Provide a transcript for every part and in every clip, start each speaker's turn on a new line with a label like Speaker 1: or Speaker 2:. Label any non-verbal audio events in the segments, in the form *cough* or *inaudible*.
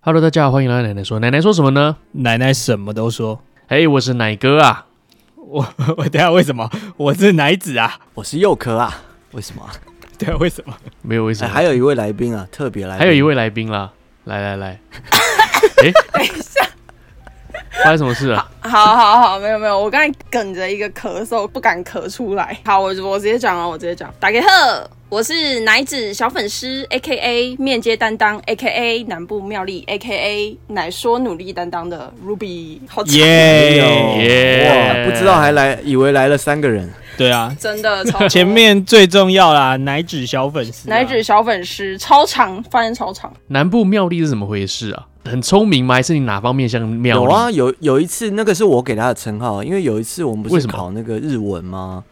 Speaker 1: Hello，大家好，欢迎来到奶奶说。奶奶说什么呢？
Speaker 2: 奶奶什么都说。
Speaker 1: 嘿、我是奶哥啊。
Speaker 2: *laughs* 我我等一下为什么我是奶子啊？ *laughs*
Speaker 3: 我是佑科啊，为什么啊？
Speaker 2: 对啊，为什么？
Speaker 1: 没有为什
Speaker 3: 哎，
Speaker 1: 么，
Speaker 3: 还有一位来宾啊，特别来宾，
Speaker 1: 还有一位来宾啦。来来
Speaker 3: *laughs*
Speaker 1: 来，哎、
Speaker 4: 等一下，
Speaker 1: 发生什么事啊了？
Speaker 4: 好好好，没有没有，我刚才梗着一个咳嗽，不敢咳出来。好，我我直接讲啊，我直接讲。打给贺，我是奶子小粉丝，A K A 面接担当，A K A 南部妙丽，A K A 奶说努力担当的 Ruby，好长
Speaker 3: 没
Speaker 2: 耶、
Speaker 3: 有
Speaker 1: 耶
Speaker 3: 哎哇，不知道还来，以为来了三个人，
Speaker 2: 对啊，
Speaker 4: 真的超多
Speaker 2: 前面最重要啦，奶子小粉丝、啊
Speaker 4: 奶子，小粉丝超长，发现超长，
Speaker 1: 南部妙丽是怎么回事啊？很聪明吗？还是你哪方面像妙
Speaker 3: 有
Speaker 1: 丽？
Speaker 3: 啊，有有一次那个是我给他的称号，啊因为有一次我们不
Speaker 1: 为
Speaker 3: 是
Speaker 1: 什么
Speaker 3: 考那个日文吗？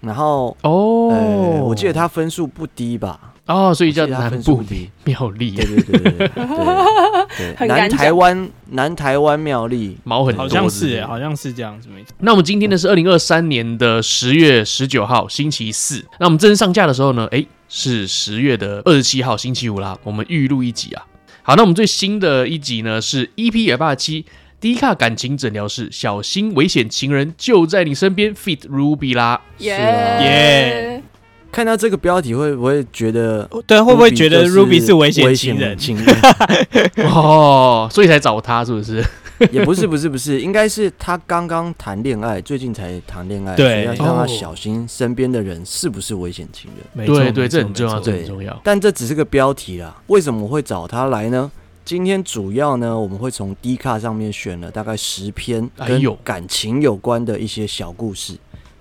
Speaker 3: 然后
Speaker 1: 哦、
Speaker 3: 呃，我记得他分数不低吧？
Speaker 1: 哦，所以
Speaker 3: 我
Speaker 1: 叫
Speaker 3: 记得他
Speaker 1: 南
Speaker 3: 分数
Speaker 1: 部
Speaker 3: 不低，
Speaker 1: 妙丽
Speaker 3: 对，对对对对 *laughs* 对对，
Speaker 4: 很
Speaker 3: 南
Speaker 4: 敢讲
Speaker 3: 台湾南台湾妙丽，
Speaker 1: 毛很多，
Speaker 2: 好像
Speaker 1: 对不
Speaker 2: 是
Speaker 1: 对
Speaker 2: 好像是这样子，没错。
Speaker 1: 那我们今天呢是二零二三年的十月十九号星期四，那我们正式上架的时候呢，诶，是十月的二十七号星期五啦。我们预录一集啊。好，那我们最新的一集呢是 E EP 二八七低卡感情诊疗室，小心危险情人就在你身边，Fit Ruby 啦。
Speaker 4: 耶、
Speaker 2: 耶
Speaker 3: 看到这个标题会不会觉得？
Speaker 2: 哦对，啊会不会觉得 Ruby
Speaker 3: Ruby 就是是
Speaker 2: 危险情
Speaker 3: 情
Speaker 2: 人？
Speaker 3: 人
Speaker 1: 哦，所以才找他是不是？ *laughs*
Speaker 3: 也不是不是不是，应该是他刚刚谈恋爱，最近才谈恋爱，
Speaker 2: 对
Speaker 3: 所以要让
Speaker 1: 哦
Speaker 3: 他小心身边的人是不是危险情人。
Speaker 2: 没错
Speaker 1: 对对，
Speaker 2: 没错
Speaker 1: 这很重要，
Speaker 2: 没错
Speaker 1: 这
Speaker 3: 对
Speaker 1: 很重要。
Speaker 3: 但这只是个标题啦，为什么会找他来呢？今天主要呢，我们会从 D 卡上面选了大概十篇
Speaker 1: 哎
Speaker 3: 跟
Speaker 1: 呦
Speaker 3: 感情有关的一些小故事，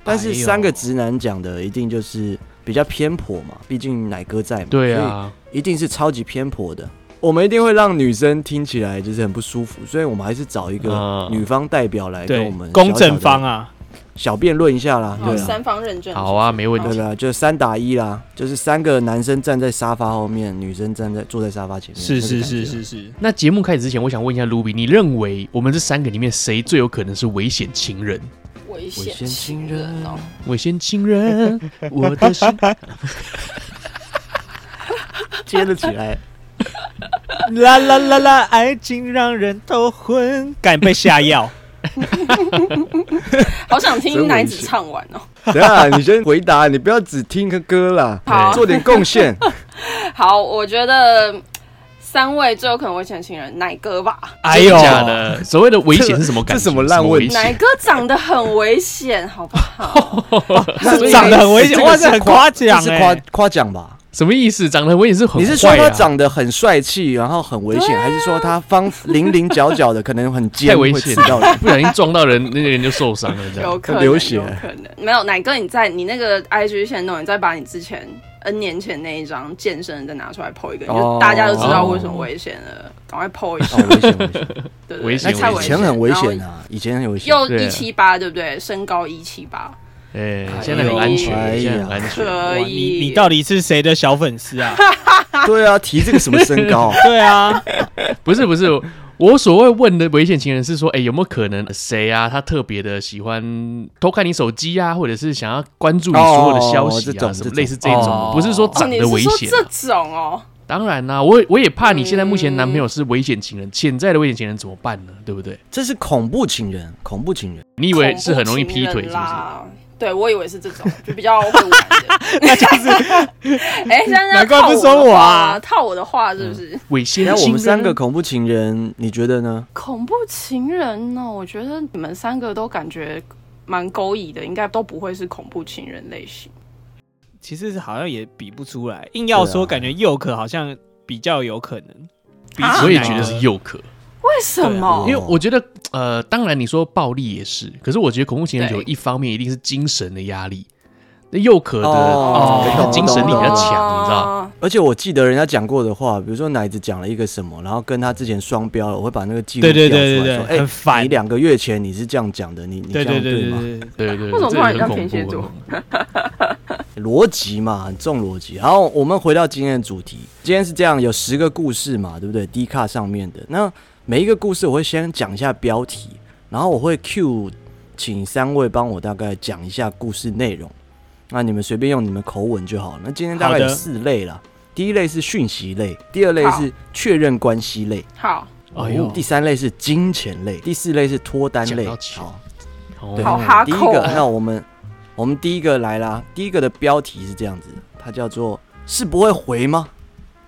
Speaker 3: 但
Speaker 1: 哎
Speaker 3: 是
Speaker 1: 呦
Speaker 3: 三个直男讲的一定就是比较偏颇嘛，毕竟奶哥在嘛，
Speaker 1: 对，啊，
Speaker 3: 一定是超级偏颇的。我们一定会让女生听起来就是很不舒服，所以我们还是找一个
Speaker 1: 啊
Speaker 3: 女方代表来跟我
Speaker 2: 对
Speaker 3: 们
Speaker 2: 公正
Speaker 3: 小小
Speaker 2: 方
Speaker 3: 的
Speaker 2: 啊，
Speaker 3: 小辩论一下啦，
Speaker 4: 好，
Speaker 3: 对啦，
Speaker 4: 三方认证，
Speaker 1: 好啊，没问
Speaker 3: 对
Speaker 1: 题。
Speaker 3: 啦，就三打一啦，就是三个男生站在沙发后面，女生站在坐在沙发前面，
Speaker 2: 是是
Speaker 3: 那个感觉
Speaker 2: 是是是，
Speaker 1: 那节目开始之前，我想问一下 Ruby，你认为我们这三个里面谁最有可能是危险情人？
Speaker 4: 危
Speaker 3: 危
Speaker 4: 险
Speaker 3: 险情人
Speaker 4: 哦，
Speaker 1: 危险情人，我的心。
Speaker 3: 接得起来，
Speaker 2: 啦啦啦啦，爱情让人头昏，敢被下药。
Speaker 4: 好想
Speaker 3: 真危
Speaker 4: 听奶子
Speaker 3: 险
Speaker 4: 唱完哦。
Speaker 3: 等下你先回答，你不要只听个歌啦，
Speaker 4: 好
Speaker 3: 做点贡献。
Speaker 4: 好，我觉得嗯三位最有可能危险情人，奶哥吧。
Speaker 2: 哎
Speaker 1: 真
Speaker 2: 呦
Speaker 1: 的，假的，所谓的危险是什么感觉？
Speaker 3: 这什么烂问题
Speaker 1: 什么危
Speaker 4: 奶
Speaker 1: 险
Speaker 4: 哥长得很危险，好不好？哦
Speaker 3: 那
Speaker 2: 长得很危险
Speaker 3: 这个
Speaker 2: 哇
Speaker 3: 是
Speaker 2: 这很夸奖
Speaker 3: 这是
Speaker 2: 欸
Speaker 3: 夸夸奖吧？
Speaker 1: 什么意思？长得很危险是很坏啊
Speaker 3: 你是说他长得很帅气，然后很危险，还是说他方零零角角的，可能很
Speaker 1: 太
Speaker 3: 尖，
Speaker 1: 危
Speaker 3: 会
Speaker 1: 险
Speaker 3: 刺
Speaker 1: *laughs*
Speaker 3: 到人？
Speaker 1: 不小心撞到人，那个人就受伤了，这样
Speaker 4: 有可能，
Speaker 3: 流血
Speaker 4: 有可能没有。奶哥，你在你那个 IG 先弄，你再把你之前 N 年前那一张健身的再拿出来 PO 一个，你
Speaker 3: 哦
Speaker 4: 就大家都知道为什么危险了，赶快 PO 一下
Speaker 3: 哦，，危险危险，
Speaker 4: 对
Speaker 1: 危
Speaker 4: 对
Speaker 1: 险
Speaker 4: 对，太
Speaker 1: 危
Speaker 3: 以
Speaker 1: 险
Speaker 3: 前很危
Speaker 4: 然后
Speaker 3: 险啊，以前很危险。
Speaker 4: 又
Speaker 1: 对
Speaker 4: 一七八，对不对？身高一七八，
Speaker 1: 哎，现在很安
Speaker 3: 哎
Speaker 1: 全，
Speaker 3: 呀
Speaker 1: 现在很安全。
Speaker 4: 可
Speaker 2: 哇
Speaker 4: 以。
Speaker 2: 你你到底是谁的小粉丝啊？
Speaker 3: 对啊，提这个什么身高啊？
Speaker 2: 对啊，
Speaker 1: 不是不是，我所谓问的危险情人是说，哎，有没有可能谁啊，他特别的喜欢偷看你手机啊，或者是想要关注你所有的消息
Speaker 3: 哦这
Speaker 1: 啊，
Speaker 3: 种
Speaker 1: 什
Speaker 3: 这
Speaker 1: 么
Speaker 3: 种
Speaker 1: 类似这种的
Speaker 2: 哦，
Speaker 1: 不是说
Speaker 4: 哦，
Speaker 1: 长
Speaker 4: 你
Speaker 1: 得
Speaker 4: 是
Speaker 1: 危
Speaker 4: 说
Speaker 1: 险啊。
Speaker 4: 这种哦？
Speaker 1: 当然啦，我也我也怕你现在目前男朋
Speaker 4: 嗯
Speaker 1: 友是危险情人，潜在的危险情人怎么办呢？对不对？
Speaker 3: 这是恐怖情人，恐怖情人。
Speaker 1: 你以为是很容易劈
Speaker 4: 恐怖
Speaker 1: 腿，是不
Speaker 4: 情人
Speaker 1: 是？
Speaker 4: 啦？对，我以为是这种，就比较会玩的。那 *laughs* 就是，哎，现在
Speaker 2: 难怪不说我啊
Speaker 4: 套我的话是不是？
Speaker 1: 猥亵
Speaker 3: 那我
Speaker 1: 情
Speaker 3: 们三
Speaker 1: 人
Speaker 3: 个恐怖情人，你觉得呢？
Speaker 4: 恐怖情人呢？我觉得你们三个都感觉蛮勾引的，应该都不会是恐怖情人类型。
Speaker 2: 其实好像也比不出来，硬要
Speaker 3: 对
Speaker 2: 说，
Speaker 3: 啊
Speaker 2: 感觉佑可好像比较有可能。比
Speaker 4: 啊
Speaker 2: 起
Speaker 1: 我也
Speaker 2: 奶
Speaker 1: 觉得
Speaker 2: 哥
Speaker 1: 是诱可，
Speaker 4: 为什么
Speaker 3: 哦
Speaker 1: 因？为我觉得呃，当然你说暴力也是，可是我觉得恐怖情人有
Speaker 4: 对
Speaker 1: 一方面一定是精神的压力，那诱可的、
Speaker 3: 哦
Speaker 1: 呃
Speaker 3: 懂
Speaker 1: 精神力比较强，
Speaker 4: 哦
Speaker 1: 你知道？
Speaker 3: 而且我记得人家讲过的话，比如说奶子讲了一个什么，然后跟他之前双标了，我会把那个记录
Speaker 2: 对对
Speaker 3: 调出来
Speaker 2: 对对
Speaker 3: 说
Speaker 2: 对很
Speaker 3: 哎，
Speaker 2: 烦
Speaker 3: 你两个月前你是这样讲的，你你这
Speaker 2: 对
Speaker 3: 样
Speaker 2: 对对
Speaker 3: 吗？
Speaker 2: 对对，
Speaker 1: 对对对，
Speaker 4: 为什么
Speaker 1: 这
Speaker 4: 突然
Speaker 1: 个
Speaker 4: 像
Speaker 1: 很
Speaker 4: 天蝎
Speaker 1: 恐怖啊
Speaker 4: 座
Speaker 1: 很恐怖
Speaker 3: 逻辑嘛，很重逻辑。好，我们回到今天的主题，今天是这样，有十个故事嘛，对不对？D 卡上面的那每一个故事，我会先讲一下标题，然后我会 Q，请三位帮我大概讲一下故事内容。那你们随便用你们口吻就好了。那今天大概
Speaker 2: 好的
Speaker 3: 有四类啦，第一类是讯息类，第二类
Speaker 4: 好
Speaker 3: 是确认关系类，
Speaker 4: 好，
Speaker 1: 哎呦
Speaker 3: 第三类是金钱类，第四类是脱单类。
Speaker 1: 讲到钱
Speaker 3: 好，对，
Speaker 1: 哦
Speaker 4: 好哈
Speaker 3: 嗯第一
Speaker 4: 扣
Speaker 3: 个
Speaker 4: 哦，
Speaker 3: 那我们我们第一个来啦，第一个的标题是这样子，它叫做“是不会回吗”。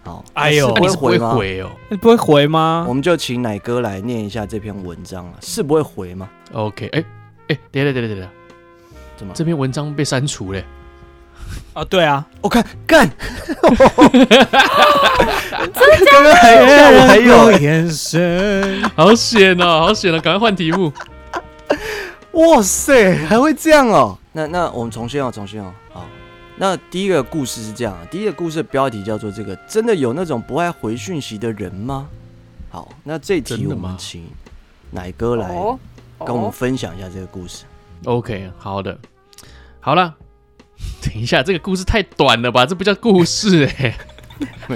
Speaker 3: 好，
Speaker 2: 哎呦
Speaker 3: 是
Speaker 1: 那你是不
Speaker 3: 不会
Speaker 1: 会
Speaker 3: 回吗？
Speaker 1: 回哦。
Speaker 2: 你不会啊回吗
Speaker 3: 我？们就请奶哥来念一下这篇文章了，是不会回吗？
Speaker 1: OK，哎哎，等一下等一下等一下，
Speaker 3: 怎么？
Speaker 1: 这篇文章被删除嘞。
Speaker 2: 啊，对啊，
Speaker 3: 我看
Speaker 4: *laughs*
Speaker 3: 干，真的？刚刚还下午还有欸，
Speaker 2: 眼神，
Speaker 1: *laughs* 好险哦，好险哦，赶快换题目。
Speaker 3: 哇塞，还会这样哦？那那我们重新哦，重新哦，好。那第一个故事是这样啊，第一个故事的标题叫做“这个真的有那种不爱回讯息的人吗？”好，那这
Speaker 1: 真
Speaker 3: 题
Speaker 1: 的
Speaker 3: 我
Speaker 1: 吗
Speaker 3: 们请奶哥来
Speaker 4: 哦
Speaker 3: 跟我们
Speaker 4: 哦，
Speaker 3: 分享一下这个故事。
Speaker 1: OK，好的，好了。等一下，这个故事太短了吧？这不叫故事哎、
Speaker 3: 没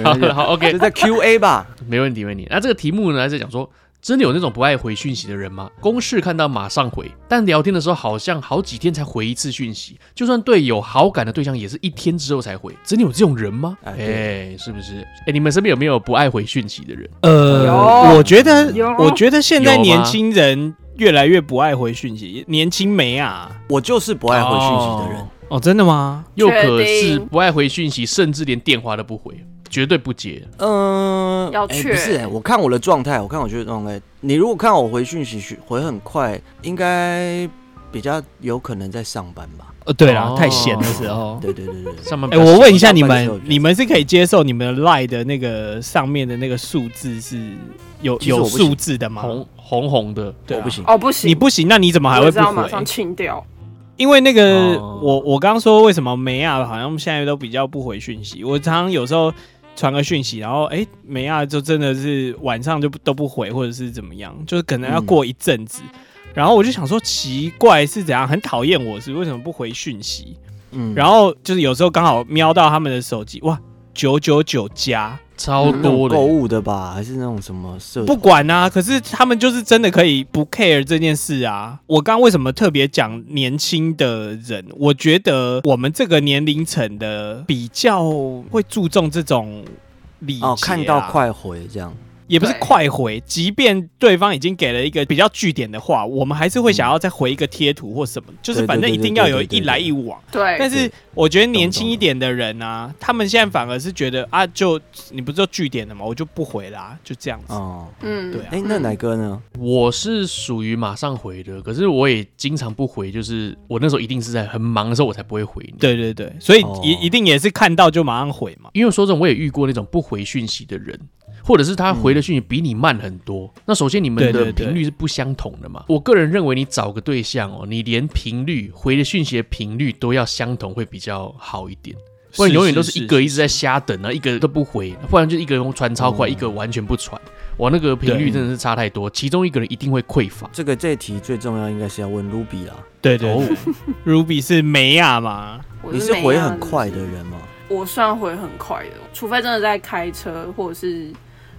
Speaker 1: *laughs* 好
Speaker 3: 关系
Speaker 1: 了，好，OK，
Speaker 3: *laughs* 这在 Q&A 吧？
Speaker 1: 没问题，没问题。那这个题目呢，是讲说，真的有那种不爱回讯息的人吗？公事看到马上回，但聊天的时候好像好几天才回一次讯息，就算对有好感的对象，也是一天之后才回。真的有这种人吗？哎、
Speaker 3: 哎对
Speaker 1: 是不是？哎、你们身边有没有不爱回讯息的人？
Speaker 2: 呃，
Speaker 4: 有
Speaker 2: 我觉得
Speaker 4: 有，
Speaker 2: 我觉得现在
Speaker 1: 有吗
Speaker 2: 年轻人越来越不爱回讯息，年轻没啊？
Speaker 3: 我就是
Speaker 1: 不
Speaker 3: 不爱回讯息的人。
Speaker 2: 哦，真的吗？
Speaker 1: 又可
Speaker 4: 确
Speaker 1: 是
Speaker 4: 定
Speaker 1: 不爱回讯息，甚至连电话都不回，绝对不接。
Speaker 3: 嗯，
Speaker 4: 要
Speaker 3: 哎
Speaker 4: 确
Speaker 3: 不是、哎我看我的状态，我看我觉得状态，你如果看我回讯息去回很快，应该比较有可能在上班吧？
Speaker 2: 呃，对啦
Speaker 1: 哦，
Speaker 2: 太闲的时候。
Speaker 3: 对对对对对，
Speaker 1: 上班比
Speaker 2: 哎、
Speaker 1: 较
Speaker 2: 我问一下你
Speaker 3: 上班的时候
Speaker 2: 们
Speaker 3: 比，较
Speaker 2: 你们是可以接受你们 line 的那个上面的那个数字是有
Speaker 3: 其实我
Speaker 2: 有
Speaker 3: 不行
Speaker 2: 数字的吗？
Speaker 1: 红红红的，
Speaker 2: 对啊
Speaker 3: 我不行。
Speaker 4: 哦不行，
Speaker 2: 你不行，那你怎么还会
Speaker 4: 我知
Speaker 2: 不
Speaker 4: 道马上
Speaker 2: 回？
Speaker 4: 清掉。
Speaker 2: 因为那个，
Speaker 1: 哦
Speaker 2: 我我刚刚说为什么梅亚好像现在都比较不回讯息，我常常有时候传个讯息，然后哎、梅亚就真的是晚上就不都不回，或者是怎么样，就是可能要
Speaker 3: 嗯
Speaker 2: 过一阵子，然后我就想说奇怪是怎样，很讨厌我是为什么不回讯息？
Speaker 3: 嗯
Speaker 2: 然后就是有时候刚好瞄到他们的手机，哇，九九九加，
Speaker 1: 超
Speaker 3: 嗯那种
Speaker 1: 多的
Speaker 3: 购。物的吧，还是那种什么社哦
Speaker 2: 不管啊，可是他们就是真的可以不 care 这件事啊。我刚刚为什么特别讲年轻的人？我觉得我们这个年龄层的比较会注重这种礼节、啊
Speaker 3: 哦，看到，快回这样。
Speaker 2: 也不是
Speaker 4: 对
Speaker 2: 快回，即便对方已经给了一个比较据点的话，我们还是会想要再回一个贴图或什么，就是
Speaker 3: 对
Speaker 2: 反正
Speaker 3: 对
Speaker 2: 一
Speaker 3: 对
Speaker 2: 定
Speaker 3: 对
Speaker 2: 要
Speaker 3: 对
Speaker 2: 有
Speaker 3: 对对
Speaker 2: 一来
Speaker 3: 对
Speaker 2: 一往。但
Speaker 4: 对，
Speaker 2: 是
Speaker 3: 对
Speaker 2: 我觉得年轻一点的人啊，他们现在反而是觉得啊，就你不是就据点了吗？我就不回啦、就这样子。
Speaker 3: 哦，
Speaker 4: 嗯，
Speaker 2: 对啊
Speaker 3: 哎，那奶哥呢？
Speaker 1: 我是属于马上回的，可是我也经常不回，就是我那时候一定是在很忙的时候我才不会回你。
Speaker 2: 对对对，所以
Speaker 3: 哦
Speaker 2: 一、一定也是看到就马上回嘛。
Speaker 1: 因为说真的，我也遇过那种不回讯息的人，或者是他回的讯息比你慢很多。那首先你们
Speaker 2: 对
Speaker 1: 的
Speaker 2: 对对
Speaker 1: 频率是不相同的嘛。我个人认为，你找个对象哦，你连频率回的讯息的频率都要相同，会比较好一点。不然永远都是一个一直在瞎等啊，一个都不回，不然就一个人传超快，
Speaker 3: 嗯
Speaker 1: 一个完全不传。哇，那个频率
Speaker 2: 对
Speaker 1: 真的是差太多，其中一个人一定会匮乏。
Speaker 3: 这个这题最重要应该是要问 Ruby 啦，
Speaker 2: 对对
Speaker 1: 哦
Speaker 2: 对，，Ruby 是梅亚嘛？
Speaker 4: 我
Speaker 3: 你
Speaker 4: 是
Speaker 3: 是
Speaker 4: 没
Speaker 3: 回
Speaker 4: 啊
Speaker 3: 很快的，人吗？
Speaker 4: 我算回很快的，除非真的在开车或者是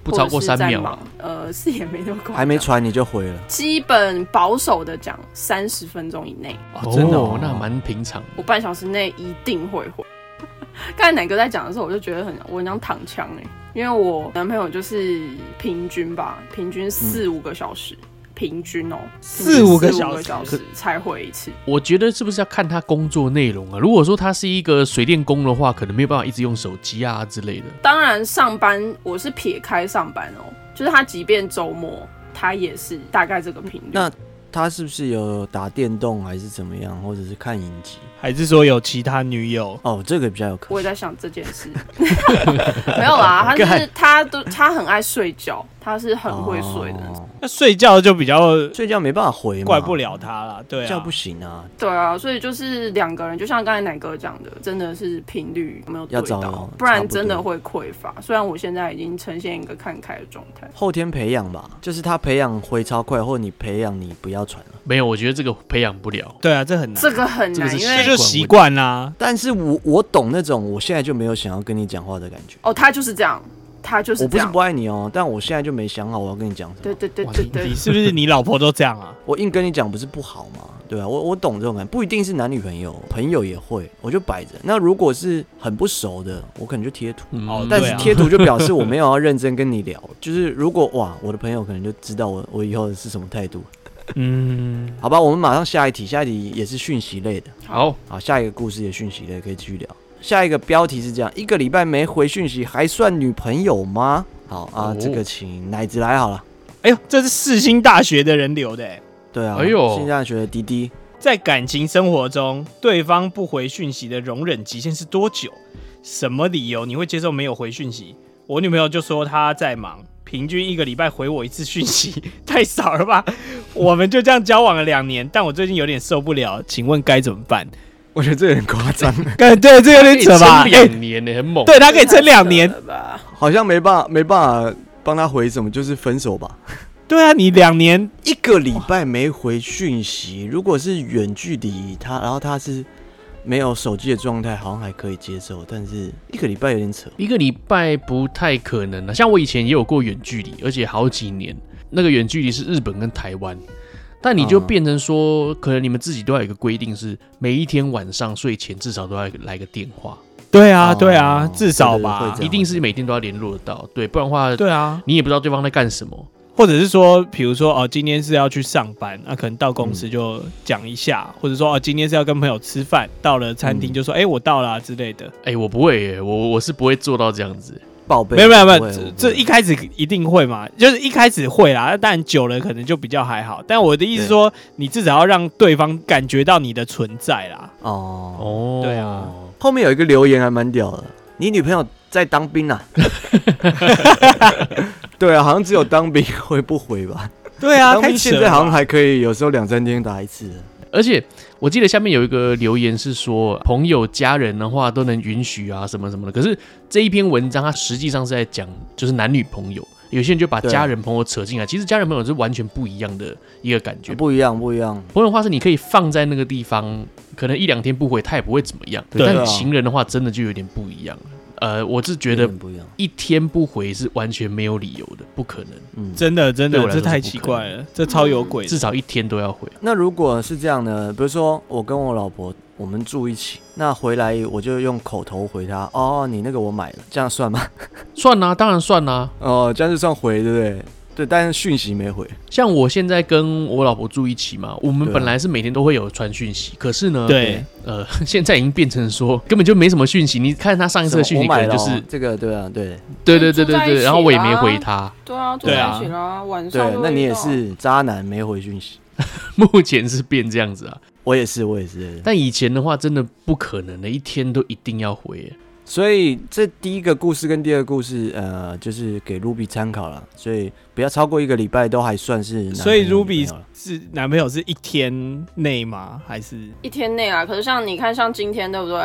Speaker 1: 不超过
Speaker 4: 或者是
Speaker 1: 三
Speaker 4: 在
Speaker 1: 秒啊
Speaker 4: 忙。呃，是也没那么快，
Speaker 3: 还没。传你就回了，
Speaker 4: 基本保守的讲，三十分钟以内，
Speaker 1: 哦，
Speaker 2: 真的
Speaker 3: 哦
Speaker 1: 那蛮平常的。
Speaker 4: 我半小时内一定会回。 *laughs* 刚才奶哥在讲的时候，我就觉得很我很想躺枪哎、因为我男朋友就是平均吧，平均四五个小时，平均哦、
Speaker 2: 四五个
Speaker 4: 四
Speaker 2: 小时
Speaker 4: 五个小时才回一次。
Speaker 1: 我觉得是不是要看他工作内容啊？如果说他是一个水电工的话，可能没有办法一直用手机啊之类的。
Speaker 4: 当然，上班我是撇开上班哦、就是他即便周末，他也是大概这个频率。
Speaker 3: 那他是不是有打电动还是怎么样，或者是看影集？
Speaker 2: 还是说有其他女友？
Speaker 3: 哦，这个比较有可
Speaker 4: 我
Speaker 3: 能
Speaker 4: 也。在想这件事，没有啦，他就是他都他很爱睡觉，他是很会睡的那种。
Speaker 3: 哦
Speaker 2: 那睡觉就比较
Speaker 1: *laughs*
Speaker 3: 睡觉没办法回嘛，
Speaker 2: 怪不了他啦。对
Speaker 3: 觉
Speaker 2: 啊
Speaker 3: 不，行啊，
Speaker 4: 对啊，所以就是两个人，就像刚才奶哥讲的，真的是频率没有
Speaker 3: 要
Speaker 4: 对
Speaker 3: 找
Speaker 4: 到，不然
Speaker 3: 差不多
Speaker 4: 真的会匮乏。虽然我现在已经呈现一个看开的状态，
Speaker 3: 后天培养吧，就是他培养回超快，或你培养你不要传了。
Speaker 1: 没有，我觉得这个培养不了。
Speaker 2: 对啊，这很难，
Speaker 4: 这个很
Speaker 1: 这个
Speaker 4: 难，
Speaker 1: 是
Speaker 4: 因
Speaker 2: 这就
Speaker 4: 为
Speaker 2: 习惯啦。啊
Speaker 3: 但是我我懂那种，我现在就没有想要跟你讲话的感觉。
Speaker 4: 哦，他就是这样，他就是
Speaker 3: 我
Speaker 4: 这
Speaker 3: 不是
Speaker 4: 样
Speaker 3: 不。爱你哦，但我现在就没想好我要跟你讲什么。
Speaker 4: 对对对
Speaker 2: 哇
Speaker 4: 对
Speaker 2: 你
Speaker 4: 对
Speaker 2: 你，是不是你老婆都这样啊？
Speaker 3: 我硬跟你讲不是不好吗？对啊，我我懂这种感觉，不一定是男女朋友，朋友也会，我就摆着。那如果是很不熟的，我可能就贴图。
Speaker 2: 哦
Speaker 1: 嗯
Speaker 3: 但
Speaker 2: 对
Speaker 3: 是
Speaker 2: 啊
Speaker 3: 贴图就表示我没有要认真跟你聊， *laughs* 就是如果哇，我的朋友可能就知道我我以后是什么态度，
Speaker 2: 嗯，
Speaker 3: 好吧？我们马上下一题，下一题也是讯息类的，
Speaker 1: 好，
Speaker 3: 好，下一个故事也讯息类可以继续聊。下一个标题是这样：一个礼拜没回讯息还算女朋友吗？好啊，
Speaker 1: 哦
Speaker 3: 这个请奶子来好了。
Speaker 2: 哎呦，这是世新大学的人留的、欸。
Speaker 3: 对啊，
Speaker 1: 哎呦
Speaker 3: 现在学的滴滴，
Speaker 2: 在感情生活中，对方不回讯息的容忍极限是多久？什么理由你会接受没有回讯息？我女朋友就说她在忙，平均一个礼拜回我一次讯息， *laughs* 太少了吧？我们就这样交往了两年，但我最近有点受不了，请问该怎么办？
Speaker 3: 我觉得这有点
Speaker 2: *laughs*
Speaker 3: 夸张，
Speaker 2: 感对，这有点扯吧？
Speaker 1: 可以撑
Speaker 2: 哎、
Speaker 1: 两年呢，很猛。
Speaker 2: 对他可以撑两年
Speaker 4: 太，扯了吧？
Speaker 3: 好像没办法没办法帮他回什么，就是分手吧。
Speaker 2: 对啊，你两年
Speaker 3: 一个礼拜没回讯息，如果是远距离，他然后他是没有手机的状态，好像还可以接受，但是一个礼拜有点扯。
Speaker 1: 一个礼拜不太可能了、像我以前也有过远距离，而且好几年，那个远距离是日本跟台湾，但你就
Speaker 3: 嗯
Speaker 1: 变成说，可能你们自己都要有一个规定是，每一天晚上睡前至少都要来个电话，
Speaker 2: 对啊，对啊，
Speaker 3: 哦
Speaker 2: 至少
Speaker 3: 对对
Speaker 2: 吧
Speaker 3: 会这，样
Speaker 1: 一定是每天都要联络得到，对，不然的话，
Speaker 2: 对啊，
Speaker 1: 你也不知道对方在干什么。
Speaker 2: 或者是说，比如说哦，今天是要去上班，那、可能到公司就讲一下，或者说哦，今天是要跟朋友吃饭，到了餐厅就说哎、我到了、啊、之类的。
Speaker 1: 哎、我不会耶，我我是不会做到这样子。
Speaker 3: 报备
Speaker 2: 没有没有没
Speaker 3: 不
Speaker 2: 有，
Speaker 3: 会
Speaker 2: 这
Speaker 3: 不
Speaker 2: 这
Speaker 3: 会
Speaker 2: 一开始一定会嘛，就是一开始会啦，但久了可能就比较还好。但我的意思说，你至少要让对方感觉到你的存在啦。
Speaker 3: 哦。
Speaker 1: 哦，
Speaker 2: 对啊，
Speaker 3: 后面有一个留言还蛮屌的，你女朋友在当
Speaker 2: *laughs*
Speaker 3: 兵啊？对啊，好像只有当兵会不回吧？
Speaker 2: 对啊，
Speaker 3: 当
Speaker 2: 太
Speaker 3: 兵
Speaker 2: 扯
Speaker 3: 现
Speaker 2: 了
Speaker 3: 在好像
Speaker 2: 吧。
Speaker 3: 还可以，有时候两三天打一次。
Speaker 1: 而且我记得下面有一个留言是说，朋友、家人的话都能允许啊，什么什么的。可是这一篇文章它实际上是在讲，就是男女朋友，有些人就把
Speaker 3: 对
Speaker 1: 家人、朋友扯进来，其实家人、朋友是完全不一样的一个感觉。
Speaker 3: 不一样，不一样。
Speaker 1: 朋友的话是你可以放在那个地方，可能一两天不回，他也不会怎么样。
Speaker 3: 对啊
Speaker 1: 但情人的话，真的就有点不一样了。呃，我是觉
Speaker 3: 有
Speaker 1: 得
Speaker 3: 点不一样，
Speaker 1: 一天不回是完全没有理由的，不可能，
Speaker 3: 嗯，
Speaker 2: 真的真
Speaker 1: 对
Speaker 2: 的
Speaker 1: 我，来
Speaker 2: 这
Speaker 1: 说
Speaker 2: 太
Speaker 1: 是
Speaker 2: 奇
Speaker 1: 不可能
Speaker 2: 怪了，这超有鬼的。
Speaker 1: 至少一天都要回。
Speaker 3: 那如果是这样呢？比如说我跟我老婆我们住一起，那回来我就用口头回她哦，你那个我买了，这样算吗？ *laughs*
Speaker 1: 算啊，当然算啊。
Speaker 3: 哦，这样就算回，对不对？对，但是讯息没回，
Speaker 1: 像我现在跟我老婆住一起嘛，我们
Speaker 3: 对啊
Speaker 1: 本来是每天都会有传讯息，可是呢，，
Speaker 2: 对，
Speaker 1: 呃， *laughs* 现在已经变成说根本就没什么讯息。你看他上一次的
Speaker 3: 什么
Speaker 1: 讯息，
Speaker 3: 我
Speaker 1: 可
Speaker 3: 买
Speaker 1: 能
Speaker 3: 了
Speaker 1: 就
Speaker 3: 哦
Speaker 1: 是
Speaker 3: 这个，对啊，对
Speaker 1: 对对对对
Speaker 4: 住在一起
Speaker 1: 对，
Speaker 4: 啦
Speaker 1: 然后我也没回他，
Speaker 4: 对啊，住
Speaker 2: 对
Speaker 4: 在
Speaker 2: 啊
Speaker 4: 一起啦，晚上
Speaker 3: 对，
Speaker 4: 都
Speaker 3: 那
Speaker 4: 会
Speaker 3: 你也
Speaker 4: 遇到
Speaker 3: 是渣男，没回讯息，
Speaker 1: *laughs* 目前是变这样子啊。
Speaker 3: 我也是，我也是。
Speaker 1: 但以前的话，真的不可能的，一天都一定要回。
Speaker 3: 所以这第一个故事跟第二个故事，呃，就是给 Ruby 参考了，所以不要超过一个礼拜都还算是男朋友。
Speaker 2: 所以
Speaker 3: 女
Speaker 2: Ruby
Speaker 3: 朋友了
Speaker 2: 是男朋友是一天内吗？还是
Speaker 4: 一天内啊。可是像你看，像今天对不对？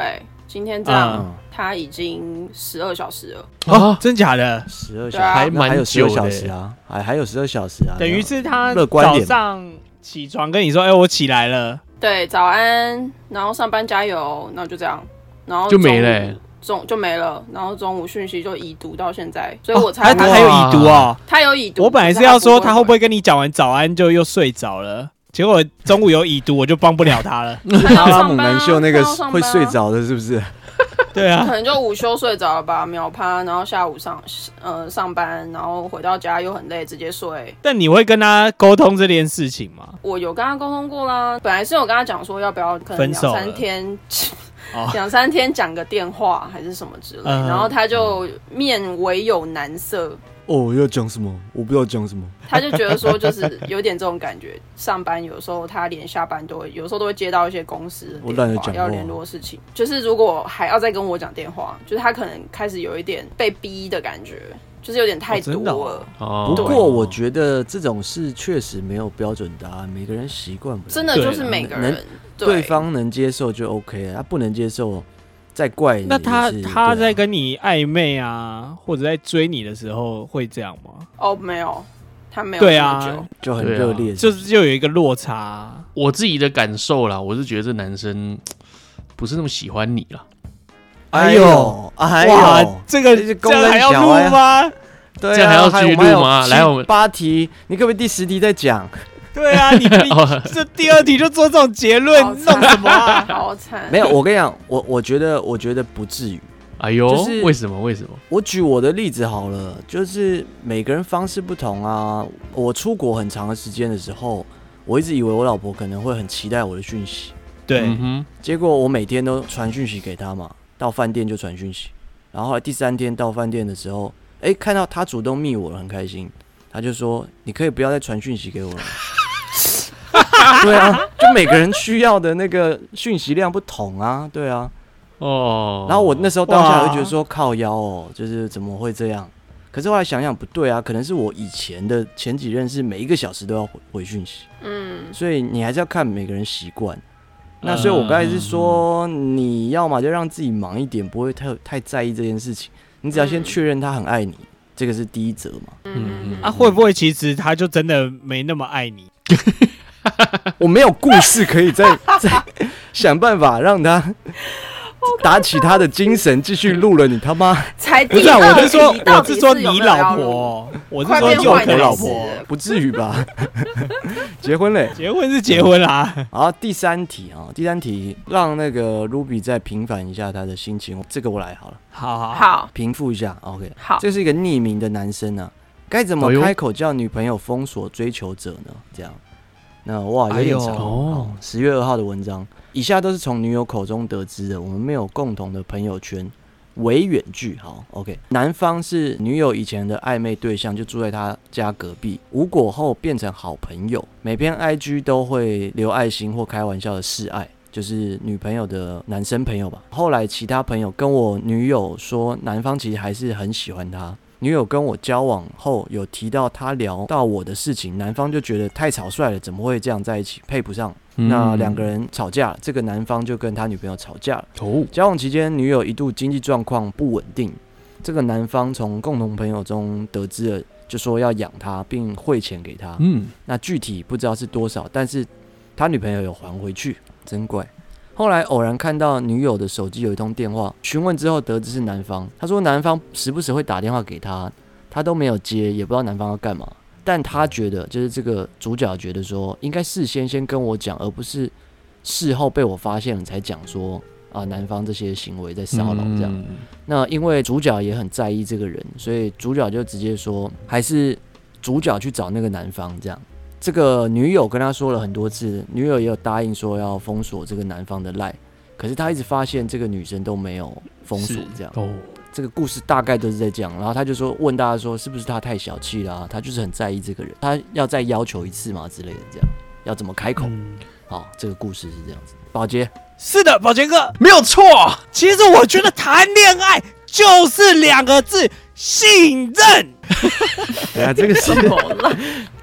Speaker 4: 今天这
Speaker 1: 啊
Speaker 2: 嗯
Speaker 4: 样，他已经十二小时了，
Speaker 3: 啊
Speaker 2: 哦，真假的？
Speaker 3: 十二小
Speaker 4: 对啊
Speaker 3: 时，
Speaker 1: 还
Speaker 3: 那
Speaker 1: 蛮
Speaker 3: 还有十二
Speaker 1: 久的
Speaker 3: 小时啊，还还有十二小时啊，
Speaker 2: 等于是他
Speaker 3: 乐观
Speaker 2: 早
Speaker 3: 点
Speaker 2: 上起床跟你说：“哎、我起来了。
Speaker 4: 对，早安，然后上班加油，然后就这样，然后
Speaker 1: 就没
Speaker 4: 中午
Speaker 1: 了欸
Speaker 4: 中就没了，然后中午讯息就已读到现在，所以
Speaker 2: 哦”
Speaker 4: 我才
Speaker 2: 他他
Speaker 4: 会
Speaker 2: 还有已读哦。
Speaker 4: 他有已读，
Speaker 2: 我本来
Speaker 4: 可
Speaker 2: 是
Speaker 4: 是
Speaker 2: 要说他
Speaker 4: 他
Speaker 2: 会不
Speaker 4: 不
Speaker 2: 会跟你讲完早安就又睡着了，结果中午有已读，我就帮不了他
Speaker 4: *laughs*
Speaker 2: 了。
Speaker 4: 会
Speaker 3: *laughs*
Speaker 4: 他要
Speaker 3: 阿
Speaker 4: 上
Speaker 3: 猛
Speaker 4: 班啊
Speaker 3: 男秀那个
Speaker 4: 他要上
Speaker 3: 会
Speaker 4: 班啊
Speaker 3: 睡着的，是不是？
Speaker 2: 对
Speaker 4: 可
Speaker 2: 啊，
Speaker 4: 能就午休睡着了吧，秒趴，然后下午上呃上班，然后回到家又很累，直接睡。
Speaker 2: 但你会跟他沟通这件事情吗？
Speaker 4: 我有跟他沟通过啦，本来是有跟他讲说要不要可能
Speaker 2: 分
Speaker 4: 两
Speaker 2: 手了
Speaker 4: 三天，
Speaker 2: 哦
Speaker 4: 两三天讲个电话还是什么之类，
Speaker 2: 嗯
Speaker 4: 然后他就面唯有难色，
Speaker 3: 哦，要讲什么？我不知道讲什么。
Speaker 4: 他就觉得说就是有点这种感觉，上班有时候他连下班都会，有时候都会接到一些公司的
Speaker 3: 我
Speaker 4: 电
Speaker 3: 懒得
Speaker 4: 话
Speaker 3: 讲
Speaker 4: 要
Speaker 3: 话
Speaker 4: 联络事情，就是如果还要再跟我讲电话，就是他可能开始有一点被逼的感觉，就是有点太
Speaker 2: 哦
Speaker 4: 多
Speaker 2: 真的
Speaker 4: 了。
Speaker 2: 哦
Speaker 1: 哦，
Speaker 3: 不过我觉得这种事确实没有标准答案，每个人习惯不一样
Speaker 4: 真的
Speaker 2: 对
Speaker 4: 就
Speaker 2: 啦
Speaker 4: 是每个
Speaker 3: 能
Speaker 4: 人
Speaker 3: 对方能接受就 OK 了，他不能接受再怪你
Speaker 2: 那他
Speaker 3: 也是
Speaker 2: 他在
Speaker 3: 对啊
Speaker 2: 跟你暧昧啊，或者在追你的时候会这样吗？
Speaker 4: 哦没有，他没有
Speaker 2: 对
Speaker 4: 那么
Speaker 2: 啊
Speaker 4: 久
Speaker 3: 就很
Speaker 1: 对啊
Speaker 3: 热烈，
Speaker 2: 就是就有一个落差啊。
Speaker 1: 我自己的感受啦，我是觉得这男生不是那么喜欢你啦。
Speaker 3: 哎呦，哎
Speaker 2: 哇
Speaker 3: 呦，，
Speaker 2: 这个
Speaker 3: 这是
Speaker 2: 这
Speaker 3: 公
Speaker 2: 样
Speaker 3: 灯
Speaker 2: 还要
Speaker 3: 小
Speaker 2: 录
Speaker 3: 哎
Speaker 2: 吗？
Speaker 3: 对啊，
Speaker 1: 这样还要继续
Speaker 3: 我们
Speaker 1: 录吗
Speaker 3: 有
Speaker 1: 来
Speaker 3: 七
Speaker 1: 我们
Speaker 3: 八题，你可不可以第十题再讲？
Speaker 2: 对啊，
Speaker 3: *laughs*
Speaker 2: 你你
Speaker 1: 哦
Speaker 3: 哎
Speaker 2: 这第二题就做这种结论，
Speaker 4: 好
Speaker 2: 弄什么啊？
Speaker 4: *laughs* 好惨，
Speaker 3: 没有，我跟你讲，我我觉得我觉得不至于。
Speaker 1: *laughs* 哎呦，
Speaker 3: 就是
Speaker 1: 为什么？为什么？
Speaker 3: 我举我的例子好了，就是每个人方式不同啊。我出国很长的时间的时候，我一直以为我老婆可能会很期待我的讯息，
Speaker 2: 对
Speaker 1: 嗯，哼，
Speaker 3: 结果我每天都传讯息给她嘛，到饭店就传讯息，然后后来第三天到饭店的时候，哎、看到她主动密我了，很开心，她就说：“你可以不要再传讯息给我了。” *laughs* 对啊，就每个人需要的那个讯息量不同啊，对啊。
Speaker 1: 哦，
Speaker 3: 然后我那时候当下
Speaker 2: 哇
Speaker 3: 就觉得说靠腰哦，就是怎么会这样？可是后来想想不对啊，可能是我以前的前几任是每一个小时都要回回讯息，
Speaker 4: 嗯，
Speaker 3: 所以你还是要看每个人习惯。那所以我刚才是说，你要嘛就让自己忙一点，不会太太在意这件事情。你只要先
Speaker 4: 嗯
Speaker 3: 确认他很爱你，这个是第一则
Speaker 1: *laughs*
Speaker 3: 嘛。
Speaker 1: 嗯
Speaker 2: 啊，会不会其实他就真的没那么爱你？
Speaker 3: 我没有故事可以再 *laughs* 再想办法让他 *laughs* 打起他的精神，继续录了你他妈。
Speaker 4: 才
Speaker 2: 不
Speaker 4: 嗯第
Speaker 2: 是啊，
Speaker 4: 二
Speaker 2: 我
Speaker 4: 题
Speaker 2: 是说，
Speaker 4: 到
Speaker 2: 我
Speaker 4: 底
Speaker 2: 是
Speaker 4: 是
Speaker 2: 说
Speaker 4: 有
Speaker 2: 你
Speaker 4: 没有
Speaker 2: 老
Speaker 4: 要
Speaker 2: 婆
Speaker 4: 录
Speaker 2: 哦，我是
Speaker 4: 快
Speaker 2: 说
Speaker 4: 变
Speaker 2: 右
Speaker 4: 坏
Speaker 2: 婆
Speaker 4: 男
Speaker 2: 老
Speaker 4: 子
Speaker 2: 婆。
Speaker 4: 了
Speaker 3: 不至于吧？ *laughs* 结婚嘞。
Speaker 2: 结婚是结婚啊啦，
Speaker 3: 好，第三题啊、第三题让那个 Ruby 再平反一下她的心情，这个我来好了，
Speaker 2: *laughs* 好好，
Speaker 4: 好
Speaker 3: 平复一下。OK，
Speaker 4: 好，
Speaker 3: 这是一个匿名的男生啊，该怎么
Speaker 1: 哎呦
Speaker 3: 开口叫女朋友封锁追求者呢？这样，那哇，有
Speaker 2: 哎
Speaker 3: 点
Speaker 2: 呦
Speaker 3: 长
Speaker 1: 哦
Speaker 3: 十月二号的文章，以下都是从女友口中得知的，我们没有共同的朋友圈。为远距，好，OK。男方是女友以前的暧昧对象，就住在他家隔壁。无果后变成好朋友，每篇 IG 都会留爱心或开玩笑的示爱，就是女朋友的男生朋友吧。后来其他朋友跟我女友说，男方其实还是很喜欢她。女友跟我交往后有提到她聊到我的事情，男方就觉得太草率了，怎么会这样在一起，配不上。
Speaker 1: 嗯
Speaker 3: 那两个
Speaker 1: 人
Speaker 3: 人吵架，这个男方就跟他女朋友吵架了。
Speaker 1: 哦，
Speaker 3: 交往期间，女友一度经济状况不稳定，这个男方从共同朋友中得知了，就说要养她，并汇钱给她。
Speaker 1: 嗯，
Speaker 3: 那具体不知道是多少，但是他女朋友有还回去，真怪。后来偶然看到女友的手机有一通电话，询问之后得知是男方，他说男方时不时会打电话给他，他都没有接，也不知道男方要干嘛。但他觉得，就是这个主角觉得说，应该事先先跟我讲，而不是事后被我发现了才讲说啊，男方这些行为在骚扰这样。
Speaker 1: 嗯
Speaker 3: 那因为主角也很在意这个人，所以主角就直接说，还是主角去找那个男方这样。这个女友跟他说了很多次，女友也有答应说要封锁这个男方的赖，可是他一直发现这个女生都没有封锁
Speaker 1: 是
Speaker 3: 这样。
Speaker 1: 哦，
Speaker 3: 这个故事大概都是在讲，然后他就说问大家说是不是他太小气啦、他就是很在意这个人，他要再要求一次嘛之类的，这样要怎么开口？好，这个故事是这样子。保洁，
Speaker 2: 是的，宝杰哥，
Speaker 1: 没有错，
Speaker 2: 其实我觉得谈恋爱就是两个字，信任。
Speaker 3: 哎呀，这个 *laughs* 是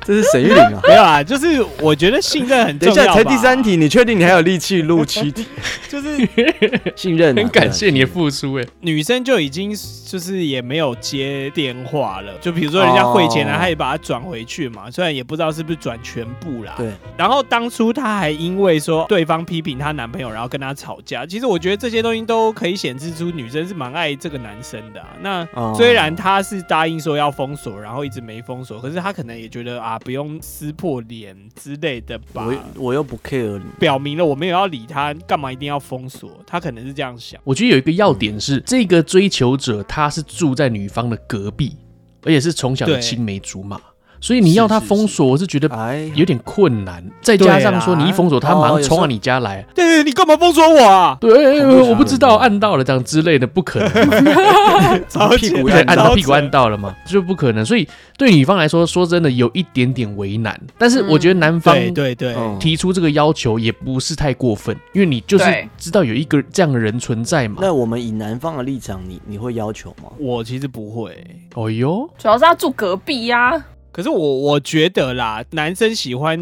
Speaker 3: 这是沈玉玲啊。
Speaker 2: 没有啊， *laughs* 就是我觉得信任很重
Speaker 3: *laughs* 等一
Speaker 2: 要。
Speaker 3: 下，才第三，题，你确定你还有力气录七题？
Speaker 2: *laughs* 就是
Speaker 3: *laughs* 信任、啊，
Speaker 1: 很感谢你的
Speaker 3: 对啊
Speaker 1: 付出，哎，
Speaker 2: 女生就已经就是也没有接电话了，就比如说人家汇钱了，啊
Speaker 3: 哦
Speaker 2: 她也把它转回去嘛，虽然也不知道是不是转全部啦。
Speaker 3: 信。任。
Speaker 2: 然后当初她还因为说对方批评她男朋友，然后跟她吵架。其实我觉得这些东西都可以显示出女生是蛮爱这个男生的、啊。那
Speaker 3: 哦
Speaker 2: 虽然她是答应说要封锁，然后一直没封锁，可是她可能也觉得啊，不用撕破脸之类的吧。
Speaker 3: 对，我我又不 care 你。
Speaker 2: 表明了我没有要理她，干嘛一定要封锁？她可能是这样想。
Speaker 1: 我觉得有一个要点是，这个追求者他是住在女方的隔壁，而且是从小的
Speaker 2: 对
Speaker 1: 青梅竹马，所以你要他
Speaker 2: 是是
Speaker 1: 封锁，我是觉啊得
Speaker 3: 哎，
Speaker 1: 有点困难。再加上说
Speaker 2: 对啦
Speaker 1: 你一封锁，他马上冲到你家来，
Speaker 2: 对对，你干嘛封锁我
Speaker 1: *laughs*
Speaker 2: 啊？
Speaker 1: 对，哎哎
Speaker 3: 恐怖
Speaker 1: 我不知道
Speaker 3: 情人
Speaker 1: 按到了这样之类的，不可能嘛， *laughs*
Speaker 2: 超
Speaker 3: 屁股
Speaker 2: 简
Speaker 3: 不
Speaker 1: 对，
Speaker 2: 单
Speaker 3: 想
Speaker 1: 按
Speaker 2: 超
Speaker 1: 到屁股
Speaker 2: 扯
Speaker 1: 按到了嘛，就不可能。所以对女方来说，说真的有一点点为难，但是我觉得男方
Speaker 2: 对对对，
Speaker 3: 嗯
Speaker 1: 提出这个要求也不是太过分，因为你就是
Speaker 4: 对
Speaker 1: 知道有一个这样的人存在嘛。
Speaker 3: 那我们以男方的立场，你你会要求吗？
Speaker 2: 我其实不会。
Speaker 1: 哦哟，
Speaker 4: 主要是他住隔壁呀、
Speaker 2: 可是我我觉得啦，男生喜欢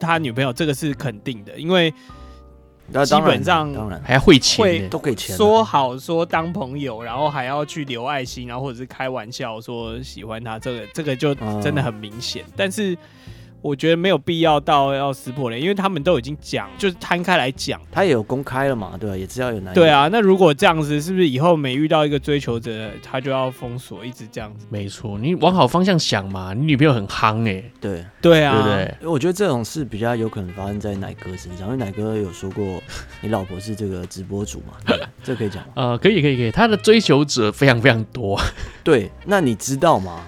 Speaker 2: 他女朋友这个是肯定的，因为
Speaker 3: 那
Speaker 2: 基
Speaker 3: 当然
Speaker 2: 本上
Speaker 3: 当然
Speaker 1: 还要汇钱
Speaker 2: 会
Speaker 1: 呢，
Speaker 3: 都给钱啊。
Speaker 2: 说好说当朋友，然后还要去留爱心，然后或者是开玩笑说喜欢他，这个这个就真的很明显。但是我觉得没有必要到要撕破脸，因为他们都已经讲，就是摊开来讲。
Speaker 3: 他也有公开了嘛，对吧、也知道有男
Speaker 2: 对
Speaker 3: 啊，
Speaker 2: 啊，那如果这样子，是不是以后每遇到一个追求者，他就要封锁，一直这样子？
Speaker 1: 没错，你往好方向想嘛，你女朋友很夯哎、
Speaker 3: 对，
Speaker 2: 对
Speaker 1: 对
Speaker 2: 啊，
Speaker 1: 不对？
Speaker 3: 我觉得这种事比较有可能发生在奶哥身上，因为奶哥有说过，你老婆是这个直播主嘛，对这可以
Speaker 2: *laughs*
Speaker 3: 讲吗？
Speaker 1: 呃，可以可以可以，他的追求者非常非常多。
Speaker 3: 对，那你知道吗？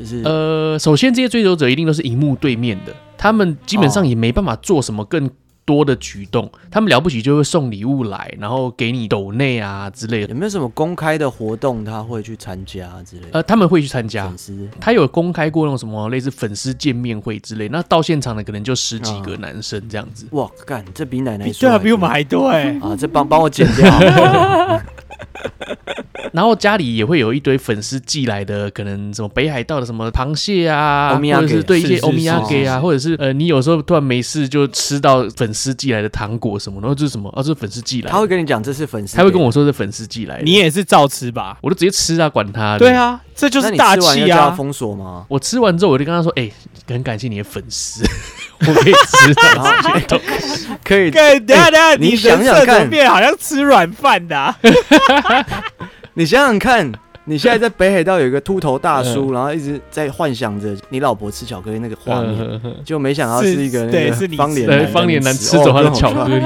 Speaker 3: 就是、
Speaker 1: 呃，首先这些追求者一定都是荧幕对面的，他们基本上也没办法做什么更多的举动，他们了不起就会送礼物来，然后给你抖内啊之类的
Speaker 3: 有。没有什么公开的活动他会去参加之类的？
Speaker 1: 呃，他们会去参加
Speaker 3: 粉，丝
Speaker 1: 他有公开过那种什么类似粉丝见面会之类，那到现场的可能就十几个男生这样子。
Speaker 3: 哇，干这比奶奶
Speaker 2: 比
Speaker 3: 说
Speaker 2: 对
Speaker 3: 还
Speaker 2: 啊，比我们还多哎、
Speaker 3: 多啊！这帮帮我剪
Speaker 2: *laughs*
Speaker 3: 掉，
Speaker 1: 然后家里也会有一堆粉丝寄来的，可能什么北海道的什么螃蟹啊，
Speaker 3: Omiyage，
Speaker 1: 或者是对一些
Speaker 2: 是是
Speaker 1: 欧米亚给
Speaker 3: 是是
Speaker 1: 啊，或者是呃，你有时候突然没事就吃到粉丝寄来的糖果什么，然后就是什么，哦，这是粉丝寄来的
Speaker 3: 他，会跟你讲这是粉丝，
Speaker 1: 他会跟我，说是粉丝寄来的，
Speaker 2: 你也是照吃吧？
Speaker 1: 我就直接吃啊，管他。
Speaker 2: 对，啊，这就
Speaker 3: 那
Speaker 2: 是
Speaker 3: 你
Speaker 2: 大
Speaker 3: 吃完要
Speaker 2: 气
Speaker 3: 叫他
Speaker 2: 啊！
Speaker 3: 封锁
Speaker 1: *laughs*
Speaker 3: 吗？
Speaker 1: 我吃完之后我就跟他说，哎、很感谢你的粉丝， *laughs* 我可以
Speaker 2: *laughs*
Speaker 1: 吃
Speaker 3: 然
Speaker 1: 到
Speaker 3: 后
Speaker 1: 这些东西。
Speaker 3: 可啊以，
Speaker 2: 干等一下等一下，
Speaker 3: 哎你
Speaker 2: 人
Speaker 3: 想想
Speaker 2: 设怎么
Speaker 3: 看
Speaker 2: 变好像吃软饭的、啊，
Speaker 3: 你想想看，你现在在北海道有一个秃头大
Speaker 1: 嗯
Speaker 3: 叔，然后一直在幻想着你老婆吃巧克力那个画面，
Speaker 1: *laughs*
Speaker 3: 就没想到是一个那
Speaker 2: 是
Speaker 3: 个
Speaker 2: 是你
Speaker 3: 方脸
Speaker 1: 呃，
Speaker 3: 男，
Speaker 1: 嗯
Speaker 3: 哦
Speaker 1: 方脸男吃
Speaker 2: 哦
Speaker 1: 走他的巧克
Speaker 3: 力，
Speaker 1: 力，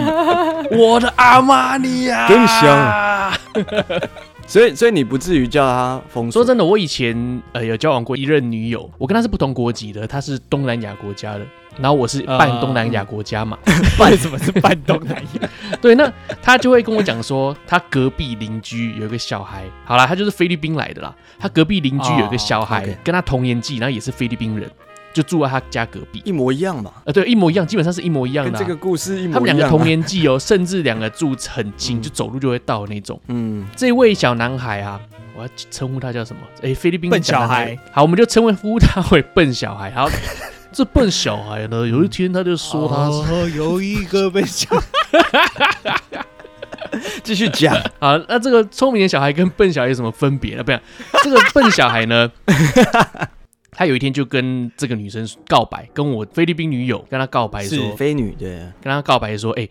Speaker 1: 我的阿玛尼呀，
Speaker 3: 真香。 *laughs* 所以所以你不至于叫他封
Speaker 1: 说
Speaker 3: 锁。
Speaker 1: 真的，我以前呃有交往过一任女友，我跟她是不同国籍的，她是东南亚国家的，然后我是半东南亚国家嘛。 *laughs*
Speaker 2: 为什么是半东南
Speaker 3: *laughs*
Speaker 2: 亚？
Speaker 1: 对，那她就会跟我讲说，她隔壁邻居有一个小孩，好啦，她就是菲律宾来的啦。她隔壁邻居有一个小孩、
Speaker 3: 哦，OK
Speaker 1: 跟她同年纪，然后也是菲律宾人，就住在她家隔壁。
Speaker 3: 一模一样嘛，
Speaker 1: 呃，对，一模一样，基本上是一模一样
Speaker 3: 跟
Speaker 1: 的啊、
Speaker 3: 这个故事一模一样、啊。
Speaker 1: 他们两个同，年纪哦，甚至两个住很近，
Speaker 3: 嗯
Speaker 1: 就走路就会到的那种。
Speaker 3: 嗯，
Speaker 1: 这位小男孩啊，我要称呼他叫什么？哎，菲律宾
Speaker 2: 笨
Speaker 1: 小
Speaker 2: 小
Speaker 1: 男
Speaker 2: 孩，
Speaker 1: 好，我们就称呼他为笨小孩。好， *laughs* 这笨小孩呢，有一天他就说他是、
Speaker 2: 哦，有一个被笑，
Speaker 3: 继续讲，
Speaker 1: 啊，那这个聪明的小孩跟笨小孩有什么分别呢？不然这个笨小孩
Speaker 2: *laughs*
Speaker 1: 呢？他有一天就跟这个女生告白，跟我菲律宾女友跟他告白说
Speaker 2: 是，
Speaker 3: 飞女对，
Speaker 1: 跟他告白说：“哎、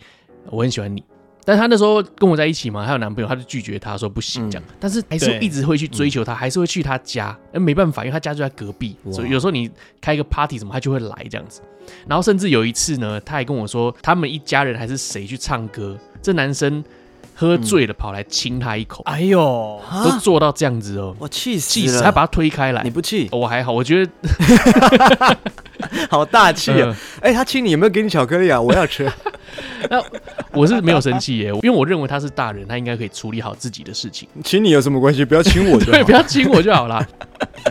Speaker 1: 我很喜欢你。”但他那时候跟我在一起嘛，她有男朋友，他就拒绝她说不
Speaker 3: 嗯
Speaker 1: 行这样，但是还是会
Speaker 2: 对
Speaker 1: 一直会去追求她，还是会去她家，哎，没办法，因为她家就在隔壁，
Speaker 3: 哇
Speaker 1: 所以有时候你开一个 party 什么，她就会来这样子。然后甚至有一次呢，他还跟我说，他们一家人还是谁去唱歌，这男生喝醉了跑来亲她一口，
Speaker 2: 哎
Speaker 3: *laughs*
Speaker 2: 呦，
Speaker 1: 都
Speaker 3: 啊，
Speaker 1: 做到这样子哦，
Speaker 3: 我气死
Speaker 1: 气死
Speaker 3: 了！
Speaker 1: 他把他推开来
Speaker 3: 啊你。不气，
Speaker 1: 哦我还好，我觉得
Speaker 3: 好大气啊！
Speaker 1: 呃
Speaker 3: 哎、他亲你有没有给你巧克力啊？我要吃。
Speaker 1: *laughs* 我是没有生气耶，因为我认为他是大人，他应该可以处理好自己的事情。
Speaker 3: 亲你有什么关系？不要亲我就
Speaker 1: 对，
Speaker 3: 好
Speaker 1: 不。要亲我就好啦。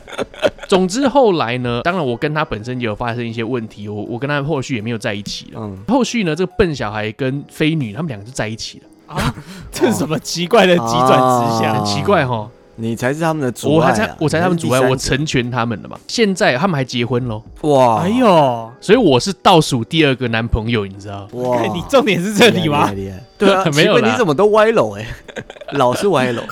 Speaker 1: *laughs* 总之后来呢，当然我跟他本身也有发生一些问题，我我跟他后续也没有在一起了。
Speaker 3: 嗯，
Speaker 1: 后续呢，这个笨小孩跟飞女他们两个就在一起了，
Speaker 2: 这是什么奇怪的急转直下？
Speaker 3: 啊
Speaker 1: 很奇怪哈。
Speaker 3: 你才是他们的阻
Speaker 1: 我
Speaker 3: 碍、
Speaker 1: 还
Speaker 3: 啊
Speaker 1: 才我才他们阻碍，我成全他们了嘛。现在他们还结婚喽，
Speaker 3: 哇！
Speaker 2: 哎呦，哎
Speaker 1: 所以我是倒数第二个男朋友，你知道？，
Speaker 3: 哇！
Speaker 2: 看你重点是这里吗？
Speaker 3: 厉害？厉害厉害对啊没
Speaker 1: *laughs* 没有
Speaker 3: 有
Speaker 1: 啦
Speaker 3: 你怎么都歪楼哎、 *laughs* 老是歪楼。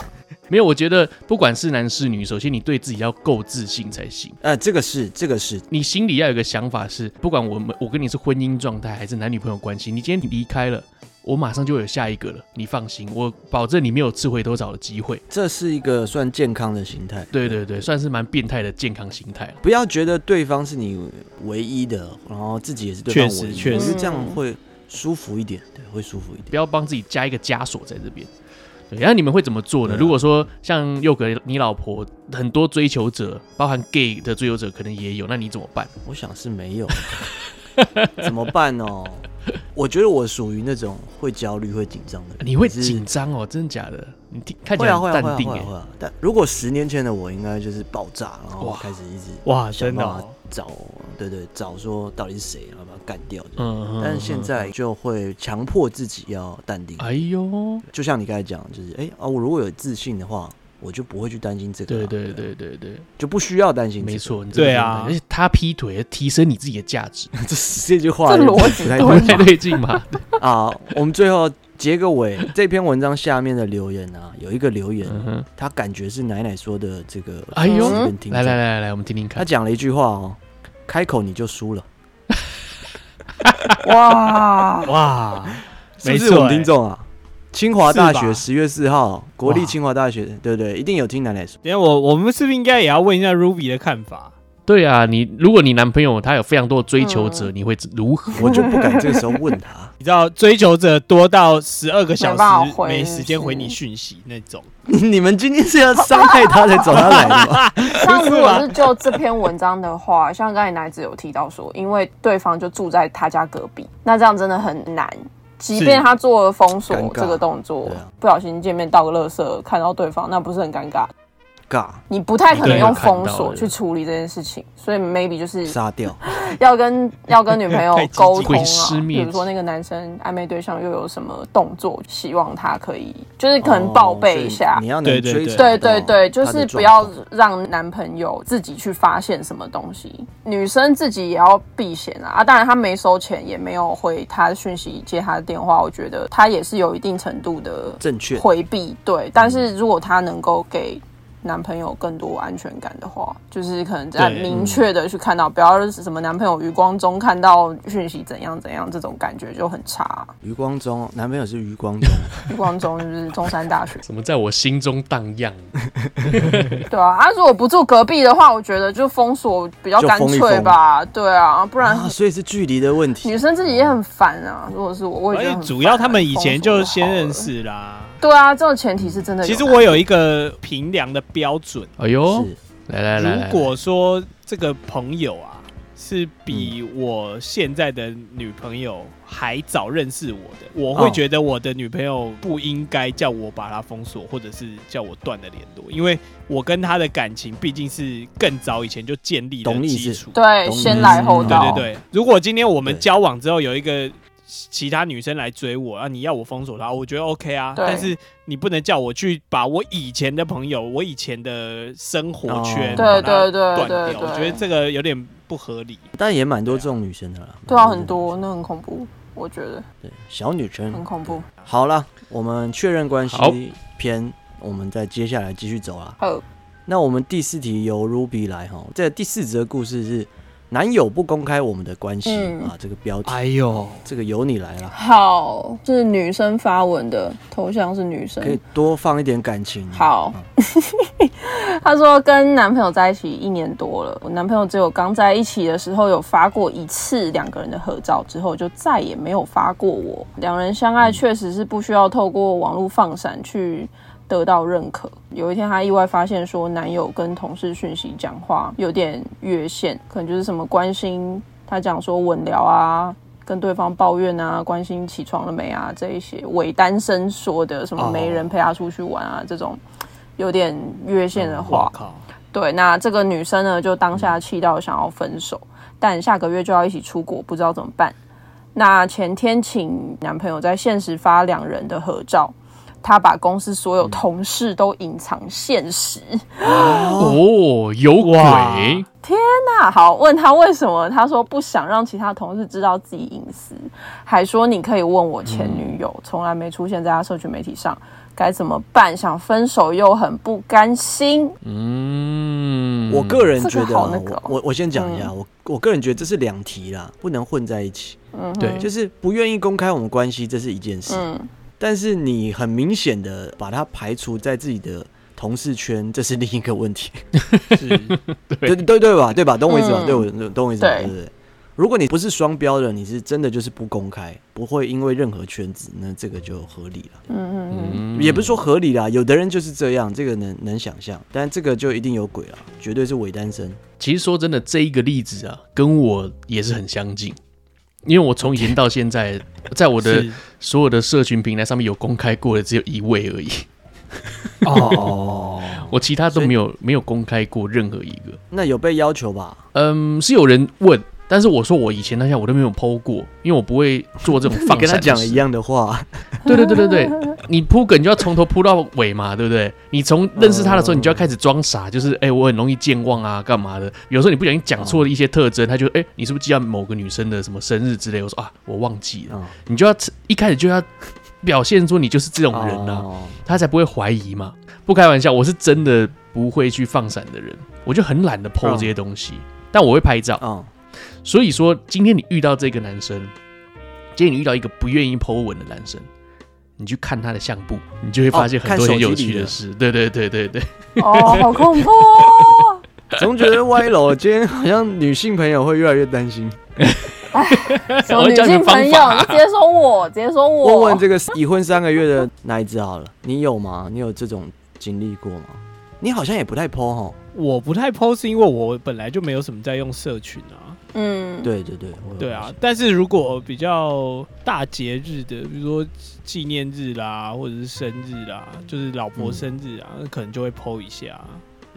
Speaker 1: 没有，我觉得不管是男是女，首先你对自己要够自信才行。
Speaker 3: 呃，这个是这个是
Speaker 1: 你心里要有个想法是，不管我们我跟你是婚姻状态还是男女朋友关系，你今天离开了，我马上就有下一个了，你放心，我保证你没有吃回头草的机会。
Speaker 3: 这是一个算健康的心态。
Speaker 1: *laughs* 对对对，算是蛮变态的健康心态了。
Speaker 3: 不要觉得对方是你唯一的，然后自己也是对方
Speaker 2: 确实
Speaker 3: 唯一的，
Speaker 2: 确
Speaker 4: 实
Speaker 3: 因为这样会舒服一点，对，会舒服一点。
Speaker 1: 不要帮自己加一个枷锁在这边。对，那你们会怎么做呢？
Speaker 3: 对啊
Speaker 1: 如果说像佑哥，你老婆很多追求者，包含 gay 的追求者，可能也有，那你怎么办？
Speaker 3: 我想是没有， *laughs* 怎么办哦？我觉得我属于那种会焦虑、会紧张的人。
Speaker 1: 你会
Speaker 3: 可是
Speaker 1: 紧张哦，真的假的？你听看起
Speaker 3: 会
Speaker 1: 来
Speaker 3: 啊会
Speaker 1: 很
Speaker 3: 啊会
Speaker 1: 淡
Speaker 3: 啊
Speaker 1: 定
Speaker 3: 会
Speaker 1: 哎、
Speaker 3: 啊会啊，但如果十年前的我，应该就是爆炸，然后
Speaker 1: 哇
Speaker 3: 开始一直
Speaker 2: 哇，
Speaker 3: 想
Speaker 2: 真的
Speaker 3: 办法
Speaker 2: 哦、
Speaker 3: 找，对对，找说到底是谁，然后把他干掉。这样
Speaker 1: 嗯，
Speaker 3: 但是现
Speaker 1: 嗯，
Speaker 3: 在就会强迫自己要淡定
Speaker 1: 嗯，哎呦，
Speaker 3: 就像你刚才讲，就是哎啊，我如果有自信的话，我就不会去担心这个啊，
Speaker 1: 对对对对对。
Speaker 3: 就不需要担心这个。
Speaker 1: 没错，你
Speaker 2: 对
Speaker 1: 真的
Speaker 2: 啊
Speaker 1: 而且他劈腿提升你自己的价值，
Speaker 3: *laughs* 这这句话
Speaker 4: 这
Speaker 3: 就
Speaker 4: 逻辑
Speaker 3: 不太
Speaker 1: 不
Speaker 3: 对
Speaker 1: 太 *laughs* 对劲 *laughs* 嘛？
Speaker 3: 啊。我们最后结个尾，这篇文章下面的留言啊，有一个留言，
Speaker 1: 嗯哼，
Speaker 3: 他感觉是奶奶说的这个
Speaker 1: 哎呦
Speaker 2: 嗯
Speaker 1: 啊
Speaker 3: 粉丝跟听众
Speaker 1: 来来来来来，我们听听
Speaker 3: 他
Speaker 1: 看，
Speaker 3: 讲了一句话哦，开口你就输了。
Speaker 4: *laughs* 哇，
Speaker 2: 哇，
Speaker 3: 是
Speaker 2: 没
Speaker 3: 不
Speaker 2: 错、
Speaker 3: 是我们听众啊？清华大
Speaker 2: 是
Speaker 3: 学
Speaker 2: 吧
Speaker 3: 十月四号，国立
Speaker 2: 哇
Speaker 3: 清华大学，对不对？一定有听奶奶说。
Speaker 2: 哎 *laughs* 因为我我们是不是应该也要问一下 Ruby 的看法？
Speaker 1: 对啊，你如果你男朋友他有非常多的追求
Speaker 2: 嗯
Speaker 1: 者，你会如何？
Speaker 3: 我就不敢这个时候问
Speaker 2: *laughs*
Speaker 3: 他。
Speaker 2: 你知道追求者多到十二个小
Speaker 4: 没办法
Speaker 2: 时
Speaker 4: 回
Speaker 2: 没时间回
Speaker 4: 是
Speaker 2: 你讯息那种，
Speaker 3: 你们今天是要伤害他才找他来的
Speaker 2: *laughs*
Speaker 3: 吗？
Speaker 4: 像如果是就这篇文章的话，像刚才奶子有提到说，因为对方就住在他家隔壁，那这样真的很难。即便他做了封锁
Speaker 3: 尴尬
Speaker 4: 这个动作，
Speaker 3: 对啊
Speaker 4: 不小心见面倒个垃圾，看到对方，那不是很尴尬？
Speaker 3: 尬，
Speaker 4: 你不太可能用封
Speaker 1: 对有看到
Speaker 4: 锁去处理这件事情，所以 maybe 就是
Speaker 3: 杀掉，
Speaker 4: 要跟要跟女朋友
Speaker 2: 太激进
Speaker 4: 沟通
Speaker 1: 毁尸
Speaker 4: 啊，
Speaker 1: 灭
Speaker 4: 比
Speaker 1: 迹，
Speaker 4: 如说那个男生暧昧对象又有什么动作，希望他可以就是可能报备一
Speaker 3: 哦所
Speaker 4: 下
Speaker 3: 以你。要能
Speaker 2: 对对
Speaker 3: 追
Speaker 2: 对
Speaker 3: 查
Speaker 4: 对
Speaker 3: 到
Speaker 4: 对对，就
Speaker 3: 他
Speaker 4: 是
Speaker 3: 的
Speaker 4: 不要
Speaker 3: 状况
Speaker 4: 让男朋友自己去发现什么东西，女生自己也要避嫌啊。啊，当然他没收钱，也没有回他的讯息、接他的电话，我觉得他也是有一定程度的
Speaker 3: 正确
Speaker 4: 回避。对，但
Speaker 2: 嗯
Speaker 4: 是如果他能够给男朋友更多安全感的话，就是可能在
Speaker 2: 对
Speaker 4: 明确的去看到，不要是什么男朋友余光中看到讯息怎样怎样，这种感觉就
Speaker 2: *laughs*
Speaker 4: 很差。
Speaker 3: 余光中，男朋友是余光中，
Speaker 4: 余光中就是中山大学
Speaker 1: 怎么在我心中荡漾？
Speaker 4: 对啊，啊，如果不住隔壁的话，我觉得就封锁比较
Speaker 3: 就
Speaker 4: 干
Speaker 3: 封一
Speaker 4: 脆
Speaker 3: 封
Speaker 4: 吧。对啊，不然
Speaker 3: 啊，所以是距离的问题
Speaker 4: 女。生自己也很烦啊。如果是我，我也
Speaker 2: 而
Speaker 4: 觉得
Speaker 2: 且
Speaker 4: 很
Speaker 2: 哎主
Speaker 4: 烦
Speaker 2: 要
Speaker 4: 啊
Speaker 2: 他们以前就先认。
Speaker 4: 封锁好了
Speaker 2: 识啦。
Speaker 4: 对啊，这种前提是真的有
Speaker 2: 其
Speaker 4: 男。
Speaker 2: 实我有一个评量的标准，
Speaker 1: 哎呦，
Speaker 3: 是
Speaker 1: 来来来，
Speaker 2: 如
Speaker 1: 来
Speaker 2: 果说这个朋友啊是比我现在的女朋友还早认识我的，我会
Speaker 3: 哦
Speaker 2: 觉得我的女朋友不应该叫我把她封锁，或者是叫我断了联络，因为我跟她的感情毕竟是更早以前就建立的
Speaker 3: 懂你意
Speaker 2: 基
Speaker 3: 思
Speaker 2: 础。
Speaker 4: 对
Speaker 3: 懂
Speaker 4: 先
Speaker 3: 你
Speaker 4: 来
Speaker 3: 意思
Speaker 4: 后
Speaker 3: 嗯
Speaker 2: 对
Speaker 4: 到，
Speaker 2: 对对，如果今天我们
Speaker 3: 对
Speaker 2: 交往之后有一个其他女生来追我，啊，你要我封锁她，我觉得 OK 啊。
Speaker 4: 对
Speaker 2: 但是你不能叫我去把我以前的朋友、我以前的生活圈
Speaker 3: 哦
Speaker 2: 把它
Speaker 4: 对对对
Speaker 2: 断掉，
Speaker 4: 对对，
Speaker 2: 我觉得这个有点不合理。
Speaker 3: 但也蛮多这种女生的啦。
Speaker 4: 对啊，很多，那很恐怖，我觉得
Speaker 3: 对小女
Speaker 4: 很
Speaker 3: 生。
Speaker 4: 恐怖。
Speaker 3: 好了，我们确认关系
Speaker 1: 好
Speaker 3: 篇，我们再接下来继续走啦。
Speaker 4: 呃，
Speaker 3: 那我们第四题由 Ruby 来哈，这第四则故事是男友不公开我们的关系
Speaker 4: 嗯
Speaker 3: 啊，这个标题，
Speaker 1: 哎
Speaker 2: 呦，
Speaker 3: 这个由你来啦，
Speaker 4: 好，这是女生发文的，头像是女生
Speaker 3: 可。以多放一点感情。啊
Speaker 4: 好，她说跟男朋友在一起一年多了，我男朋友只有刚在一起的时候有发过一次两个人的合照，之后就再也没有发过我。两人相爱确实是不需要透过网络放闪去得到认可。有一天，她意外发现说，男友跟同事讯息讲话有点越线，可能就是什么关心她讲说稳聊啊。跟对方抱怨啊，关心起床了没啊，这一些伪单身说的什么没人陪她出去玩啊，这种有点越线的话
Speaker 2: 我，靠，
Speaker 4: 对，那这个女生呢，就当下气到想要分手，但下个月就要一起出国，不知道怎么办。那前天请男朋友在现实发两人的合照，她把公司所有同事都隐藏现实。
Speaker 3: 嗯
Speaker 1: 哦，有
Speaker 2: 哇
Speaker 1: 鬼！
Speaker 4: 那好，问她为什么，她说不想让其他同事知道自己隐私，还说你可以问我前女友，从来没出现在她社群媒体上，该怎么办？想分手又很不甘心，
Speaker 1: 嗯，
Speaker 3: 我个人觉
Speaker 4: 这
Speaker 3: 得
Speaker 4: 个
Speaker 3: 啊，
Speaker 4: 好那个哦
Speaker 3: 我我我先讲一下，我我个人觉得这是两题啦，不能混在一起。
Speaker 4: 嗯哼，
Speaker 1: 对
Speaker 3: 就是不愿意公开我们关系，这是一件事，
Speaker 4: 嗯，
Speaker 3: 但是你很明显的把它排除在自己的同事圈，这是另一个问题。
Speaker 2: 是
Speaker 3: 对对对吧？对吧？懂我意思吧？
Speaker 4: 嗯
Speaker 3: 对我懂懂我意思吧？
Speaker 4: 对
Speaker 3: 对不对？如果你不是双标的，你是真的就是不公开，不会因为任何圈子，那这个就合理了。
Speaker 4: 嗯嗯
Speaker 1: *laughs*
Speaker 4: 嗯。
Speaker 1: 嗯
Speaker 3: 也不是说合理啦，有的人就是这样，这个能能想象，但这个就一定有鬼了，绝对是伪单身。
Speaker 1: 其实说真的，这一个例子啊，跟我也是很相近，因为我从以前到现在，在我的
Speaker 2: 是
Speaker 1: 所有的社群平台上面有公开过的只有一位而已，
Speaker 2: *laughs*
Speaker 3: 哦，
Speaker 1: 我其他都没有没有公开过任何一个。
Speaker 3: 那有被要求吧？
Speaker 1: 嗯，是有人问，但是我说我以前那些我都没有 PO 过，因为我不会做这种
Speaker 3: *laughs* 你
Speaker 1: 放
Speaker 3: 跟他
Speaker 1: 闪的
Speaker 3: 讲
Speaker 1: 事
Speaker 3: 一。样
Speaker 2: *laughs*
Speaker 3: 的话，
Speaker 1: 对对对对对， *laughs* 你铺梗就要从头铺到尾嘛，对不对？你从认识他的时候，
Speaker 3: 嗯
Speaker 1: 你就要开始装傻，就是哎、我很容易健忘啊，干嘛的？有时候你不小心讲错了一些特征，他就哎、你是不是记到某个女生的什么生日之类？我说啊，我忘记
Speaker 2: 哦
Speaker 1: 了，
Speaker 3: 嗯
Speaker 1: 你就要一开始就要表现出你就是这种人啊呐、
Speaker 3: 哦
Speaker 1: 他才不会怀疑嘛。不开玩笑，我是真的不会去放闪的人，我就很懒得 PO 这
Speaker 3: 嗯
Speaker 1: 些东西，但我会拍照。
Speaker 3: 哦，
Speaker 1: 所以说，今天你遇到这个男生，今天你遇到一个不愿意 Po 文的男生，你去看他的相簿，你就会发现
Speaker 3: 哦
Speaker 1: 很多
Speaker 3: 看手
Speaker 1: 很
Speaker 3: 机
Speaker 1: 有趣
Speaker 3: 里
Speaker 1: 的
Speaker 3: 的
Speaker 1: 事。对对对对对，
Speaker 4: 哦，好恐怖哦！
Speaker 3: 总觉得歪楼。今天好像女性朋友会越来越担心。
Speaker 4: 什么
Speaker 1: 我
Speaker 4: 女
Speaker 1: 教你
Speaker 4: 性
Speaker 1: 方
Speaker 4: 朋友，
Speaker 1: 法
Speaker 4: 你直接说我，直接说我。
Speaker 3: 问问这个已婚三个月的奶子好了，你有吗？你有这种经历过吗？你好像也不太 PO 哈。
Speaker 2: 我不太 post，是因为我本来就没有什么在用社群啊。
Speaker 4: 嗯，
Speaker 3: 对对对，我有
Speaker 2: 对
Speaker 3: 发
Speaker 2: 啊
Speaker 3: 现，，
Speaker 2: 但是如果比较大节日的，比如说纪念日啦，或者是生日啦，就是老婆
Speaker 3: 嗯
Speaker 2: 生日啊，那可能就会 PO 一下。啊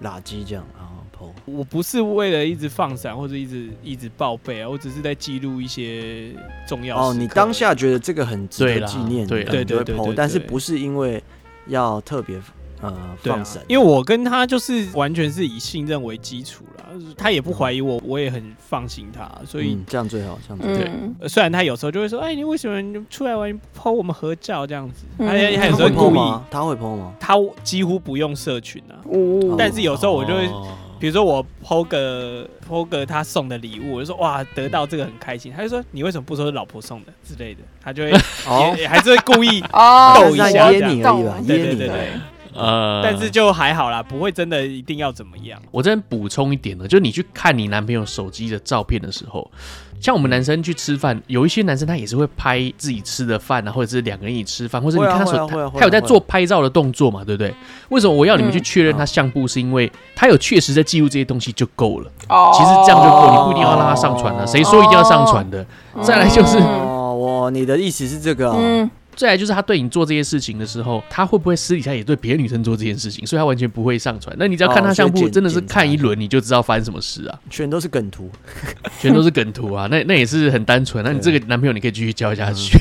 Speaker 3: 垃圾这样啊 PO。
Speaker 2: 我不是为了一直放闪或者一直一直报备啊，我只是在记录一些重要
Speaker 3: 哦，
Speaker 2: 时
Speaker 3: 你
Speaker 2: 刻
Speaker 3: 当下觉得这个很值
Speaker 1: 对
Speaker 3: 得
Speaker 1: 啦
Speaker 3: 纪念，
Speaker 1: 对啦
Speaker 3: 对
Speaker 2: 对
Speaker 3: 对
Speaker 2: 对
Speaker 3: 对
Speaker 2: 对对
Speaker 3: 但是不是因为要特别呃
Speaker 2: 对啊
Speaker 3: 放闪？
Speaker 2: 因为我跟他就是完全是以信任为基础啦，他也不怀疑我，我也很放心他，所以、
Speaker 3: 嗯这样最好，这样最好。
Speaker 4: 嗯，
Speaker 2: 呃虽然他有时候就会说，哎，你为什么你出来玩你不 PO 我们合照这样子？
Speaker 4: 嗯
Speaker 2: 他他
Speaker 3: 他
Speaker 2: 有时
Speaker 3: 会
Speaker 2: 候
Speaker 4: 很
Speaker 3: PO
Speaker 2: 故意
Speaker 3: 吗，？他会 PO 吗？
Speaker 2: 他几乎不用社群啊，
Speaker 4: 哦
Speaker 2: 但是有时候我就会，
Speaker 1: 哦
Speaker 2: 比如说我 PO 个 PO 个他送的礼物，我就说哇得到这个很开心，他就说你为什么不说是老婆送的之类的，他就会
Speaker 3: 哦
Speaker 2: 也，也还是会故意，
Speaker 4: 哦，
Speaker 2: 逗
Speaker 3: 但
Speaker 2: 一
Speaker 3: 是
Speaker 2: 下
Speaker 3: 在
Speaker 2: 这样
Speaker 3: 噎你而已吧，
Speaker 4: 懂
Speaker 2: 对
Speaker 3: 噎
Speaker 2: 对
Speaker 3: 你
Speaker 2: 对
Speaker 3: 而已。
Speaker 2: 对，
Speaker 1: 呃，
Speaker 2: 但是就还好啦，不会真的一定要怎么样。
Speaker 1: 我这边补充一点呢，就是你去看你男朋友手机的照片的时候，像我们男生去吃饭，有一些男生他也是会拍自己吃的饭啊，或者是两个人一起吃饭，或者你
Speaker 3: 会啊
Speaker 1: 看他手、
Speaker 3: 会啊会啊
Speaker 1: 他
Speaker 3: 会啊
Speaker 1: 他有在做拍照的动作嘛，对不对？为什么我要你们去
Speaker 4: 嗯
Speaker 1: 确认他相簿，是因为他有确实在记录这些东西就够了。
Speaker 4: 哦
Speaker 1: 其实这样就够，你不一定要
Speaker 3: 拉
Speaker 1: 让他上传了、谁说一定要上传的？再来就是
Speaker 4: 嗯
Speaker 3: 哦， *laughs* 我你的意思是这个哦？
Speaker 4: 嗯，
Speaker 1: 再来就是他对你做这些事情的时候，他会不会私底下也对别的女生做这件事情？所以他完全不会上传。那你只要看他相
Speaker 3: 哦
Speaker 1: 簿，
Speaker 3: 所以检
Speaker 1: 真的是看一轮你就知道发生什么事啊，
Speaker 3: 全都是梗
Speaker 4: *laughs*
Speaker 3: 图，
Speaker 1: 全都是梗图啊。那那也是很单纯。那你这个男朋友你可以继续交下
Speaker 3: 嗯
Speaker 1: 去，。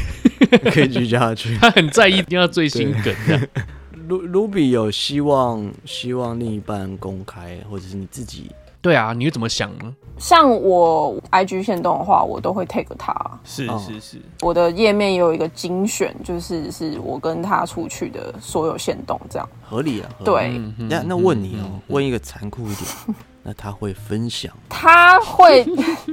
Speaker 3: 可以继续加下去
Speaker 1: *laughs* 他很在意一定要最新梗这样。
Speaker 3: *laughs* 卢卢比有希望，希望另一半公开，或者是你自己
Speaker 1: 对啊，你会怎么想呢？
Speaker 4: 像我 IG 限动的话，我都会 take 他。
Speaker 2: 是
Speaker 3: 哦
Speaker 2: 是是，
Speaker 4: 我的页面也有一个精选，就是是我跟他出去的所有限动这样。
Speaker 3: 合理啊。合理
Speaker 4: 对，
Speaker 1: 嗯哼
Speaker 3: 那那问你哦，问一个残酷 *laughs* 一点，那他会分享？
Speaker 4: 他会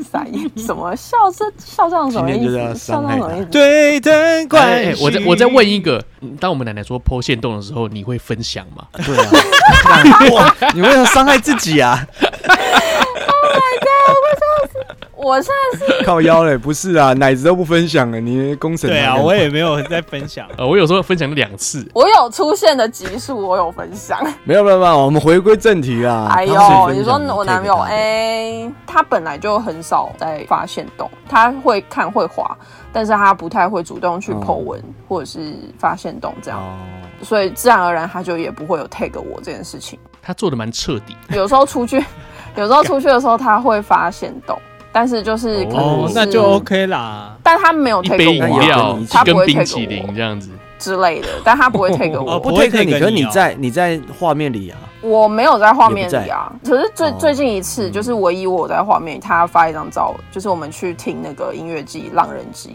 Speaker 4: 傻眼，什么笑这笑这样什么
Speaker 3: 今
Speaker 4: 意
Speaker 3: 天就是要
Speaker 4: 思？笑
Speaker 3: 伤
Speaker 4: 这
Speaker 3: 害
Speaker 4: 样
Speaker 3: 他
Speaker 4: 什么意思？
Speaker 2: 对等
Speaker 1: 哎哎
Speaker 2: 关系。
Speaker 1: 我再我再问一个，嗯当我们奶奶说剖线洞的时候，你会分享
Speaker 3: *laughs*
Speaker 1: 吗？
Speaker 3: 对啊，干 *laughs* 哇，你为什么伤害自己啊？ *laughs*
Speaker 4: 我现在是
Speaker 3: 靠腰嘞，不是啊，奶子都不分享了，你公审
Speaker 2: 对啊，我也没有在分享。
Speaker 1: 呃，我有时候分享了两次，
Speaker 4: 我有出现的集数，我有分享。
Speaker 3: 没有没有没有，我们回归正题啦。
Speaker 4: 哎
Speaker 3: 哦他是分
Speaker 4: 呦，
Speaker 3: 享
Speaker 4: 你说我男朋友，
Speaker 3: 可以给
Speaker 4: 哎、他本来就很少在发现动，他会看会滑，但是他不太会主动去
Speaker 3: 哦
Speaker 4: Po 文、或者是发现动这
Speaker 3: 他
Speaker 4: 样，
Speaker 3: 哦，
Speaker 4: 所以自然而然他就也不会有 tag 我这件事情。
Speaker 1: 他做的蛮彻底。
Speaker 4: 有时候出去，有时候出去的时候他会发现动，但是就是可能
Speaker 2: 哦
Speaker 4: 是、，
Speaker 2: 那就 OK 啦。
Speaker 4: 但他没有
Speaker 1: 一杯
Speaker 4: tag
Speaker 1: 饮
Speaker 4: 我啊
Speaker 1: 料
Speaker 3: 那也跟你一起
Speaker 1: 一根冰淇淋这样子。
Speaker 4: 之类的，但他不会 tag 我。
Speaker 2: 哦
Speaker 3: 不
Speaker 2: 不会
Speaker 3: take 你，啊
Speaker 2: take
Speaker 3: 可是
Speaker 2: 你
Speaker 3: 你
Speaker 2: 哦
Speaker 3: 在你在画面里啊，
Speaker 4: 我没有在画面里啊，可是最、
Speaker 3: 哦
Speaker 4: 最近一次就是唯一我在画面里，他发一张照，就是我们去听那个音乐季《浪人季》，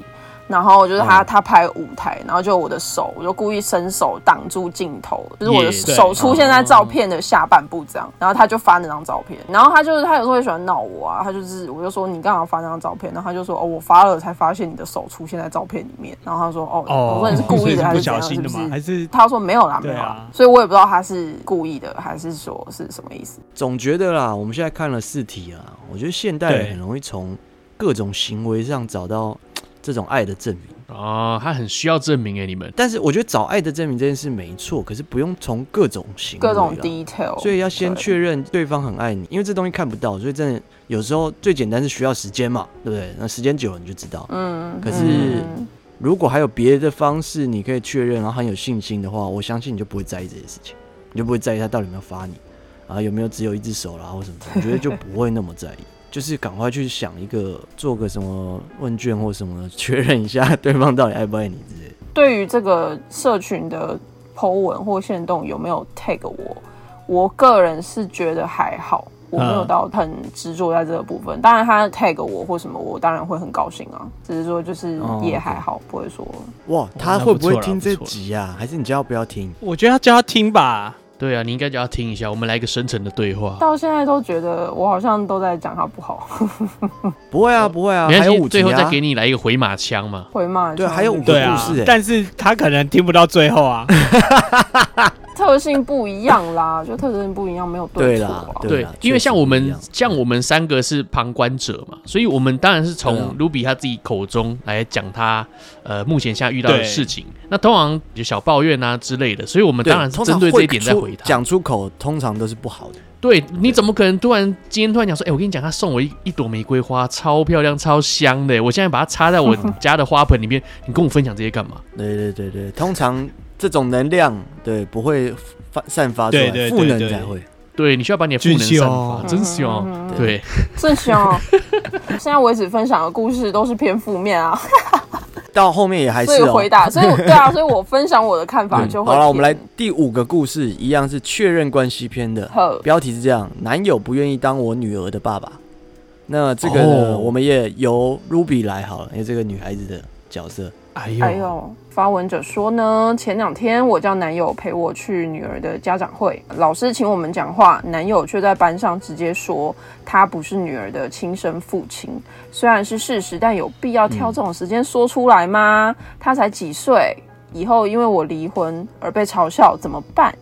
Speaker 4: 然后就是他、
Speaker 3: 嗯
Speaker 4: 他拍舞台，然后就我的手，我就故意伸手挡住镜头，就是我的
Speaker 1: Yeah，对
Speaker 4: 手出现在照片的下半部这样，然后他就发那张照片，然后他就是他有时候会喜欢闹我啊，他就是我就说你干嘛发那张照片，然后他就说哦我发了才发现你的手出现在照片里面，然后他说哦我说你是故
Speaker 2: *laughs* 所以
Speaker 4: 意的还
Speaker 2: 不
Speaker 4: 是怎
Speaker 2: 小
Speaker 4: 样，是
Speaker 2: 心
Speaker 4: 不
Speaker 2: 的
Speaker 4: 是
Speaker 2: 吗？？还是
Speaker 4: 他说没有啦，没
Speaker 2: 对
Speaker 4: 有
Speaker 2: 啊
Speaker 4: 啦，所以我也不知道他是故意的还是说是什么意思。
Speaker 3: 总觉得啦，我们现在看了四题啊，我觉得现代人
Speaker 2: 对
Speaker 3: 很容易从各种行为上找到嘖这种爱的证明。
Speaker 1: 哦，他很需要证明哎，你们
Speaker 3: 但是我觉得找爱的证明这件事没错，可是不用从各种行为啊
Speaker 4: 各种
Speaker 3: 啦
Speaker 4: detail，
Speaker 3: 所以啊要先
Speaker 4: 哦对
Speaker 3: 确认对方很爱你，因为这东西看不到，所以真的有时候最简单是需要时间嘛，对不对？那时间久了你就知道。
Speaker 4: 嗯，
Speaker 3: 可是
Speaker 4: 嗯
Speaker 3: 如果还有别的方式你可以确认，然后很有信心的话，我相信你就不会在意这些事情，你就不会在意他到底有没有发你啊，有没有只有一只手啦或什么的，我觉得就不会那么在意。 *laughs* 就是赶快去想一个做个什么问卷或什么的，确认一下 *laughs* 对方到底爱不爱你之类的。
Speaker 4: 对于这个社群的 Po 文或线动有没有 tag 我，我个人是觉得还好，我没有
Speaker 2: 嗯
Speaker 4: 到很执着在这个部分。当然他 tag 我或什么，我当然会很高兴啊，只是说就是
Speaker 3: 哦
Speaker 4: 也
Speaker 3: OK
Speaker 4: 还好，不会说
Speaker 3: 哇，他
Speaker 1: 那
Speaker 3: 会
Speaker 1: 不
Speaker 3: 不会
Speaker 1: 错啦
Speaker 3: 听
Speaker 1: 不
Speaker 3: 这
Speaker 1: 错
Speaker 3: 集啊？还是你叫他不要听？
Speaker 2: 我觉得要叫他听吧。
Speaker 1: 对啊，你应该就要听一下，我们来一个深层的对话。
Speaker 4: 到现在都觉得我好像都在讲他
Speaker 3: *laughs*
Speaker 4: 不好，
Speaker 3: 不会啊，不会啊，
Speaker 1: 没
Speaker 3: 还有
Speaker 1: 关
Speaker 3: 五
Speaker 1: 系，
Speaker 3: 集
Speaker 1: 最后再
Speaker 3: 啊
Speaker 1: 给。你来一个回马枪嘛。
Speaker 4: 会骂
Speaker 3: 对还有五个
Speaker 2: 对
Speaker 3: 对
Speaker 2: 啊
Speaker 3: 故事欸，
Speaker 2: 但是他可能听不到最后啊。
Speaker 4: 特性不一样啦，就特性不一样，没有
Speaker 3: 对
Speaker 4: 错
Speaker 3: 啦
Speaker 4: 啊。，
Speaker 1: 对
Speaker 3: 啦，，
Speaker 1: 因为像
Speaker 3: 确实
Speaker 1: 我
Speaker 3: 不一
Speaker 1: 们
Speaker 3: 样
Speaker 1: 像我们三个是旁观者嘛，所以我们当然是
Speaker 3: 对啊
Speaker 1: 从 Ruby 他自己口中来讲他呃目前现在遇到的
Speaker 2: 对
Speaker 1: 事情。那通常有小抱怨啊之类的，所以我们当然是
Speaker 3: 通
Speaker 1: 针
Speaker 3: 常
Speaker 1: 对这
Speaker 3: 会
Speaker 1: 一点在
Speaker 3: 出
Speaker 1: 回答。
Speaker 3: 讲出口通常都是不好的，
Speaker 1: 对，你怎么可能突然今天突然讲说，哎、我跟你讲，他送我一一朵玫瑰花，超漂亮、超香的，我现在把它插在我家的花盆里面，你跟我分享这些干嘛？
Speaker 3: 对对对对，通常这种能量对不会发散发出
Speaker 2: 对，
Speaker 3: 来
Speaker 2: 对对
Speaker 3: 负能
Speaker 2: 对
Speaker 3: 才会。
Speaker 1: 对，你需要把你的负能
Speaker 2: 巨
Speaker 1: 散
Speaker 2: 凶
Speaker 1: 发，真哦
Speaker 4: 嗯
Speaker 1: 凶。
Speaker 4: 嗯嗯
Speaker 1: 对，
Speaker 4: 正凶。现在为止分享的故事都是偏负面啊，
Speaker 3: 到后面也还是
Speaker 4: 所以
Speaker 3: 哦 *laughs*
Speaker 4: 回答，所以我对啊，所以我分享我的看法
Speaker 3: 嗯
Speaker 4: 就会。
Speaker 3: 好了，我们来。第五个故事，一样是确认关系篇的
Speaker 4: 好，
Speaker 3: 标题是这样：男友不愿意当我女儿的爸爸。那这个呢，
Speaker 1: 哦
Speaker 3: 我们也由 Ruby 来好了，因为这个女孩子的角色。
Speaker 2: 哎
Speaker 4: 哎呦，发文者说呢，前两天我叫男友陪我去女儿的家长会，老师请我们讲话，男友却在班上直接说他不是女儿的亲生父亲，虽然是事实，但有必要挑这种时间说出来吗？他才几岁，以后因为我离婚而被嘲笑怎么办？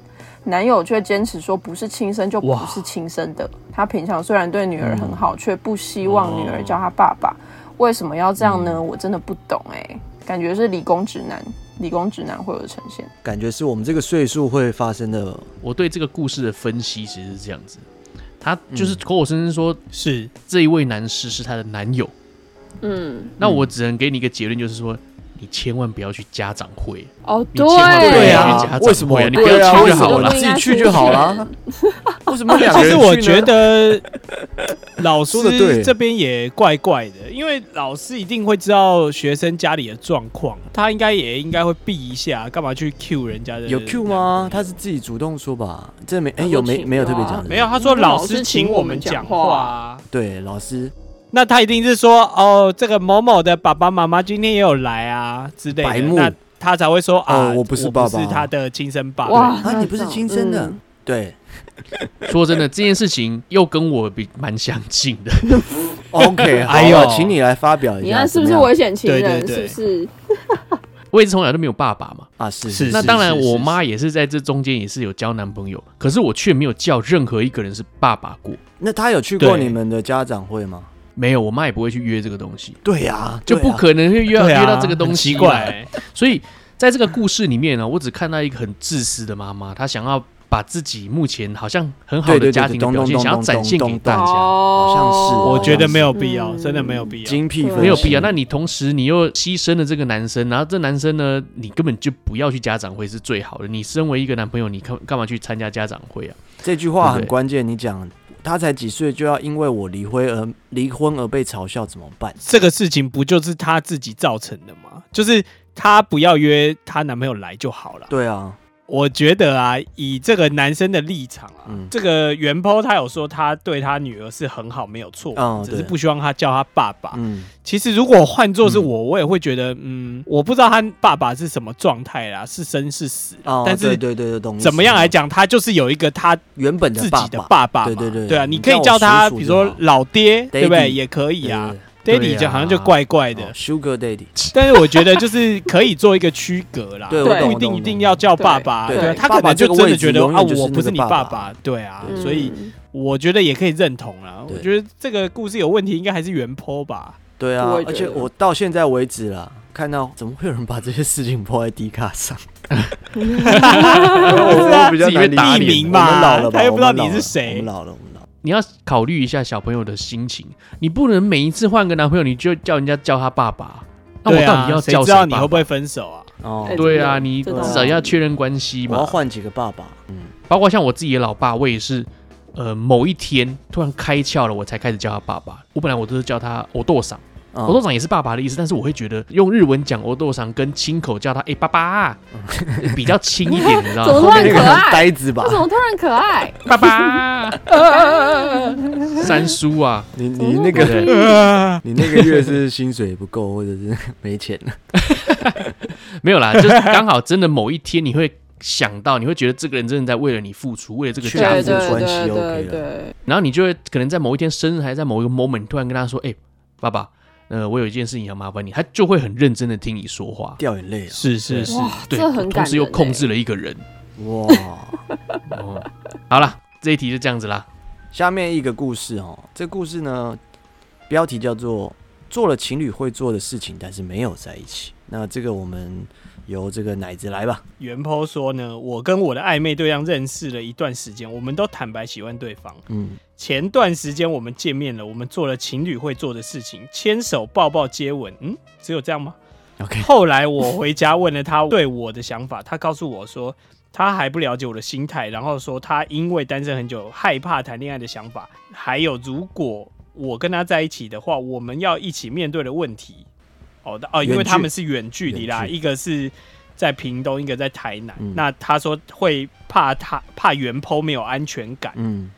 Speaker 4: 男友却坚持说不是亲生就不
Speaker 1: 哇
Speaker 4: 是亲生的。他平常虽然对女儿
Speaker 3: 嗯
Speaker 4: 很好，却不希望女儿
Speaker 3: 哦
Speaker 4: 叫他爸爸。为什么要这样
Speaker 3: 嗯
Speaker 4: 呢？我真的不懂哎、感觉是理工直男，理工直男会有的呈现。
Speaker 3: 感觉是我们这个岁数会发生的，
Speaker 1: 我对这个故事的分析其实是这样子，他
Speaker 3: 嗯
Speaker 1: 就是口口声声说
Speaker 2: 是
Speaker 1: 这一位男士是她的男友，
Speaker 4: 嗯，
Speaker 1: 那我只能给你一个结论，就是说你千万不要去家长会，
Speaker 4: 哦，
Speaker 1: 你千万不要
Speaker 3: 对
Speaker 1: 去
Speaker 3: 啊
Speaker 1: 家长会，
Speaker 3: 为什么
Speaker 1: 你不要
Speaker 3: 对啊
Speaker 1: 去
Speaker 3: 为
Speaker 1: 就
Speaker 3: 什么
Speaker 1: 好了
Speaker 3: 你。自己去就好了。
Speaker 1: *laughs*
Speaker 3: 为什么两个
Speaker 2: 其
Speaker 3: 人
Speaker 2: 实
Speaker 3: 去呢？
Speaker 2: 我觉得 *laughs* 老
Speaker 3: 说得对
Speaker 2: 师这边也怪怪的，因为老师一定会知道学生家里的状况，他应该也应该会避一下，干嘛去 Q 人家的？
Speaker 3: 有 Q 吗？他是自己主动说吧？这没哎、有没没有特别讲的？
Speaker 2: 没有，他说老师请我们讲话啊。
Speaker 3: 对，老师
Speaker 2: 那他一定是说哦，这个某某的爸爸妈妈今天也有来啊之类
Speaker 3: 白
Speaker 2: 的，
Speaker 3: 目
Speaker 2: 那他才会说啊，
Speaker 3: 哦我不是爸爸
Speaker 2: 我不是他的亲生爸
Speaker 4: 哇
Speaker 2: 爸。
Speaker 3: 啊，你不是亲生的，
Speaker 4: 嗯
Speaker 3: 对
Speaker 1: 说真的，这件事情又跟我比蛮相近的。 *laughs*
Speaker 3: ，OK，好
Speaker 2: 哎呦
Speaker 3: 请你来发表一
Speaker 4: 你
Speaker 3: 下，
Speaker 4: 看是不
Speaker 3: 怎
Speaker 4: 是
Speaker 3: 么样
Speaker 4: 危险情人？
Speaker 2: 对对对
Speaker 4: 是不是？
Speaker 1: 我也是从小都没有爸爸嘛，
Speaker 3: 啊？是
Speaker 2: 是
Speaker 1: 那当然
Speaker 2: 是是
Speaker 1: 我妈也是在这中间也是有交男朋友，可是我却没有叫任何一个人是爸爸过，
Speaker 3: 那他有去过
Speaker 2: 对
Speaker 3: 你们的家长会吗？
Speaker 1: 没有，我妈也不会去约这个东西，
Speaker 3: 对啊呀、
Speaker 1: 啊就不可能会约到
Speaker 2: 对啊啊
Speaker 1: 约到这个东
Speaker 2: 很
Speaker 1: 西
Speaker 2: 奇
Speaker 1: 啦。
Speaker 2: 怪，
Speaker 1: 所以在这个故事里面呢，我只看到一个很自私的妈妈，她想要把自己目前好像很好
Speaker 3: 对对
Speaker 1: 的
Speaker 3: 对
Speaker 1: 家庭的
Speaker 3: 咚
Speaker 1: 表
Speaker 3: 咚
Speaker 1: 现，
Speaker 3: 咚
Speaker 1: 想要展现
Speaker 3: 咚
Speaker 1: 给
Speaker 3: 咚
Speaker 1: 大
Speaker 3: 咚
Speaker 1: 家。
Speaker 4: 哦
Speaker 3: 好像是
Speaker 2: 我觉得没有必
Speaker 4: 嗯
Speaker 2: 要，真的没有必要。
Speaker 3: 精辟分析
Speaker 1: 啊没有必要。那你同时你又牺牲了这个男生，然后这男生呢，你根本就不要去家长会是最好的。你身为一个男朋友，你干干嘛去参加家长会啊？
Speaker 3: 这句话
Speaker 1: 对
Speaker 3: 很
Speaker 1: 不对
Speaker 3: 关键，你讲他才几岁就要因为我离婚而离婚而被嘲笑怎么办？
Speaker 2: 这个事情不就是她自己造成的吗？就是她不要约她男朋友来就好了。
Speaker 3: 对啊，
Speaker 2: 我觉得啊，以这个男生的立场啊，
Speaker 3: 嗯
Speaker 2: 这个袁抛他有说他对他女儿是很好，没有错，
Speaker 3: 嗯
Speaker 2: 只是
Speaker 3: 对
Speaker 2: 不希望他叫他爸
Speaker 1: 啊
Speaker 2: 爸。
Speaker 3: 嗯，
Speaker 2: 其实如果换做是我，我也会觉得，嗯，我不知道他爸爸是什么状态啦，是生是死啦，
Speaker 3: 哦，
Speaker 2: 但
Speaker 3: 对
Speaker 2: 是
Speaker 3: 对对对，懂意思
Speaker 2: 怎么样来，讲，他就是有一个他
Speaker 3: 原本
Speaker 2: 自
Speaker 3: 的爸
Speaker 2: 己
Speaker 3: 爸
Speaker 2: 的爸爸嘛，
Speaker 3: 对对对
Speaker 2: 啊，
Speaker 3: 你
Speaker 2: 你可以
Speaker 3: 叫
Speaker 2: 叫
Speaker 3: 我
Speaker 2: 他
Speaker 3: 叔叔
Speaker 2: 比如
Speaker 3: 就
Speaker 2: 说
Speaker 3: 好
Speaker 2: 老爹，对不
Speaker 3: Daddy，
Speaker 2: 对？也可以啊。Daddy 就好像就怪怪
Speaker 3: 对对对
Speaker 2: 的
Speaker 3: 哦，，Sugar Daddy，
Speaker 2: *laughs* 但是我觉得就是可以做一个区隔啦，
Speaker 3: 对
Speaker 4: 我懂
Speaker 2: 不
Speaker 3: 我
Speaker 2: 一定
Speaker 3: 懂
Speaker 2: 一定要叫爸爸，
Speaker 3: 对
Speaker 2: 对啊
Speaker 3: 对
Speaker 2: 他可能就真的觉得
Speaker 3: 爸爸
Speaker 2: 啊，
Speaker 3: 这个位置永远就是
Speaker 2: 我不是你
Speaker 3: 那个爸
Speaker 2: 爸
Speaker 3: 爸
Speaker 2: 爸，对啊，
Speaker 4: 嗯
Speaker 3: 对
Speaker 2: 所以我觉得也可以认同啦。
Speaker 3: 对
Speaker 2: 我觉得这个故事有问题，应该还是原
Speaker 1: *laughs*
Speaker 2: 坡吧。
Speaker 3: 对啊
Speaker 4: 我也，觉
Speaker 3: 而
Speaker 4: 得
Speaker 3: 且我到现在为止啦，看到怎么会有人把这些事情抛在 D 卡上？
Speaker 2: 啊
Speaker 3: 我我比较难理解
Speaker 1: 自己被打脸
Speaker 2: 匿名嘛
Speaker 3: 我们老了吧，
Speaker 2: 他又不知道
Speaker 3: 我们老了
Speaker 2: 你是谁
Speaker 3: 我们老了，我们老了。
Speaker 1: 你要考虑一下小朋友的心情，你不能每一次换个男朋友你就叫人家叫他爸爸。那我
Speaker 2: 对
Speaker 1: 到底要
Speaker 2: 啊，谁
Speaker 1: 叫
Speaker 2: 知道
Speaker 1: 谁
Speaker 2: 你
Speaker 1: 爸
Speaker 2: 会
Speaker 1: 爸？
Speaker 2: 不会分手啊？
Speaker 3: 哦
Speaker 4: 哎，
Speaker 1: 对
Speaker 4: 真
Speaker 1: 啊，
Speaker 4: 的
Speaker 1: 你
Speaker 4: 这
Speaker 1: 至
Speaker 3: 种
Speaker 1: 少要确认关系
Speaker 3: 我要
Speaker 2: 哦
Speaker 1: 嘛。
Speaker 3: 换几个爸爸。嗯，
Speaker 1: 包括像我自己的老爸，我也是，呃，某一天突然开窍了，我才开始叫他爸爸。我本来我都是叫他我豆桑，
Speaker 3: 嗯
Speaker 1: 我豆桑也是爸爸的意思，但是我会觉得用日文讲我豆桑跟亲口叫他哎、爸爸啊、比较亲一点，你知道
Speaker 4: 怎么
Speaker 1: 吗？哎
Speaker 4: 突
Speaker 3: 那
Speaker 4: 然
Speaker 3: 个
Speaker 4: 可
Speaker 3: 很
Speaker 4: 爱
Speaker 3: 呆子吧
Speaker 4: 为？什么突然可爱？
Speaker 1: 爸爸啊、
Speaker 4: 呃
Speaker 1: 三叔啊，
Speaker 3: 你 *laughs* 你
Speaker 4: 么
Speaker 3: 那
Speaker 1: 对不
Speaker 3: 个
Speaker 1: 对？ *laughs*
Speaker 2: 呃
Speaker 3: 你那个月是薪水不够，或者是没钱了？
Speaker 1: 没有啦，就是刚好真的某一天你会想到，你会觉得这个人真的在为了你付出，为了这个
Speaker 3: 确
Speaker 1: 家
Speaker 3: 实
Speaker 1: 付
Speaker 4: 对
Speaker 1: 出
Speaker 4: 对
Speaker 3: 关系
Speaker 4: 对
Speaker 3: OK
Speaker 4: 对
Speaker 3: 了
Speaker 4: 对，
Speaker 1: 然后你就会可能在某一天生日，还是在某一个 moment，突然跟他说：“哎、爸爸，呃，我有一件事情想麻烦你。”他就会很认真的听你说话，
Speaker 3: 掉眼泪啊！
Speaker 2: 是是是，
Speaker 4: 哇，
Speaker 1: 对，
Speaker 4: 这很
Speaker 1: 同
Speaker 4: 感人欸。
Speaker 1: 时又控制了一个人。
Speaker 3: 哇，
Speaker 1: 哦，好了，这一题就这样子啦。
Speaker 3: 下面一个故事哦，这故事呢，标题叫做“做了情侣会做的事情，但是没有在一起”。那这个我们由这个奶子来吧。
Speaker 2: 袁坡说呢，我跟我的暧昧对象认识了一段时间，我们都坦白喜欢对方。
Speaker 3: 嗯，
Speaker 2: 前段时间我们见面了，我们做了情侣会做的事情，牵手、抱抱、接吻，嗯，只有这样吗
Speaker 3: OK
Speaker 2: 后来我回家问了他对我的想法，他告诉我说他还不了解我的心态，然后说他因为单身很久，害怕谈恋爱的想法，还有如果我跟他在一起的话，我们要一起面对的问题。哦，那哦，因为
Speaker 3: 远距
Speaker 2: 他们是远距离啦，
Speaker 3: 远距
Speaker 2: 一个是在屏东，一个在台南。
Speaker 3: 嗯
Speaker 2: 那他说会怕他怕原剖没有安全感，
Speaker 3: 嗯，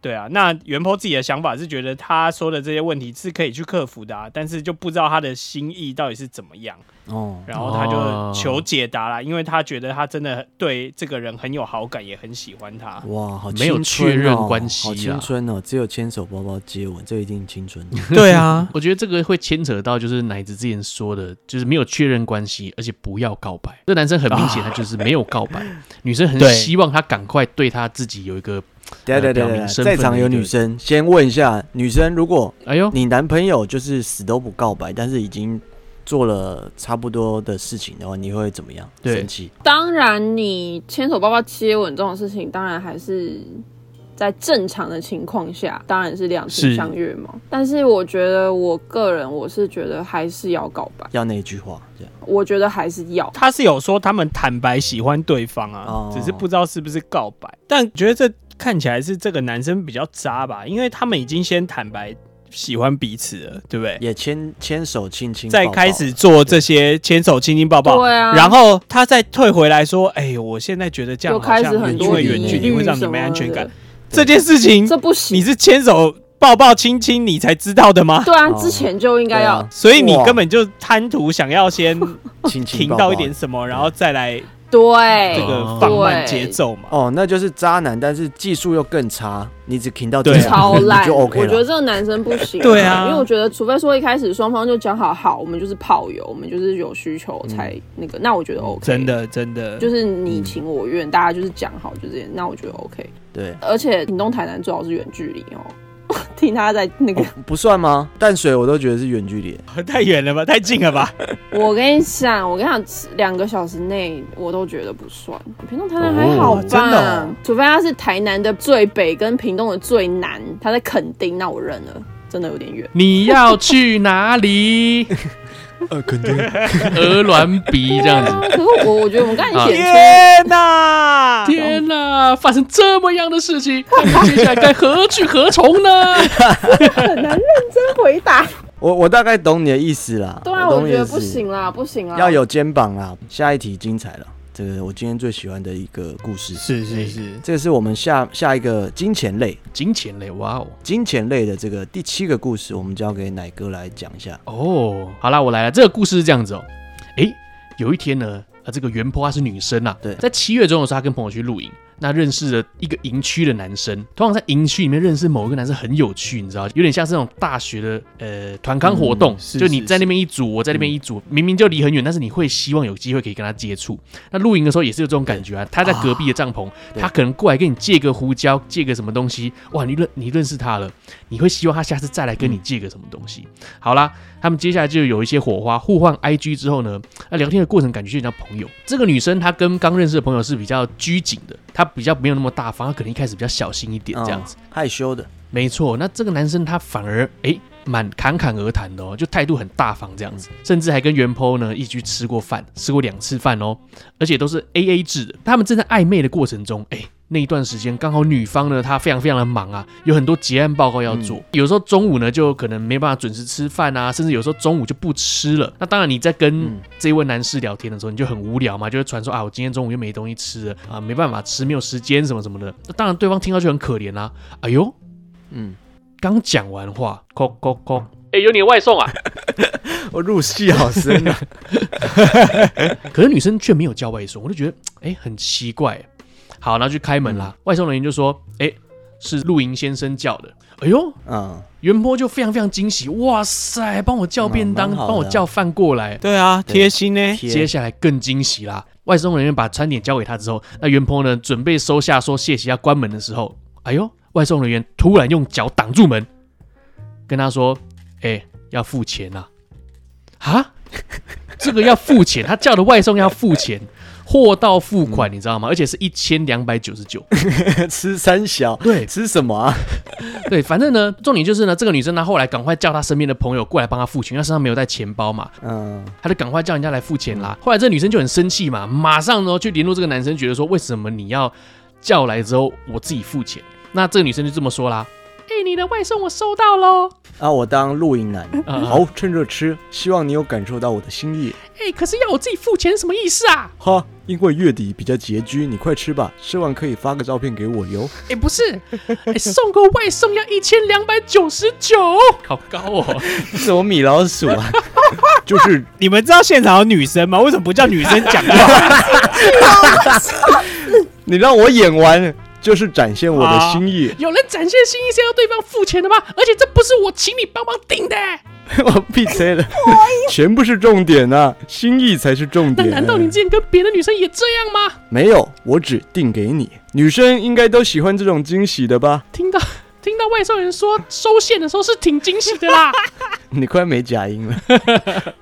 Speaker 2: 对啊，那袁坡自己的想法是觉得他说的这些问题是可以去克服的、啊，但是就不知道他的心意到底是怎么样，
Speaker 3: 哦，
Speaker 2: 然后他就求解答啦，因为他觉得他真的对这个人很有好感，也很喜欢
Speaker 3: *laughs*
Speaker 2: 他。
Speaker 3: 哇，好青春哦、
Speaker 1: 没有确认关系啊
Speaker 3: 好青春哦，只有牵手、包包、接吻，这一定青春
Speaker 1: *laughs*
Speaker 3: 的。
Speaker 2: 对啊，
Speaker 1: 我觉得这个会牵扯到就是奶子之前说的，就是没有确认关系，而且不要告白。这男生很明显他就是没有告
Speaker 3: 啊
Speaker 1: 白，女生很
Speaker 2: 对
Speaker 1: 希望他赶快对他自己有一个，
Speaker 3: 对对对
Speaker 1: 表明
Speaker 3: 对，
Speaker 1: 身份
Speaker 3: 在场有女生，先问一下女生，如果
Speaker 1: 哎呦，
Speaker 3: 你男朋友就是死都不告白，但是已经做了差不多的事情的话，你会怎么样？
Speaker 1: 对
Speaker 3: 生气？
Speaker 4: 当然，你牵手、抱抱、接吻这种事情，当然还是在正常的情况下，当然是两情
Speaker 2: 是
Speaker 4: 相悦嘛。但是我觉得，我个人我是觉得还是要告白，
Speaker 3: 要那一句话这样？
Speaker 4: 我觉得还是要。
Speaker 2: *laughs* 他是有说他们坦白喜欢对方啊，
Speaker 3: 哦
Speaker 2: 只是不知道是不是告白。但觉得这看起来是这个男生比较渣吧，因为他们已经先坦白喜欢彼此了，对不对？
Speaker 3: 也牵牵手、亲亲，
Speaker 2: 再
Speaker 3: 抱抱
Speaker 2: 开始做这些牵手、亲亲、抱抱，
Speaker 4: 对啊，
Speaker 2: 然后他再退回来说：“哎、我现在觉得这样
Speaker 4: 就
Speaker 2: 好
Speaker 4: 开
Speaker 2: 像
Speaker 4: 始很
Speaker 2: 因
Speaker 4: 多
Speaker 2: 为
Speaker 4: 疑
Speaker 2: 远距离
Speaker 4: 虑
Speaker 2: 会让你
Speaker 4: 什
Speaker 2: 没安
Speaker 4: 么
Speaker 2: 全感
Speaker 4: 的，。
Speaker 2: 这件事情
Speaker 4: 这不行
Speaker 2: 你。是牵手、抱抱、亲亲你才知道的吗？
Speaker 4: 对啊，
Speaker 3: 哦
Speaker 4: 之前就应该
Speaker 3: 对啊
Speaker 4: 要
Speaker 2: 所以你
Speaker 3: 哇
Speaker 2: 根本就贪图想要先 *laughs*
Speaker 3: 亲亲
Speaker 2: 停
Speaker 3: 抱抱
Speaker 2: 到一点什么，然后再来
Speaker 3: 啊
Speaker 2: 这
Speaker 4: 对
Speaker 2: 个放慢节奏嘛。
Speaker 3: 哦，那就是渣男，但是技术又更差，你只停到
Speaker 2: 对啊
Speaker 3: 正常
Speaker 4: 超烂。
Speaker 3: 你就 OK
Speaker 4: 我觉得
Speaker 3: 了。
Speaker 4: 这个男生不行。
Speaker 2: 对啊
Speaker 4: 因为我觉得，除非说一开始双方就讲好，好，我们就是炮友，我们就是有需求才那个，那我觉得哦 OK。
Speaker 2: 嗯真。的，真的，
Speaker 4: 就是你情我愿，大家就是讲好就这样，那我觉得 OK。
Speaker 3: 对，
Speaker 4: 而且屏东台南最好是远距离哦， *laughs* 听他在那个
Speaker 3: 哦，不算吗？淡水我都觉得是远距离。
Speaker 2: *laughs* 太远了吧，太近了吧？
Speaker 4: *laughs* 我跟你讲，我跟你讲，两个小时内我都觉得不算。屏东台南还好吧？
Speaker 2: 哦真的哦
Speaker 4: 除非他是台南的最北跟屏东的最南，他在垦丁，那我认了，真的有点远。
Speaker 1: 你要去哪里？
Speaker 3: *laughs* 呃，肯定。
Speaker 1: 鹅卵鼻这样
Speaker 3: *laughs*
Speaker 1: 子。
Speaker 4: 可是我我觉得我们刚才已经点出
Speaker 2: 天哪！
Speaker 3: 啊
Speaker 1: 天哪、发生这么样的事情，那你接下来该何去何从呢？
Speaker 4: 很难认真回答。
Speaker 3: 我我大概懂你的意思啦。
Speaker 4: 对啊，
Speaker 3: 我
Speaker 4: 我
Speaker 3: 懂你
Speaker 4: 觉
Speaker 3: 的
Speaker 4: 得
Speaker 3: 意思
Speaker 4: 不，行啊啦，不行啦。
Speaker 3: 要有肩膀啦。下一题精彩了，这个我今天最喜欢的一个故事。
Speaker 2: 是是是，
Speaker 3: 这个是我们下下一个金钱类，
Speaker 1: 金钱嘞，哇哦！
Speaker 3: 金钱类的这个第七个故事，我们交给奶哥来讲一下。
Speaker 1: 哦，好啦，我来了。这个故事是这样子哦，诶，有一天呢，啊，这个袁坡她是女生啊，
Speaker 3: 对
Speaker 1: 在七月中的时候，她跟朋友去露营，那认识了一个营区的男生。通常在营区里面认识某一个男生很有趣，你知道，有点像是那种大学的呃团康活动，
Speaker 2: 是
Speaker 1: 就你
Speaker 2: 是
Speaker 1: 在那边一组，我在那边一组，明明就离很远，但是你会希望有机会可以跟他接触。那露营的时候也是有这种感觉啊，他在隔壁的帐篷，
Speaker 3: 对
Speaker 1: 他可能过来跟你借个胡椒，借个什么东西，哇，你认你认识他了，你会希望他下次再来跟你借个什么东西。好啦，他们接下来就有一些火花，互换 IG 之后呢，那聊天的过程感觉就像朋友。这个女生她跟刚认识的朋友是比较拘谨的，她比较没有那么大方，她可能一开始比较小心一点这样子。
Speaker 3: 嗯害羞的，
Speaker 1: 没错，那这个男生他反而诶蛮侃侃而谈的哦，就态度很大方这样子，甚至还跟袁坡呢一起去吃过饭，吃过两次饭哦，而且都是 A A 制的。他们正在暧昧的过程中，诶，那一段时间刚好女方呢她非常非常的忙啊，有很多结案报告要做，有时候中午呢就可能没办法准时吃饭啊，甚至有时候中午就不吃了。那当然你在跟
Speaker 3: 嗯
Speaker 1: 这位男士聊天的时候，你就很无聊嘛，就会传说啊我今天中午又没东西吃了啊，没办法吃，没有时间什么什么的。那当然对方听到就很可怜啦、哎呦。
Speaker 3: 嗯，
Speaker 1: 刚讲完话，扣扣扣，哎、有你的外送啊！
Speaker 3: *laughs* 我入戏好深啊。
Speaker 1: *laughs* 可是女生却没有叫外送，我就觉得嘖哎、很奇怪。好，然后去开门
Speaker 3: 嗯
Speaker 1: 啦，外送人员就说，哎、是露营先生叫的。哎呦，
Speaker 3: 嗯，
Speaker 1: 元波就非常非常惊喜，哇塞，帮我叫便当，
Speaker 3: 嗯蛮好的
Speaker 1: 帮我叫饭过来。
Speaker 2: 对啊，
Speaker 3: 对
Speaker 2: 贴心呢。
Speaker 3: 贴
Speaker 1: 接下来更惊喜啦！外送人员把餐点交给他之后，那元鹏呢准备收下说谢谢要关门的时候，哎呦，外送人员突然用脚挡住门，跟他说：“哎、要付钱啊！”啊， *laughs* 这个要付钱，他叫的外送要付钱，货到付款，你知道吗？而且是一千两百九十九。
Speaker 3: *laughs* 吃三小，
Speaker 1: 对
Speaker 3: 吃什么啊？
Speaker 1: 对，反正呢，重点就是呢，这个女生呢后来赶快叫她身边的朋友过来帮她付钱，因为她身上没有带钱包嘛。
Speaker 3: 嗯，
Speaker 1: 他就赶快叫人家来付钱啦。后来这女生就很生气嘛，马上呢去联络这个男生，觉得说为什么你要叫来之后我自己付钱？那这个女生就这么说啦：“哎、你的外送我收到喽。
Speaker 3: 啊，我当露营 *laughs* 男，
Speaker 1: 啊
Speaker 3: 好，趁热吃，希望你有感受到我的心意。
Speaker 1: 哎、可是要我自己付钱什么意思啊？
Speaker 3: *laughs* 哈，因为月底比较拮据，你快吃吧，吃完可以发个照片给我 *laughs* 哟。
Speaker 1: 哎、不 *laughs* 是，哎、送个外送要一千两百九十九，好高哦。
Speaker 3: 什么米老鼠啊？ *laughs* 就是
Speaker 2: 你们知道现场有女生吗？为什么不叫女生讲话？
Speaker 3: 你让我演完，就是展现我的心意。
Speaker 1: 有人展现心意是要对方付钱的吗？而且这不是我请你帮忙订的、
Speaker 3: *laughs* 我闭嘴 *laughs* 了，钱不是重点啊，心意才是重
Speaker 1: 那
Speaker 3: 点。
Speaker 1: 难道你之前跟别的女生也这样吗？
Speaker 3: 没有？我只定给你。女生应该都喜欢这种惊喜的吧？
Speaker 1: 听到听到外送人说收线的时候是挺惊喜的啦。
Speaker 3: *laughs* 你快没假音了， *laughs*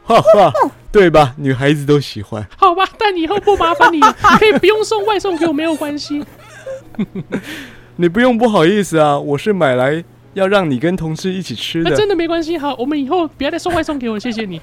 Speaker 3: 哈哈，对吧？女孩子都喜欢。
Speaker 1: 好吧，但以后不麻烦你了，你可以不用送外送给我，没有关系。
Speaker 3: 你不用不好意思啊，我是买来要让你跟同事一起吃
Speaker 1: 那、
Speaker 3: 的。
Speaker 1: 真的没关系，好，我们以后不要再送外送给我，谢谢你。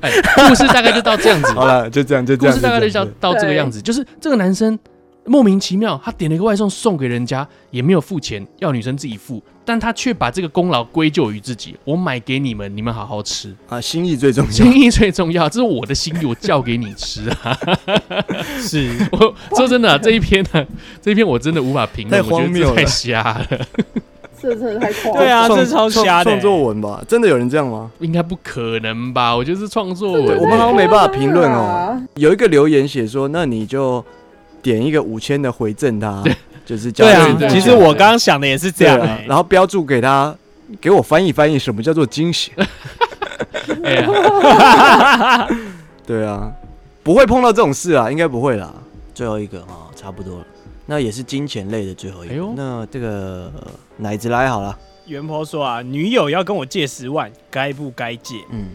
Speaker 1: 哎， *laughs* 故事大概就到这样子，
Speaker 3: 好了，就这样，就这
Speaker 1: *laughs* 故
Speaker 3: 样。
Speaker 1: 事大概就到
Speaker 3: 这样
Speaker 1: 到这个样子，就是这个男生莫名其妙，他点了一个外送送给人家，也没有付钱，要女生自己付，但他却把这个功劳归咎于自己，我买给你们，你们好好吃，
Speaker 3: 啊，心意最重
Speaker 1: *laughs*
Speaker 3: 要
Speaker 1: 心。意最重要，这是我的心意，我叫给你吃 *laughs* 啊。
Speaker 2: *laughs* 是，
Speaker 1: 我说真的啊、这一篇呢、 *laughs* 这一篇我真的无法评论，
Speaker 3: 太
Speaker 1: 我觉
Speaker 3: 荒
Speaker 1: 得
Speaker 3: 谬
Speaker 1: 这
Speaker 3: 了
Speaker 1: 太瞎了。
Speaker 4: 这真的太夸张。
Speaker 2: 对啊，
Speaker 3: 创
Speaker 2: 这超瞎的
Speaker 3: 创
Speaker 2: 欸。
Speaker 3: 作文吧，真的有人这样吗？
Speaker 1: 应该不可能吧？我觉得是创作
Speaker 4: 这
Speaker 1: 文，
Speaker 4: 真
Speaker 3: 我
Speaker 4: 的
Speaker 3: 们好像没办法评论
Speaker 4: 太夸张
Speaker 3: 哦
Speaker 4: 了。
Speaker 3: 有一个留言写说，那你就点一个五千的回赠他，就是叫
Speaker 2: 对
Speaker 3: 他
Speaker 2: 啊
Speaker 3: 去
Speaker 1: 对，
Speaker 2: 其实我刚刚想的也是这
Speaker 3: 对
Speaker 2: 样
Speaker 3: 啊
Speaker 2: 欸。
Speaker 3: 然后标注给他，给我翻译翻译什么叫做惊喜。
Speaker 1: 哎呀，
Speaker 3: 对啊，不会碰到这种事啊，应该不会啦。最后一个啊、差不多了，那也是金钱类的最后一个。
Speaker 1: 哎呦
Speaker 3: 那这个呃奶子来好了，
Speaker 2: 袁婆说啊，女友要跟我借十万，该不该借？
Speaker 3: 嗯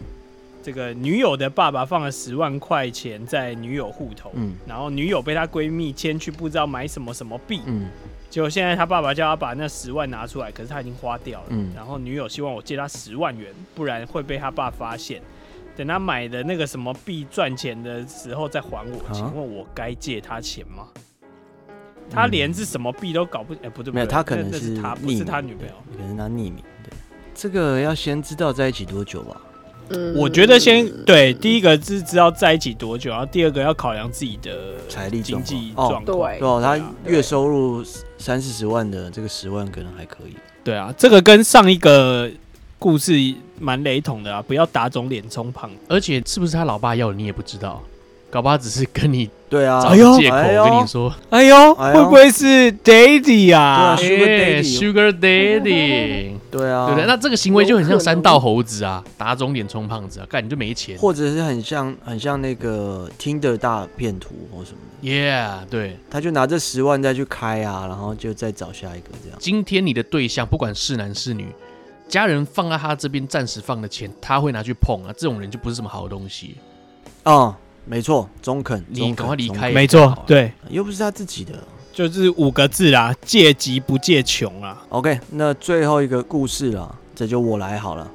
Speaker 2: 这个女友的爸爸放了十万块钱在女友户头，
Speaker 3: 嗯
Speaker 2: 然后女友被她闺蜜牵去不知道买什么什么币，
Speaker 3: 嗯
Speaker 2: 结果现在她爸爸叫她把那十万拿出来，可是她已经花掉了。
Speaker 3: 嗯
Speaker 2: 然后女友希望我借她十万元，不然会被她爸发现。等她买的那个什么币赚钱的时候再还我，
Speaker 3: 啊
Speaker 2: 请问我该借她钱吗？她连是什么币都搞不，哎、不对，
Speaker 3: 没有，
Speaker 2: 不对
Speaker 3: 他可
Speaker 2: 那
Speaker 3: 能
Speaker 2: 那
Speaker 3: 是
Speaker 2: 是她，不
Speaker 3: 匿
Speaker 2: 是
Speaker 3: 名
Speaker 2: 她女朋友。
Speaker 3: 对可能是他匿名。对，这个要先知道在一起多久吧。
Speaker 4: 嗯
Speaker 2: 我觉得先对第一个是知道在一起多久，然后第二个要考量自己的
Speaker 3: 财力
Speaker 2: 经
Speaker 3: 状况
Speaker 2: 济
Speaker 3: 哦
Speaker 2: 状况。
Speaker 4: 对
Speaker 3: 对哦，他
Speaker 2: 啊
Speaker 3: 月收入三四十万的，这个十万可能还可以。
Speaker 2: 对啊，这个跟上一个故事蛮雷同的啊，不要打肿脸充胖子。
Speaker 1: 而且是不是他老爸要的你也不知道，搞不好只是跟你
Speaker 3: 对啊，
Speaker 1: 找
Speaker 2: 哎呦
Speaker 1: 个借口
Speaker 3: 哎呦
Speaker 1: 跟你说，
Speaker 2: 哎呦，
Speaker 3: 哎呦
Speaker 2: 会不会是 Daddy 啊？
Speaker 1: 哎
Speaker 3: 对 Sugar daddy
Speaker 1: ，Sugar Daddy，
Speaker 3: 对
Speaker 1: 对
Speaker 3: *laughs* 啊，
Speaker 1: 不对？那这个行为就很像三道猴子啊，打肿脸充胖子啊，干你就没钱
Speaker 3: 或者是很像很像那个 Tinder 大骗图或什么的，
Speaker 1: ，Yeah，对。
Speaker 3: 他就拿这十万再去开啊，然后就再找下一个这样。
Speaker 1: 今天你的对象不管是男是女，家人放在他这边暂时放的钱，他会拿去碰啊，这种人就不是什么好东西。
Speaker 3: 哦，没错，中肯，中
Speaker 1: 你
Speaker 3: 肯
Speaker 1: 赶快离开，
Speaker 3: 中
Speaker 2: 没错，对，
Speaker 3: 肯又不是他自己的。
Speaker 2: 就是五个字啦，借急不借穷啊。
Speaker 3: OK，那最后一个故事了，这就我来好了。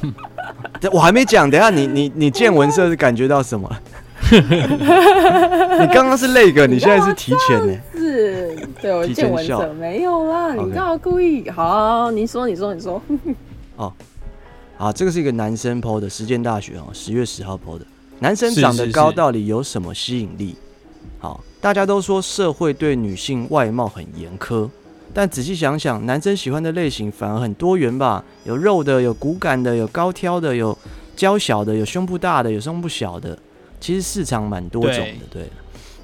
Speaker 3: *laughs* 这我还没讲，等一下你你你见闻色是感觉到什么？ *laughs* 你刚刚是那个，你现在是提前呢、
Speaker 4: 是，对我
Speaker 3: 提前
Speaker 4: 见闻
Speaker 3: 笑
Speaker 4: 者没有啦，你
Speaker 3: OK
Speaker 4: 干嘛故意？好，你说，你说，你说，
Speaker 3: 啊，这个是一个男生 PO 的，实践大学哦，十月十号 PO 的。男生
Speaker 2: 是
Speaker 3: 长得
Speaker 2: 是
Speaker 3: 高
Speaker 2: 是
Speaker 3: 到底有什么吸引力？好，大家都说社会对女性外貌很严苛，但仔细想想，男生喜欢的类型反而很多元吧？有肉的，有骨感的，有高挑的，有娇小的，有胸部大的，有胸部小的。其实市场蛮多种的，对。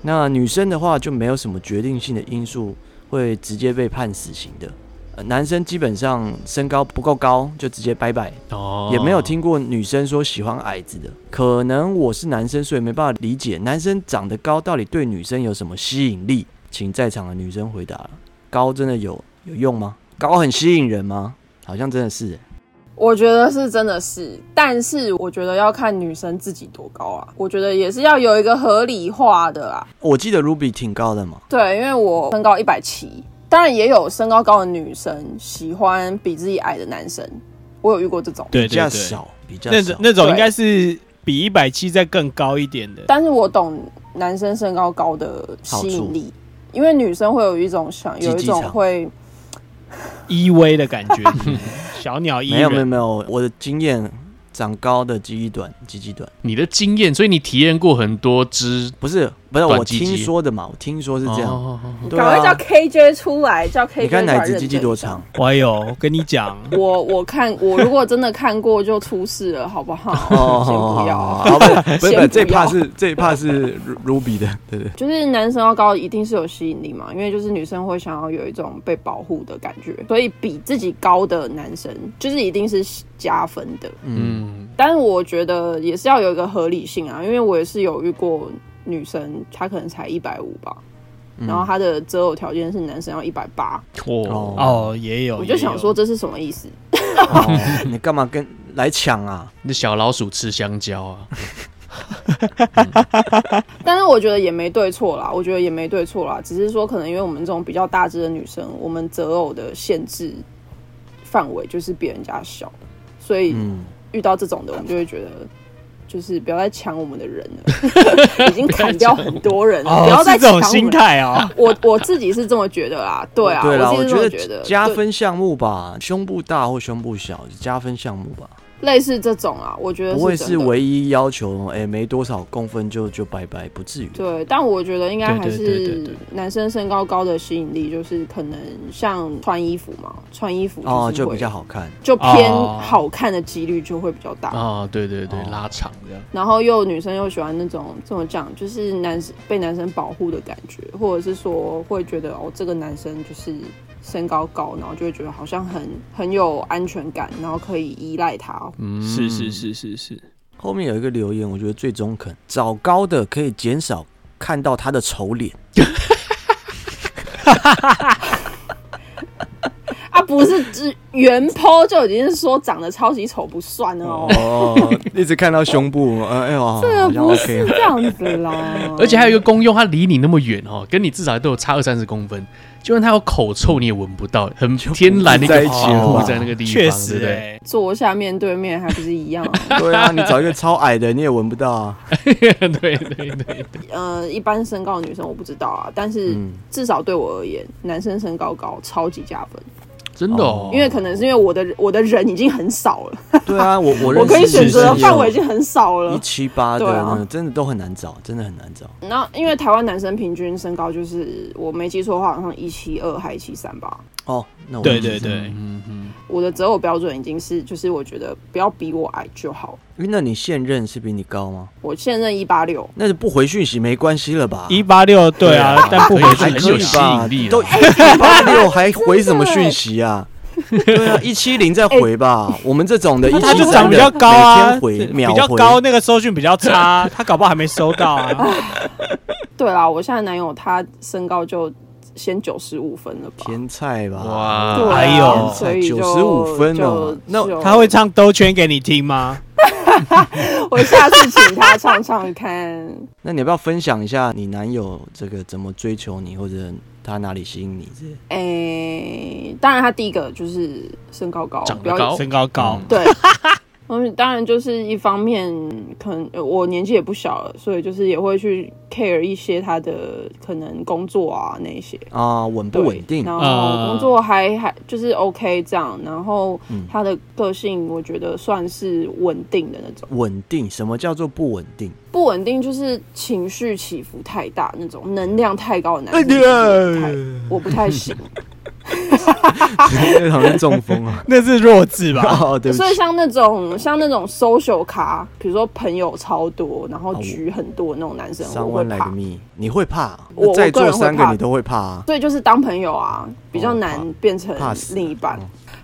Speaker 3: 那女生的话就没有什么决定性的因素会直接被判死刑的。呃男生基本上身高不够高就直接拜拜，
Speaker 1: 哦，
Speaker 3: 也没有听过女生说喜欢矮子的。可能我是男生，所以没办法理解男生长得高到底对女生有什么吸引力。请在场的女生回答了：高真的有有用吗？高很吸引人吗？好像真的是欸、
Speaker 4: 我觉得是真的是，但是我觉得要看女生自己多高啊，我觉得也是要有一个合理化的啊。
Speaker 3: 我记得 Ruby 挺高的嘛，
Speaker 4: 对，因为我身高一百七，当然也有身高高的女生喜欢比自己矮的男生，我有遇过这种。
Speaker 2: 对
Speaker 3: 比
Speaker 2: 对
Speaker 3: 较
Speaker 2: 对，
Speaker 3: 少，比较
Speaker 2: 那种
Speaker 3: 少。
Speaker 2: 那种
Speaker 4: 对
Speaker 2: 应该是比一百七再更高一点的。
Speaker 4: 但是我懂男生身高高的吸引力，因为女生会有一种想，
Speaker 3: 鸡鸡
Speaker 4: 有一种
Speaker 3: 肠
Speaker 4: 会，
Speaker 2: 依偎，E 的感觉， *laughs* 小鸟依
Speaker 3: 没有没有
Speaker 2: 人。
Speaker 3: 没有，我的经验，长高的鸡鸡短，鸡鸡短，
Speaker 1: 你的经验，所以你体验过很多只
Speaker 3: 不是不是，
Speaker 1: 短
Speaker 3: 我
Speaker 1: 鸡
Speaker 3: 听
Speaker 1: 鸡
Speaker 3: 说的嘛，我听说是这样。
Speaker 1: 哦哦哦
Speaker 3: 对
Speaker 4: 赶快
Speaker 3: 啊
Speaker 4: 叫，KJ 出来，叫 KJ
Speaker 3: 你看
Speaker 4: 出来
Speaker 3: 奶子
Speaker 4: 认
Speaker 3: 鸡鸡
Speaker 4: 证
Speaker 3: 多
Speaker 4: 一下
Speaker 3: 长？？
Speaker 2: 哎呦，跟你讲，
Speaker 4: 我我看我如果真的看过就出事了，好不好？先不要啊。
Speaker 3: 哦好，不不
Speaker 4: 先
Speaker 3: 不，
Speaker 4: 不
Speaker 3: 这一趴
Speaker 4: 要
Speaker 3: 是这一趴是 Ruby 的，对对。
Speaker 4: 就是男生要高一定是有吸引力嘛，因为就是女生会想要有一种被保护的感觉，所以比自己高的男生就是一定是加分的。
Speaker 1: 嗯，
Speaker 4: 但是我觉得也是要有一个合理性啊，因为我也是有遇过女生，她可能才一百五吧，
Speaker 2: 嗯
Speaker 4: 然后她的择偶条件是男生要一百八，
Speaker 1: 哦，
Speaker 2: 哦，也有。
Speaker 4: 我就
Speaker 2: 也有
Speaker 4: 想说，这是什么意思？
Speaker 3: 哦你干嘛跟来抢啊？
Speaker 1: 那小老鼠吃香蕉
Speaker 2: *laughs*
Speaker 1: 啊，
Speaker 4: 但是我觉得也没对错啦，我觉得也没对错啦，只是说可能因为我们这种比较大只的女生，我们择偶的限制范围就是比人家小，所以
Speaker 3: 嗯，
Speaker 4: 遇到这种的，我们就会觉得。就是不要再抢我们的人了，已经砍掉很多人了，
Speaker 2: 哦，
Speaker 4: 不要再
Speaker 2: 是这
Speaker 4: 抢我
Speaker 2: 种
Speaker 4: 们
Speaker 2: 心态啊。
Speaker 4: 我我自己是这么觉得啦，对啊，
Speaker 3: 对啦，
Speaker 4: 我自己是这
Speaker 3: 觉
Speaker 4: 么觉得，
Speaker 3: 加
Speaker 4: 对
Speaker 3: 分项目吧，胸部大或胸部小是加分项目吧，
Speaker 4: 类似这种啊，我觉得
Speaker 3: 不会
Speaker 4: 真
Speaker 3: 是
Speaker 4: 的
Speaker 3: 唯一要求，哎，没多少公分就就拜拜，不至于。
Speaker 4: 对，但我觉得应该还
Speaker 2: 对对对对
Speaker 4: 是
Speaker 2: 对
Speaker 4: 男生身高高的吸引力，就是可能像穿衣服嘛，穿衣服
Speaker 3: 哦，
Speaker 4: 就
Speaker 3: 就比较，好看。
Speaker 4: 就偏
Speaker 2: 哦
Speaker 4: 好看的几率就会比较大。
Speaker 1: 啊，对对对
Speaker 3: 哦，
Speaker 1: 拉长这样，
Speaker 4: 然后又女生又喜欢那种这么讲，就是男生被男生保护的感觉，或者是说会觉得哦，这个男生就是身高高，然后就会觉得好像很很有安全感，然后可以依赖他，
Speaker 1: 嗯，
Speaker 2: 是是，是是是，
Speaker 3: 后面有一个留言，我觉得最中肯，找高的可以减少看到他的丑脸。
Speaker 4: 啊，不是，只原 po 就已经是说长得超级丑不算了 *laughs* 哦，
Speaker 3: 哦，一直看到胸部，呃哎呦，
Speaker 4: 这个
Speaker 3: 好像
Speaker 4: 啊不是
Speaker 3: OK。
Speaker 4: 这样子啦。
Speaker 1: 而且还有一个功用，它离你那么远哦，跟你至少都有差二三十公分，就算它有口臭你也闻不到，很天然的一
Speaker 3: 在一
Speaker 1: 个
Speaker 3: 起
Speaker 1: 保
Speaker 3: 了
Speaker 1: 护
Speaker 3: 吧
Speaker 1: 在那个地方，
Speaker 2: *laughs* 确
Speaker 1: 对
Speaker 2: 实
Speaker 1: 不对？
Speaker 2: 哎，
Speaker 4: 坐下面对面还不是一样、啊？
Speaker 3: 对啊，你找一个超矮的，你也闻不到啊。
Speaker 1: 对对对，
Speaker 4: 呃，一般身高的女生我不知道啊，但是
Speaker 3: 嗯
Speaker 4: 至少对我而言，男生身高高超级加分，
Speaker 1: 真的哦
Speaker 3: 哦，
Speaker 4: 因为可能是因为我的我的人已经很少了，
Speaker 3: 对啊，我我
Speaker 4: 我
Speaker 3: 认识
Speaker 4: 可以
Speaker 3: 的
Speaker 4: 选择的
Speaker 3: 是
Speaker 4: 范围已经很少
Speaker 3: 有一
Speaker 4: 了。
Speaker 3: 七八的，
Speaker 4: 对啊
Speaker 3: 那真的都很难找，真的很难找。
Speaker 4: 那因为台湾男生平均身高就是我没记错的话，好像一七二还一七三吧。
Speaker 3: 哦，那我
Speaker 2: 对
Speaker 3: 认识
Speaker 2: 对
Speaker 3: 的
Speaker 2: 对，
Speaker 1: 嗯嗯，
Speaker 4: 我的择偶标准已经是，就是我觉得不要比我矮就好。
Speaker 3: 诶那你现任是比你高吗？
Speaker 4: 我现任一八六，
Speaker 3: 那就不回讯息没关系了吧？哎
Speaker 2: 一八六对啊，但不
Speaker 1: 可以
Speaker 2: 回
Speaker 1: 是
Speaker 2: 去
Speaker 1: 很
Speaker 3: 可
Speaker 1: 有
Speaker 3: 以
Speaker 1: 吸
Speaker 3: 吧
Speaker 1: 引力的
Speaker 3: 都一八六还回什么讯息啊？对啊，一七零再回吧。我们这种的，一
Speaker 2: 他
Speaker 3: 七
Speaker 2: 就长比较高啊，
Speaker 3: 每天回秒
Speaker 2: 比较
Speaker 3: 回
Speaker 2: 高，那个搜讯比较差，他搞不好还没收到啊。
Speaker 4: 对啦，我现在男友他身高就先九十五分了吧？
Speaker 3: 甜菜吧？
Speaker 1: 哇
Speaker 4: 对啊，
Speaker 2: 哎呦
Speaker 4: 所以就
Speaker 3: 95分哦
Speaker 4: 就
Speaker 3: 那
Speaker 4: 就
Speaker 2: 他会唱兜圈给你听吗？
Speaker 4: 我下次请他唱唱看。
Speaker 3: 那你要不要分享一下你男友这个怎么追求你，或者他哪里吸引你这些？
Speaker 4: 诶、当然他第一个就是身高高，
Speaker 1: 长得
Speaker 4: 不要
Speaker 1: 高
Speaker 2: 身高高，
Speaker 3: *laughs*
Speaker 4: 对。嗯，当然就是一方面，可能呃我年纪也不小了，所以就是也会去 care 一些他的可能工作啊那一些。
Speaker 3: 啊，稳不
Speaker 4: 对
Speaker 3: 稳定？
Speaker 4: 然
Speaker 2: 呃
Speaker 4: 后工作还还就是 OK 这样，然后
Speaker 3: 嗯
Speaker 4: 他的个性我觉得算是稳定的那种，
Speaker 3: 稳定？什么叫做不稳定？
Speaker 4: 不稳定就是情绪嗯
Speaker 2: 哎
Speaker 3: 哎啊 *laughs*
Speaker 4: 起伏太大那种，能量太高的男生我不太我不太行。
Speaker 3: 因为讨论中风啊。
Speaker 2: 那是弱智吧？
Speaker 3: *laughs* 哦，对不
Speaker 4: 所以
Speaker 3: 起，
Speaker 4: 像那种像那种 social 咖，比如说朋友超多，然后局很多的那种男生，
Speaker 3: 三
Speaker 4: 我会
Speaker 3: 万来个
Speaker 4: 怕。
Speaker 3: 密，你会怕？
Speaker 4: 我
Speaker 3: 那在
Speaker 4: 我个
Speaker 3: 座
Speaker 4: 人会
Speaker 3: 三个
Speaker 4: 怕
Speaker 3: 你都会怕啊？
Speaker 4: 所以就是当朋友啊，比较难
Speaker 3: 哦
Speaker 4: 变成
Speaker 3: 怕死哦
Speaker 4: 另一半。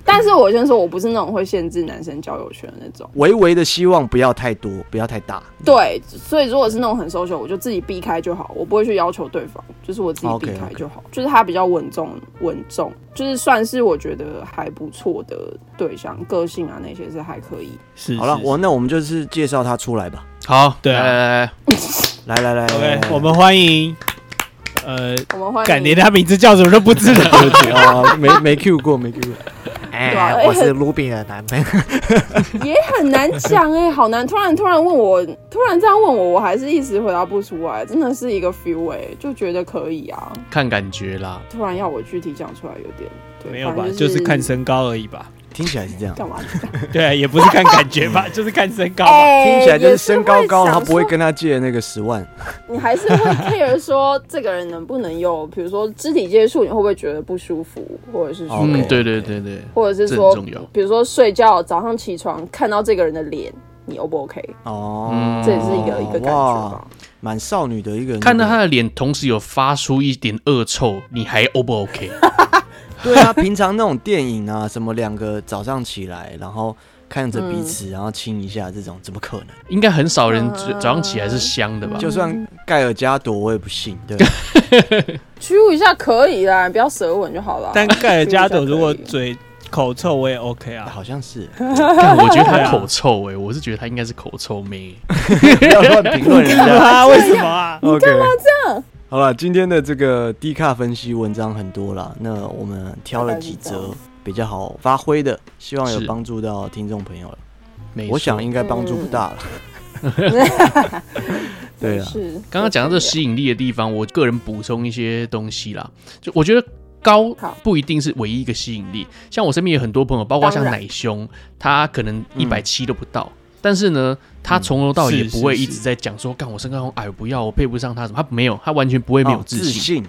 Speaker 4: 但是我先说，我不是那种会限制男生交友圈的那种。
Speaker 3: 微微的希望不要太多，不要太大。
Speaker 4: 对，所以如果是那种很 social，我就自己避开就好，我不会去要求对方，就是我自己避
Speaker 3: OK，OK
Speaker 4: 开就好。就是他比较稳重，稳重，就是算是我觉得还不错的对象，个性啊那些是还可以。
Speaker 2: 是
Speaker 3: 好了，
Speaker 2: 是
Speaker 3: 我那我们就是介绍他出来吧。
Speaker 1: 好，呃
Speaker 2: 对啊
Speaker 1: 来来来，
Speaker 3: 来来来
Speaker 2: OK，
Speaker 3: 来
Speaker 2: 我们欢迎，呃，
Speaker 4: 我们欢迎
Speaker 2: 感连他名字叫什么都不知道。 *laughs*
Speaker 3: 对不起啊，没没 Q 过，没 Q 过。
Speaker 4: 啊
Speaker 5: 哎
Speaker 4: 哎，
Speaker 5: 我是卢比的男
Speaker 4: *laughs*
Speaker 5: 朋友。
Speaker 4: 也很难讲哎、好难！突然突然问我，突然这样问我，我还是一时回答不出来，真的是一个 feel 哎、就觉得可以啊。
Speaker 1: 看感觉啦。
Speaker 4: 突然要我具体讲出来，有点对，
Speaker 2: 没有吧
Speaker 4: 反？正
Speaker 2: 就是是看身高而已吧。 *laughs*
Speaker 3: 听起来是这样，
Speaker 4: 干嘛？
Speaker 2: 对啊，也不是看感觉吧，就是看身高吧。
Speaker 4: 哎
Speaker 3: *laughs* 听起来就是
Speaker 4: 也
Speaker 3: 身高高，
Speaker 4: 想
Speaker 3: 他不会
Speaker 4: 说
Speaker 3: 跟他借那个十万。
Speaker 4: 你
Speaker 3: *laughs*
Speaker 4: 还是会 care 说 *laughs* 嗯这个人能不能有，比如说肢体接触，你会不会觉得不舒服，或者是说，
Speaker 3: OK
Speaker 1: 嗯，对对对对，
Speaker 4: 或者是
Speaker 1: 这很
Speaker 4: 说
Speaker 1: 重要，
Speaker 4: 比如说睡觉早上起床看到这个人的脸，你 O 不 OK？
Speaker 3: 哦
Speaker 1: 嗯，
Speaker 4: 这也是一个、一个感觉
Speaker 3: 哇
Speaker 4: 吧。，
Speaker 3: 蛮少女的一个人。
Speaker 1: 看到他的脸，同时有发出一点恶臭，你还 O 不
Speaker 2: *laughs*
Speaker 1: OK？
Speaker 3: 对啊，平常那种电影啊，什么两个早上起来，然后看着彼此，然后亲一下，这种怎么可能？
Speaker 1: 应该很少
Speaker 4: 嗯
Speaker 1: 人早早上起来是香的吧？
Speaker 3: 就算盖尔加朵，我也不信。对，
Speaker 4: 虚一下可以啦，你不要舌吻就好了。
Speaker 2: 但盖尔加朵
Speaker 4: 可以
Speaker 2: 如果嘴口臭，我也 OK
Speaker 3: *laughs*
Speaker 2: 啊。
Speaker 3: 好像是
Speaker 1: 但我觉得
Speaker 2: 对
Speaker 1: 他
Speaker 2: 啊
Speaker 1: 口臭哎、我是觉得他应该是口臭妹。
Speaker 3: 不要乱评论人家。
Speaker 2: 啊， *laughs* 为什么啊？
Speaker 3: OK，干嘛这样？好了，今天的这个低卡分析文章很多啦，那我们挑了几
Speaker 4: 大概是这
Speaker 3: 则比较好发挥的，希望有
Speaker 1: 是
Speaker 3: 帮助到听众朋友了。
Speaker 1: 没错
Speaker 3: 我想应该帮助不大了。 *laughs* 对啊，
Speaker 4: 是
Speaker 1: 刚刚讲到这吸引力的地方，我个人补充一些东西啦。就我觉得高
Speaker 4: 好
Speaker 1: 不一定是唯一一个吸引力，像我身边有很多朋友，包括像
Speaker 4: 当然
Speaker 1: 奶兄，他可能一百七都不到。但是呢，他从头到尾也
Speaker 2: 是
Speaker 1: 不会
Speaker 2: 是
Speaker 1: 一
Speaker 2: 是
Speaker 1: 直在讲说，干我身高很矮，我不要，我配不上他什么。他没有，他完全 *laughs* 不会没有
Speaker 3: 哦
Speaker 1: 自
Speaker 3: 自
Speaker 1: 信。
Speaker 3: 信，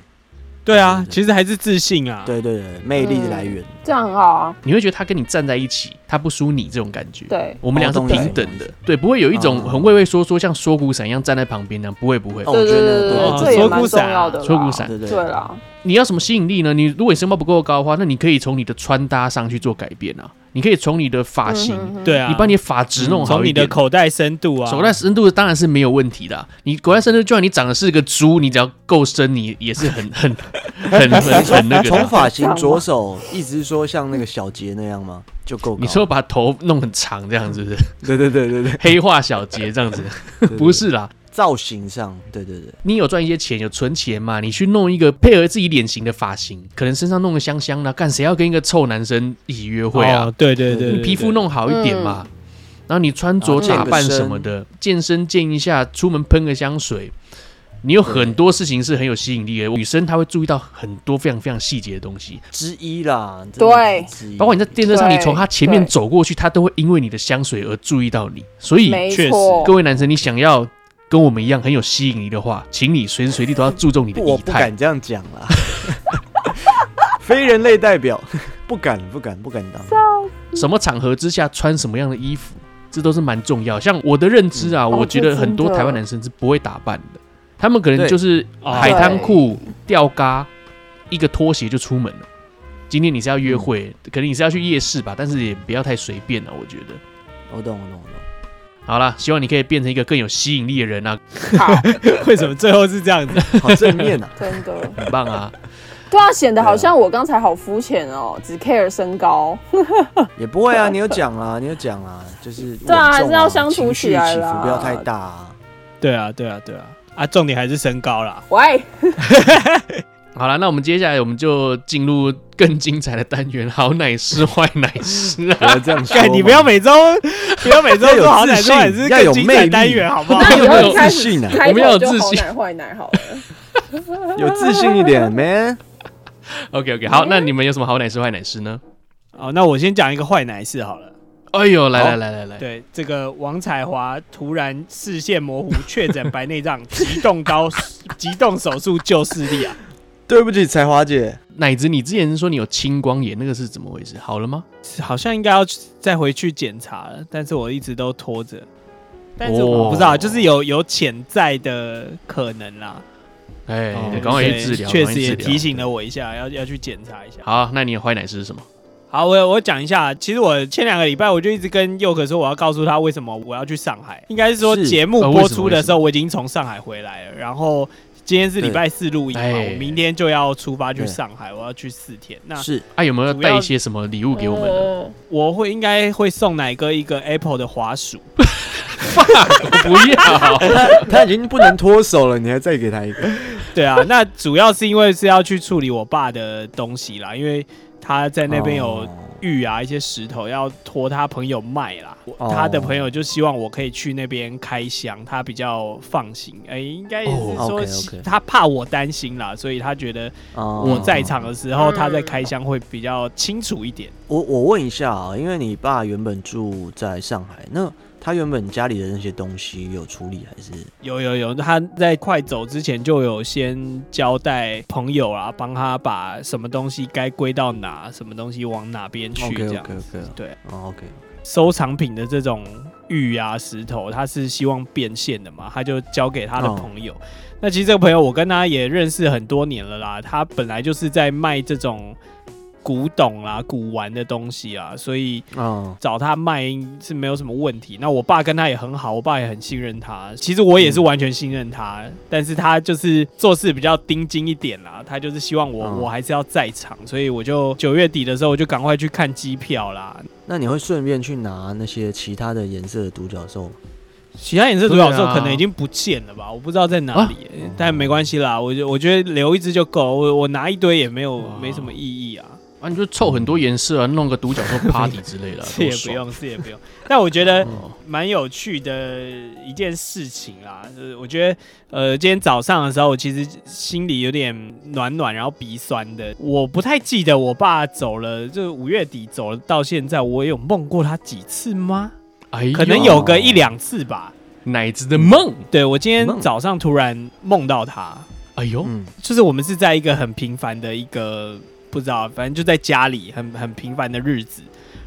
Speaker 2: 对啊，其实还是自信啊。
Speaker 3: 对对对，魅力的来源。
Speaker 4: 这样很好啊，
Speaker 1: 你会觉得他跟你站在一起，他不输你这种感觉。
Speaker 4: 对
Speaker 1: 我们俩是
Speaker 3: 哦懂
Speaker 1: 平等
Speaker 3: 懂
Speaker 1: 的，对，不会有一种
Speaker 3: 哦
Speaker 1: 很畏畏缩缩，像缩骨散一样站在旁边那样。不会，不会
Speaker 3: 哦。我觉得
Speaker 4: 对
Speaker 2: 对
Speaker 4: 这也
Speaker 2: 缩
Speaker 4: 蛮
Speaker 2: 骨
Speaker 4: 重
Speaker 2: 散啊
Speaker 4: 要的啦。
Speaker 1: 缩骨散
Speaker 3: 对对
Speaker 4: 对
Speaker 3: 对
Speaker 4: 啦，
Speaker 1: 你要什么吸引力呢？你如果你身高不够高的话，那你可以从你的穿搭上去做改变啊。你可以从你的发
Speaker 3: 嗯
Speaker 1: 型，
Speaker 2: 对啊，
Speaker 1: 你把你的发质弄好
Speaker 2: 从
Speaker 1: 一
Speaker 2: 你的
Speaker 1: 点。
Speaker 2: 口袋深度啊，
Speaker 1: 手袋深度当然是没有问题的啊、你口袋深度，就算你长得是个猪，你只要够深，你也是很 *laughs* 很
Speaker 3: *laughs*
Speaker 1: 很很很那个的
Speaker 3: 从
Speaker 1: 啊。
Speaker 3: 发型着手，一直说像那个小杰那样吗？就够高。
Speaker 1: 你说把头弄很长这样子，是不是
Speaker 3: 对对对对对
Speaker 1: 黑化小结这样子，
Speaker 3: *laughs* 对，对
Speaker 1: 不是啦，
Speaker 3: 造型上，对对对，
Speaker 1: 你有赚一些钱，有存钱嘛？你去弄一个配合自己脸型的发型，可能身上弄个香香的，干谁要跟一个臭男生一起约会啊？
Speaker 2: 哦，对对对，对
Speaker 1: 你皮肤弄好一点嘛，
Speaker 4: 嗯
Speaker 1: 然后你穿着打扮什么的，健身健一下，出门喷个香水，你有很多事情是很有吸引力的。女生她会注意到很多非常非常细节的东西，
Speaker 3: 之一啦，真的
Speaker 4: 对
Speaker 3: 之一
Speaker 1: 包括你在电车上，
Speaker 4: 对
Speaker 1: 你从她前面
Speaker 4: 对
Speaker 1: 走过去，她都会因为你的香水而注意到你。所以
Speaker 4: 没
Speaker 2: 确实
Speaker 4: 错
Speaker 1: 各。位男生，你想要跟我们一样很有吸引力的话，请你随时随地都要注重你的
Speaker 3: 不，我
Speaker 1: 仪
Speaker 3: 不
Speaker 1: 态
Speaker 3: 敢。这样讲啦。 *laughs* 非人类代表， *laughs* 不敢，不敢，不敢当。
Speaker 1: 什么场合之下穿什么样的衣服，这都是蛮重要。像我的认知啊，
Speaker 4: 嗯
Speaker 1: 我
Speaker 4: 哦
Speaker 1: 觉
Speaker 4: 这
Speaker 1: 得很多
Speaker 4: 真的
Speaker 1: 台湾男生是不会打扮的，他们可能
Speaker 3: 对
Speaker 1: 就是
Speaker 2: 哦 *laughs*
Speaker 1: 海滩裤、吊嘎，一个拖鞋就出门了。今天你是要约会，
Speaker 2: 嗯
Speaker 1: 可能你是要去夜市吧，但是也不要太随便啊了、我觉得。
Speaker 3: 我懂，我懂，我懂。
Speaker 1: 好啦，希望你可以变成一个更有吸引力的人啊，
Speaker 4: 好，！
Speaker 2: 为什么最后是这样子？
Speaker 3: 好正面啊
Speaker 4: *laughs* 真的，
Speaker 1: 很棒
Speaker 2: *laughs*
Speaker 1: 啊！
Speaker 4: 对啊，显得好像我刚才好肤浅哦，只 care 身高。
Speaker 3: 也不会啊，你有讲啊，你有讲啊，就是
Speaker 4: 对啊
Speaker 3: 稳重
Speaker 4: 还是要相处起来啦
Speaker 3: 情绪起伏不要太大啊。
Speaker 2: 对啊，对啊，对啊，啊，重点还是身高
Speaker 1: *laughs*
Speaker 2: 啦。
Speaker 4: 喂，
Speaker 1: 好了，那我们接下来我们就进入更精彩的单元，好奶师坏奶师
Speaker 3: 不
Speaker 1: 啊！
Speaker 3: 要这样说嘛，
Speaker 2: 干，你不要每周 *laughs* 不要每
Speaker 1: *laughs*
Speaker 2: 周
Speaker 3: 要有
Speaker 2: 说好
Speaker 3: 自
Speaker 2: 歹说
Speaker 3: 信
Speaker 2: 也是
Speaker 3: 要有
Speaker 2: 更精
Speaker 3: 魅
Speaker 2: 彩
Speaker 3: 力
Speaker 2: 单元，好不好？
Speaker 4: 那以后
Speaker 1: 有
Speaker 4: 你开
Speaker 3: 自信
Speaker 4: 始
Speaker 3: 啊
Speaker 4: 开
Speaker 1: 我们要有
Speaker 4: 头就
Speaker 1: 自
Speaker 4: 好
Speaker 1: 信
Speaker 4: 奶坏奶好了。
Speaker 3: 有自信一
Speaker 4: *laughs*
Speaker 3: 点，man。
Speaker 1: OK
Speaker 2: 嗯
Speaker 1: OK，好，那你们有什么好奶师坏奶师呢？
Speaker 2: 哦，那我先讲一个坏奶事好了。
Speaker 1: 哎呦，来
Speaker 3: 好
Speaker 1: 来来来来，
Speaker 2: 对，这个王彩华突然 *laughs* 视线模糊，确诊白内障，急动刀，急动手术救视力啊！
Speaker 3: 对不起，才华姐，
Speaker 1: 奶子，你之前说你有青光眼，那个是怎么回事？好了吗？
Speaker 2: 好像应该要再回去检查了，但是我一直都拖着。但是
Speaker 1: 哦
Speaker 2: 我不知道，就是有有潜在的可能啦。
Speaker 1: 哎、
Speaker 3: 哦
Speaker 1: 赶快
Speaker 2: 所
Speaker 1: 去
Speaker 2: 以
Speaker 1: 治疗，
Speaker 2: 确
Speaker 1: 赶快
Speaker 2: 实
Speaker 1: 去治
Speaker 2: 也
Speaker 1: 疗
Speaker 2: 提。醒了我一下，要要去检查一下。
Speaker 1: 好，那你的坏奶是什么？
Speaker 2: 好，我我讲一下，其实我前两个礼拜我就一直跟佑可说，我要告诉他为什么我要去上海。应该是说
Speaker 3: 是
Speaker 2: 节目
Speaker 1: 呃为
Speaker 2: 播
Speaker 1: 什么
Speaker 2: 出
Speaker 1: 为
Speaker 2: 的
Speaker 1: 什
Speaker 2: 时候，我已经从上海回来了。然后今天是礼拜四录音嘛，
Speaker 1: 哎
Speaker 2: 我明天就要出发去
Speaker 3: 对
Speaker 2: 上海，我要去四天。那
Speaker 3: 是
Speaker 1: 啊，有没有
Speaker 2: 主
Speaker 1: 带
Speaker 2: 要
Speaker 1: 一些什么礼物给我们呢？
Speaker 4: 嗯
Speaker 2: 我会应该会送奶哥一个 Apple 的滑鼠，
Speaker 1: 我 *laughs* 不要，
Speaker 3: 他已经不能脱手了，你还再给他一个？
Speaker 2: 对啊，那主要是因为是要去处理我爸的东西啦，因为他在那边有
Speaker 3: 哦
Speaker 2: 玉啊一些石头要托他朋友卖啦，
Speaker 3: 哦
Speaker 2: 他的朋友就希望我可以去那边开箱，他比较放心。哎、应该也是
Speaker 1: 哦
Speaker 2: 说、
Speaker 3: OK，OK
Speaker 2: 他怕我担心啦，所以他觉得
Speaker 3: 哦
Speaker 2: 我在场的时候、
Speaker 4: 嗯
Speaker 2: 他在开箱会比较清楚一点。
Speaker 3: 我我问一下啊，因为你爸原本住在上海，那他原本家里的那些东西有处理还是？
Speaker 2: 有有有，他在快走之前就有先交代朋友啊，帮他把什么东西该归到哪，什么东西往哪边去这
Speaker 3: OK
Speaker 2: 样
Speaker 3: OK。OK
Speaker 2: 对，
Speaker 3: 哦 OK，
Speaker 2: 收藏品的这种玉啊、石头，他是希望变现的嘛，他就交给他的朋友。那其实这个朋友，我跟他也认识很多年了啦，他本来就是在卖这种古董啦、古玩的东西啊，所以
Speaker 3: 哦
Speaker 2: 找他卖是没有什么问题。那我爸跟他也很好，我爸也很信任他。其实我也是完全信任他，但是他就是做事比较盯紧一点啦。他就是希望我、
Speaker 3: 嗯
Speaker 2: 我还是要在场，所以我就九月底的时候我就赶快去看机票啦。
Speaker 3: 那你会顺便去拿那些其他的颜色的独角兽吗？
Speaker 2: 其他颜色独角
Speaker 1: 对
Speaker 2: 兽
Speaker 1: 啊
Speaker 2: 可能已经不见了吧，我不知道在哪里、
Speaker 3: 啊
Speaker 2: 但没关系啦，我就我觉得留一只就够，我我拿一堆也没有
Speaker 1: 哇
Speaker 2: 没什么意义啊，
Speaker 1: 啊，你就凑很多颜色啊，弄个独角兽 party 之
Speaker 2: *laughs*
Speaker 1: 类的啊，
Speaker 2: 是
Speaker 1: 多
Speaker 2: 也不
Speaker 1: 爽。
Speaker 2: 用是也不用，但我觉得
Speaker 1: 哦
Speaker 2: 蛮有趣的一件事情啦，就是我觉得呃今天早上的时候，我其实心里有点暖暖，然后鼻酸的，我不太记得我爸走了，就是五月底走了到现在，我有梦过他几次吗？
Speaker 1: 哎呦，
Speaker 2: 可能有个一两次吧。
Speaker 1: 奶子的梦。
Speaker 2: 对我今天
Speaker 3: 梦
Speaker 2: 早上突然梦到他。
Speaker 1: 哎
Speaker 2: 哦
Speaker 1: 呦，
Speaker 3: 嗯，
Speaker 2: 就是我们是在一个很平凡的一个不知道，反正就在家里很很平凡的日子。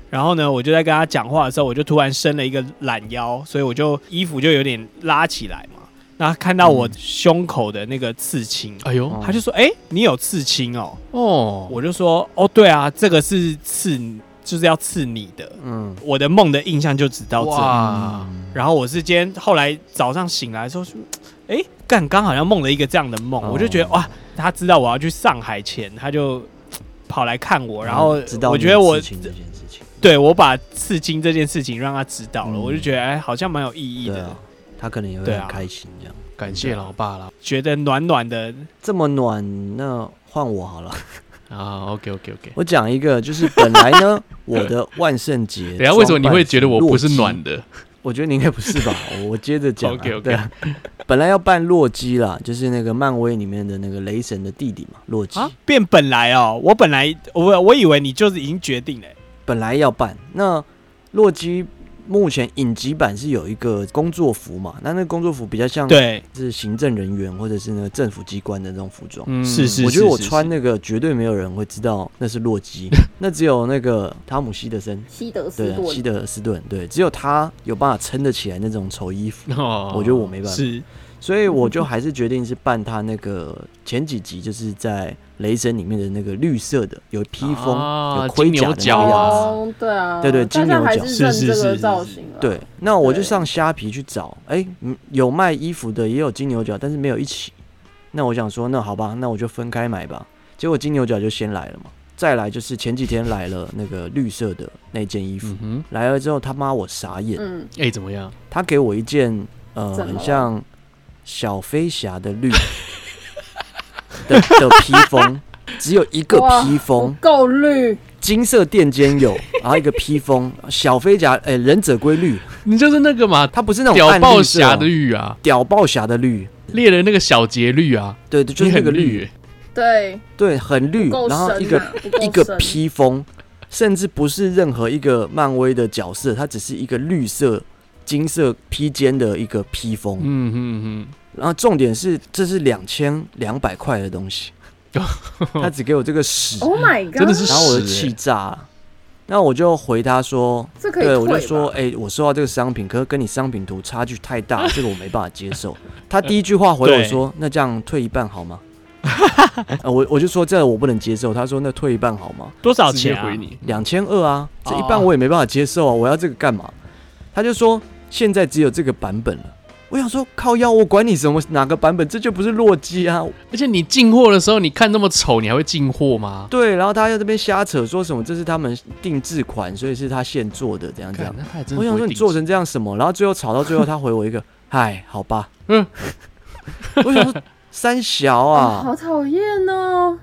Speaker 2: 然后呢，我就在跟他讲话的时候，我就突然伸了一个懒腰，所以我就衣服就有点拉起来嘛。那他看到我胸口的那个刺青，
Speaker 1: 哎呦，
Speaker 2: 他就说：“哎、你有刺青哦？”
Speaker 1: 哦，
Speaker 2: 我就说：“哦，对啊，这个是刺，就是要刺你的。
Speaker 3: 嗯”
Speaker 2: 我的梦的印象就只到这里。
Speaker 1: 哇，
Speaker 2: 然后我是今天后来早上醒来的时候说，哎，干刚好像梦了一个这样的梦，
Speaker 3: 哦
Speaker 2: 我就觉得哇，他知道我要去上海前，他就嘖跑来看我，然后
Speaker 3: 嗯知道
Speaker 2: 我
Speaker 3: 你
Speaker 2: 觉得
Speaker 3: 有
Speaker 2: 我
Speaker 3: 刺青这件事情，
Speaker 2: 对我把刺青这件事情让他知道了，
Speaker 3: 嗯
Speaker 2: 我就觉得哎，好像蛮有意义
Speaker 3: 对
Speaker 2: 的，
Speaker 3: 啊，他可能也
Speaker 2: 对
Speaker 3: 会
Speaker 2: 啊
Speaker 3: 很开心这样。
Speaker 1: 感谢老爸啦。
Speaker 2: 觉得暖暖的，
Speaker 3: 这么暖，那换我好了。
Speaker 1: 啊，OK OK OK。
Speaker 3: 我讲一个，就是本来呢，
Speaker 1: *laughs*
Speaker 3: 我的万圣节，
Speaker 1: 等一下为什么你会觉得我不是暖？的？
Speaker 3: 我觉得你应该不是
Speaker 1: *laughs*
Speaker 3: 吧？我我接着讲啊。
Speaker 1: OK，OK
Speaker 3: 对啊，本来要扮洛基啦，就是那个漫威里面的那个雷神的弟弟嘛，洛基。
Speaker 1: 啊
Speaker 2: 变本来哦，我本来我我以为你就是已经决定了，
Speaker 3: 本来要办。那洛基目前影集版是有一个工作服嘛？那那个工作服比较像
Speaker 2: 对，
Speaker 3: 是行政人员或者是那个政府机关的那种服装。
Speaker 1: 嗯
Speaker 2: 是是
Speaker 3: 我觉得我
Speaker 2: 是
Speaker 3: 穿那个绝对没有人会知道那是
Speaker 1: *laughs*
Speaker 3: 洛基，那只有那个汤姆希德森，
Speaker 4: 西德斯
Speaker 3: 对啊，
Speaker 4: 顿
Speaker 3: 希德斯顿，对，只有他有办法撑得起来那种丑衣服。
Speaker 1: 哦，
Speaker 3: 我觉得我没办法，
Speaker 2: 是
Speaker 3: 所以我就还是决定是扮他那个前几集就是在雷神里面的那个绿色的，有披风、
Speaker 1: 啊
Speaker 3: 有盔
Speaker 1: 金
Speaker 3: 甲
Speaker 1: 牛
Speaker 3: 的那
Speaker 1: 角
Speaker 3: 个样子。
Speaker 4: 哦，对啊，
Speaker 3: 对对
Speaker 4: 大
Speaker 3: 金牛
Speaker 4: 家
Speaker 3: 角
Speaker 4: 还是
Speaker 2: 是是
Speaker 4: 认这
Speaker 2: 是
Speaker 4: 个
Speaker 2: 是
Speaker 4: 造型啊了。
Speaker 3: 对，，那我就
Speaker 4: 对
Speaker 3: 上虾皮去找，哎、嗯有卖衣服的，也有金牛角，但是没有一起。那我想说，那好吧，那我就分开买吧。结果金牛角就先来了嘛，再来就是前几天来了那个绿色的那件衣服，
Speaker 1: 嗯哼，
Speaker 3: 来了之后他妈我傻眼，
Speaker 4: 嗯，
Speaker 1: 哎，怎么样？
Speaker 3: 他给我一件呃
Speaker 4: 怎么
Speaker 3: 很
Speaker 4: 了
Speaker 3: 像小飞侠的绿 *laughs* 的的披风，只有一个
Speaker 4: 哇
Speaker 3: 披
Speaker 4: 不
Speaker 3: 风，
Speaker 4: 够绿，
Speaker 3: 金色垫肩有，然后一个披风，小飞侠哎、忍者归绿，
Speaker 1: 你就是那个嘛，
Speaker 3: 它不是那种
Speaker 1: 屌
Speaker 3: 暗绿
Speaker 1: 爆
Speaker 3: 色
Speaker 1: 侠
Speaker 3: 哦
Speaker 1: 的玉啊，
Speaker 3: 屌爆侠的绿，
Speaker 1: 猎人那个小节律啊，
Speaker 3: 对对，就是
Speaker 1: 你
Speaker 3: 那
Speaker 1: 很
Speaker 3: 个绿，
Speaker 1: 绿，
Speaker 4: 对，
Speaker 3: 对，很绿，
Speaker 4: 够
Speaker 3: 然后
Speaker 4: 深
Speaker 3: 一个
Speaker 4: 啊，不够
Speaker 3: 一个
Speaker 4: 深
Speaker 3: 披风，甚至不是任何一个漫威的角色，它只是一个绿色、金色披肩的一个披风。
Speaker 1: 嗯嗯嗯，
Speaker 3: 然后重点是，这是两千两百块的东西，他只给我这个屎，
Speaker 4: Oh my god！
Speaker 1: 真的是
Speaker 3: 然后我就
Speaker 1: 屎欸
Speaker 3: 气炸了。那我就回他说，
Speaker 4: 这可以
Speaker 3: 对，我就
Speaker 4: 退吧
Speaker 3: 说，哎、我收到这个商品，可是跟你商品图差距太
Speaker 4: *laughs*
Speaker 3: 大，这个我没办法接受。他第一句话回我
Speaker 2: 对
Speaker 3: 说，那这样退一半好吗？ *laughs* 呃我我就说这我不能接受。他说那退一半好吗？
Speaker 2: 多少
Speaker 1: 直接
Speaker 2: 钱啊
Speaker 1: 回？你，
Speaker 3: 两千二啊，这一
Speaker 2: 哦
Speaker 3: 半我也没办法接受啊，我要这个干嘛？他就说现在只有这个版本了。我想说靠腰，我管你什么哪个版本，这就不是洛基啊，
Speaker 1: 而且你进货的时候，你看那么丑，你还会进货吗？
Speaker 3: 对，然后他在这边瞎扯，说什么这是他们定制款，所以是他现做的，怎样怎
Speaker 1: 干
Speaker 3: 样。
Speaker 1: 那他还真
Speaker 3: 我
Speaker 1: 的
Speaker 3: 想
Speaker 1: 不会
Speaker 3: 说你
Speaker 1: 定
Speaker 3: 做
Speaker 1: 制
Speaker 3: 成这样什么？然后最后吵到最后，他回我一个“嗨，好吧”。嗯
Speaker 1: 嗯，
Speaker 3: *laughs* 我想说三小
Speaker 4: *laughs* 哦
Speaker 3: 啊
Speaker 4: 好，讨厌哦！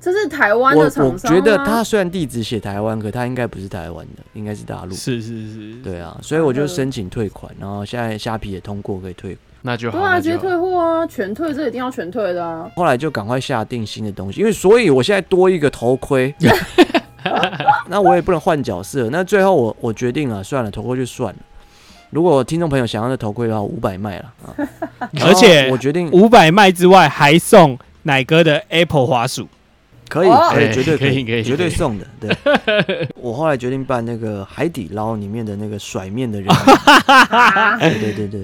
Speaker 4: 这是台湾
Speaker 3: 我
Speaker 4: 的厂
Speaker 3: 我
Speaker 4: 商吗啊
Speaker 3: 觉得他虽然地址写台湾，可他应该不是台湾的，应该是大陆。
Speaker 2: 是是是，
Speaker 3: 对啊，所以我就
Speaker 4: 嗯
Speaker 3: 申请退款，然后现在虾皮也通过可以退。
Speaker 1: 那就好，
Speaker 4: 对啊，
Speaker 1: 那
Speaker 4: 直接
Speaker 1: 就好
Speaker 4: 退货啊，全退，这一定要全退的啊！
Speaker 3: 后来就赶快下定新的东西，因为所以我现在多一个
Speaker 2: *laughs*
Speaker 3: 头盔，那我也不能换角色。那最后我我决定了，算了，头盔就算了。如果听众朋友想要的头盔的话，五百卖了啊。然后
Speaker 2: 而且
Speaker 3: 我决嗯定
Speaker 2: 五百麦之外还送奶哥的 Apple 滑鼠，
Speaker 3: 可以，
Speaker 4: 哦
Speaker 3: 可以，绝对
Speaker 1: 可以可以
Speaker 3: 绝对
Speaker 1: 可以 *laughs*
Speaker 3: 送的。对，我后来决定办那个海底捞里面的那个甩
Speaker 1: *laughs*
Speaker 3: 面的人，
Speaker 4: 啊
Speaker 3: 对对对对，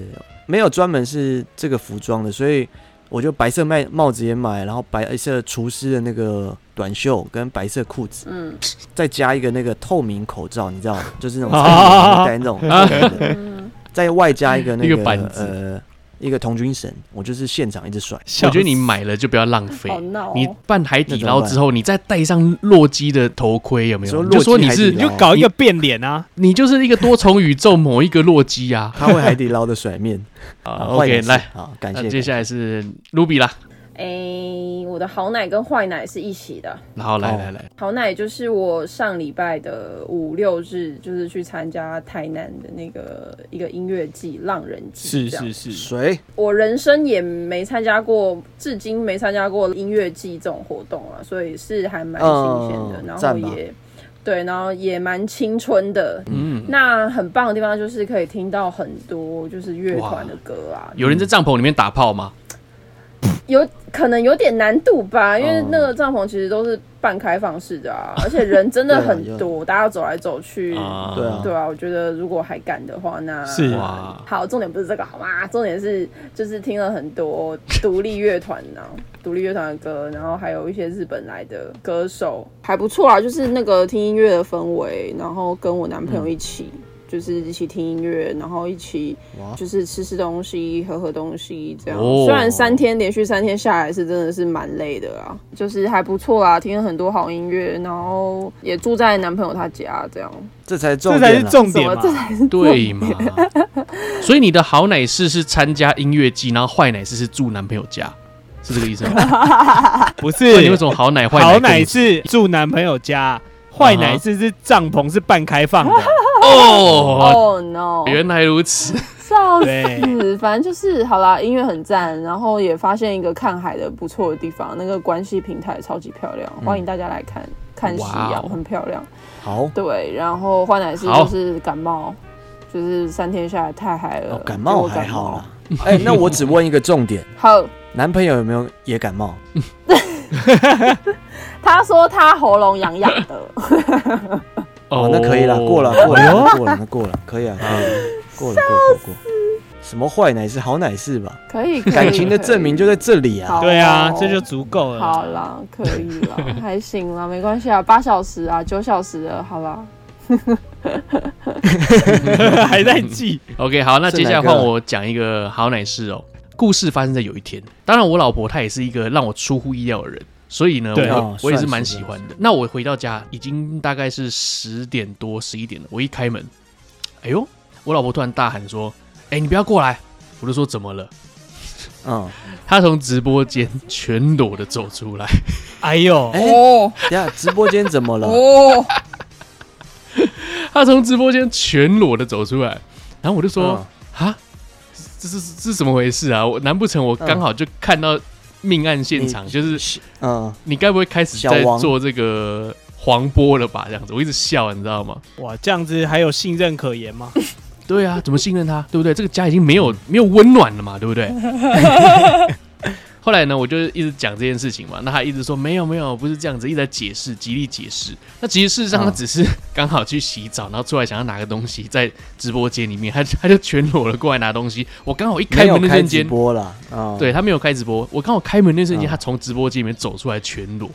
Speaker 3: 没有专门是这个服装的，所以我就白色帽帽子也买，然后白呃色厨师的那个短袖跟白色裤子。
Speaker 4: 嗯
Speaker 3: 再加一个那个透明口罩，你知道吗？就
Speaker 1: *laughs*
Speaker 3: 是那种
Speaker 2: 啊
Speaker 3: 餐饮会戴那种透明的，
Speaker 4: 嗯，
Speaker 3: 再外加一个那
Speaker 1: 一
Speaker 3: 个
Speaker 1: 个板子
Speaker 3: 呃一个童军绳，我就是现场一直甩。
Speaker 1: 我觉得你买了就不要浪费
Speaker 4: 好。闹哦。
Speaker 1: 你办海底捞之后，你再戴上洛基的头盔，有没有？
Speaker 3: 你
Speaker 1: 你
Speaker 3: 说
Speaker 1: 就说
Speaker 3: 洛基
Speaker 1: 你
Speaker 3: 海底
Speaker 1: 是
Speaker 2: 你
Speaker 3: 捞
Speaker 2: 就搞一个变脸啊！
Speaker 1: 你就是一个多重宇宙某一个洛基啊。
Speaker 3: 他会海底捞的甩面
Speaker 1: *laughs* 啊
Speaker 3: 啊
Speaker 1: ，OK，来，
Speaker 3: 啊，感
Speaker 1: 那
Speaker 3: 谢。
Speaker 1: 接下来是卢比啦。
Speaker 4: 哎、我的好奶跟坏奶是一起的。
Speaker 1: 然后来
Speaker 3: 哦
Speaker 1: 来来，
Speaker 4: 好奶就是我上礼拜的五六日，就是去参加台南的那个一个音乐季——浪人季。
Speaker 2: 是
Speaker 4: 这样
Speaker 2: 是是，
Speaker 3: 水
Speaker 4: 我人生也没参加过，至今没参加过音乐季这种活动啊，所以是还蛮新鲜的，
Speaker 3: 嗯
Speaker 4: 然后
Speaker 3: 赞吧
Speaker 4: 也对，然后也蛮青春的。
Speaker 1: 嗯，
Speaker 4: 那很棒的地方就是可以听到很多就是乐团的歌啊，
Speaker 1: 有人在帐篷里面打炮吗？
Speaker 4: 有可能有点难度吧，因为
Speaker 3: 嗯
Speaker 4: 那个帐篷其实都是半开放式
Speaker 3: *laughs*
Speaker 4: 的啊，而且人真的很
Speaker 3: 对啊
Speaker 4: 多，大家走来走去。
Speaker 1: 嗯
Speaker 3: 对啊
Speaker 4: 对啊，我觉得如果还敢的话，那
Speaker 1: 啊
Speaker 2: 是
Speaker 1: 哇，
Speaker 4: 好，重点不是这个好吗？重点是就是听了很多独立乐团呢，独立乐团的歌，然后还有一些日本来的歌手，还不错啊。就是那个听音乐的氛围，然后跟我男朋友一起，就是一起听音乐，然后一起
Speaker 3: 哇
Speaker 4: 就是吃吃东西、喝喝东西这样。
Speaker 1: 哦
Speaker 4: 虽然三天连续三天下来是真的是蛮累的啊，就是还不错啊，听了很多好音乐，然后也住在男朋友他家这样。
Speaker 3: 这才是重
Speaker 2: 这才
Speaker 3: 点
Speaker 2: 是
Speaker 3: 啊啦
Speaker 2: 重
Speaker 4: 怎
Speaker 2: 点
Speaker 4: 么
Speaker 2: 嘛
Speaker 4: 这！才是
Speaker 1: 对嘛。 *laughs* 所以你的好奶师是参加音乐季，然后坏奶师是住男朋友家，是这个意思 *laughs* 吗？
Speaker 2: 不
Speaker 1: 那
Speaker 2: 是
Speaker 1: 你为什么好奶坏
Speaker 2: 好
Speaker 1: 奶
Speaker 2: 奶
Speaker 1: 共
Speaker 2: 是住男朋友家，坏奶是是帐篷是半开放
Speaker 4: *laughs*
Speaker 2: 的，
Speaker 1: 哦，
Speaker 4: Oh no！
Speaker 1: 原来如此。
Speaker 4: 笑
Speaker 2: 对
Speaker 4: 死，反正就是好啦，音乐很赞，然后也发现一个看海的不错的地方，那个关系平台超级漂
Speaker 3: 嗯
Speaker 4: 亮，欢迎大家来看看夕
Speaker 1: 哇
Speaker 4: 阳
Speaker 1: 哦，
Speaker 4: 很漂亮。
Speaker 3: 好。
Speaker 4: 对，然后换奶是
Speaker 1: 好
Speaker 4: 就是感冒，就是三天下来太嗨了，
Speaker 3: 哦感冒还
Speaker 4: 结果呃感
Speaker 3: 好
Speaker 4: 冒
Speaker 3: 啦。哎，那我只问一个重点， *laughs*
Speaker 4: 好，
Speaker 3: 男朋友有没有也感冒？
Speaker 4: 他说他喉咙痒痒
Speaker 3: *laughs*
Speaker 4: 的，
Speaker 3: 哦，那可以了，过了，
Speaker 1: 哎
Speaker 3: 过了，过了，那过了，可以啊，可以啊
Speaker 1: 嗯
Speaker 3: 过了，过了，过了过了。什么坏奶是好奶是吧？
Speaker 4: 可以，可以
Speaker 3: 感情的证明就在这里啊
Speaker 4: 好。哦
Speaker 2: 对啊，这就足够
Speaker 4: 好
Speaker 2: 了。
Speaker 4: 啦，可以啦，还行啦，没关系啊，八小时啊，九小时的，好啦。
Speaker 2: *laughs* 还在记，
Speaker 1: OK，好，那
Speaker 3: 是
Speaker 1: 接下来
Speaker 3: 哪个
Speaker 1: 换我讲一个好奶事哦。故事发生在有一天，当然我老婆她也是一个让我出乎意料的人，所以呢，
Speaker 2: 对
Speaker 1: 我
Speaker 3: 哦
Speaker 1: 我也是
Speaker 3: 算
Speaker 1: 蛮
Speaker 3: 是
Speaker 1: 喜欢的。那我回到家已经大概是十点多十一点了，我一开门，哎呦，我老婆突然大喊说：“哎、你不要过来！”我就说怎么了？
Speaker 3: 嗯，
Speaker 1: 她从直播间全裸的走出来，
Speaker 2: 哎呦，
Speaker 3: 哎，
Speaker 4: 哦
Speaker 3: 等一下直播间怎么
Speaker 4: *laughs*
Speaker 3: 了？
Speaker 4: 哦，
Speaker 1: 她从直播间全裸的走出来，然后我就说：“
Speaker 3: 嗯
Speaker 1: 啊，这是这是怎么回事啊？我难不成我刚好就看到命案现场，就是
Speaker 3: 嗯，
Speaker 1: 你该不会开始
Speaker 3: 小
Speaker 1: 在
Speaker 3: 王
Speaker 1: 做这个黄波了吧？这样子，我一直笑，你知道吗？
Speaker 2: 哇，这样子还有信任可言吗？
Speaker 1: 对嗯 *laughs* 啊，怎么信任他？对不对？这个家已经没有没有温暖了嘛，对不对？后来呢，我就一直讲这件事情嘛，那他一直说没有没有，不是这样子，一直在解释，极力解释。那其实事实上他
Speaker 3: 嗯
Speaker 1: 只是刚好去洗澡，然后出来想要拿个东西，在直播间里面，他他就全裸了过来拿东西。我刚好一开
Speaker 3: 没有
Speaker 1: 门那
Speaker 3: 开
Speaker 1: 瞬
Speaker 3: 直
Speaker 1: 间，
Speaker 3: 播啦，啊，
Speaker 1: 对，他没有开直播，我刚好开门那瞬间，
Speaker 3: 嗯
Speaker 1: 他从直播间里面走出来全裸，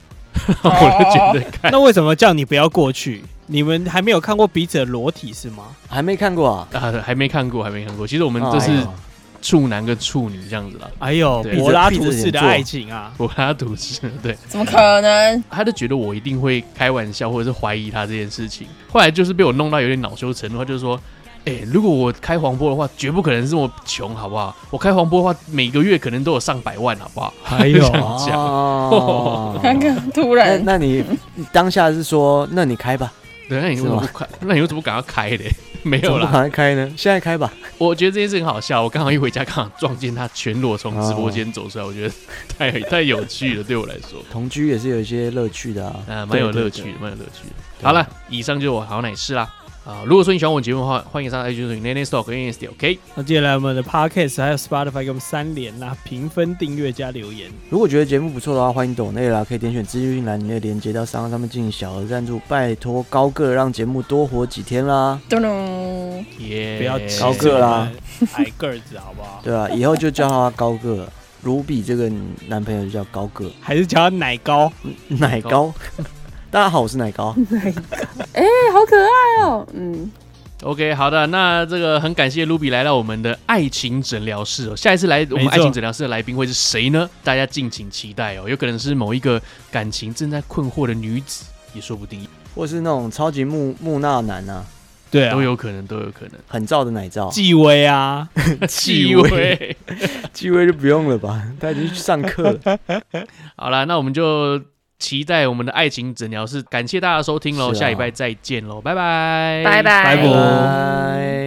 Speaker 1: 然 *laughs* 后我就觉得看
Speaker 2: 那为什么叫你不要过去？你们还没有看过彼此的裸体是吗？
Speaker 3: 还没看过啊，
Speaker 1: 啊，还没看过，还没看过。其实我们都
Speaker 3: 哎
Speaker 1: 是
Speaker 3: 呦
Speaker 1: 处男跟处女这样子啦。
Speaker 2: 哎呦，
Speaker 1: 对
Speaker 2: 柏拉图式的爱情啊！
Speaker 1: 我跟他赌是，对，
Speaker 4: 怎么可
Speaker 3: 哦
Speaker 4: 能？
Speaker 1: 他就觉得我一定会开玩笑，或者是怀疑他这件事情。后来就是被我弄到有点恼羞成怒，他就说：“哎、如果我开黄波的话，绝不可能这么穷，好不好？我开黄波的话，每个月可能都有上百万，好不好？”
Speaker 2: 哎
Speaker 1: *laughs*
Speaker 2: 呦
Speaker 1: 这样啊讲，
Speaker 4: *laughs*
Speaker 3: 哦
Speaker 4: 刚刚 *laughs* 突
Speaker 3: 那
Speaker 4: 然
Speaker 3: 那你你当下是说，那你开吧，
Speaker 1: 对，那你为什么不开？ *laughs* 那你为什么不敢要开 *laughs* 嘞？没
Speaker 3: 怎
Speaker 1: 有
Speaker 3: 么不
Speaker 1: 啦
Speaker 3: 赶，快开呢？现在开吧，
Speaker 1: 我觉得这件事很好笑。我刚好一回家，刚好撞见他全裸从直播间走出来，我觉得太太有趣了，对我来说。
Speaker 3: 同居也是有一些乐趣的啊，
Speaker 1: *laughs* 啊，蛮有
Speaker 3: 对
Speaker 1: 乐趣，的，蛮有乐趣的。
Speaker 3: 对
Speaker 1: 好了，以上就是我好奶事啦。啊，如果说你喜欢我节目的话，欢迎上 iTunes、n a n e Store 跟 NSD。OK，
Speaker 2: 那接下来我们的 podcast 还有 Spotify 给我们三连啦，评分、订阅加留言。
Speaker 3: 如果觉得节目不错的话，欢迎抖内啦，可以点选资讯栏里面的连接到商号上面进行小额赞助，拜托高个让节目多活几天啦，
Speaker 4: 咚咚，
Speaker 1: 耶、
Speaker 2: 不要
Speaker 1: 吃
Speaker 2: 歧视
Speaker 3: 高个啦
Speaker 2: 我们矮个子好不好？
Speaker 3: 对 *laughs* 啊，以后就叫他高个，卢比这个男朋友就叫高 *laughs* 个，
Speaker 2: 还是叫他奶高？
Speaker 3: 奶高。大家好，我是奶高，
Speaker 4: 哎，好可爱哦，嗯，
Speaker 1: OK，好的，那这个很感谢卢比来到我们的爱情诊疗室哦。下一次来我们
Speaker 2: 没错
Speaker 1: 爱情诊疗室的来宾会是谁呢？大家敬请期待哦。有可能是某一个感情正在困惑的女子，也说不定，
Speaker 3: 或是那种超级木木讷男啊，
Speaker 2: 对啊，
Speaker 1: 都有可能，都有可能。
Speaker 3: 很燥的奶罩，
Speaker 2: 纪薇啊，
Speaker 1: *laughs* 气
Speaker 3: 气
Speaker 1: 味。
Speaker 3: 机会就不用了吧，他已经去上课 *laughs* 了。
Speaker 1: 好啦，那我们就期待我们的爱情诊疗室。感谢大家的收听喽，
Speaker 3: 是啊
Speaker 1: 下礼拜再见喽，拜拜，
Speaker 4: 拜拜
Speaker 2: 拜
Speaker 3: 拜拜。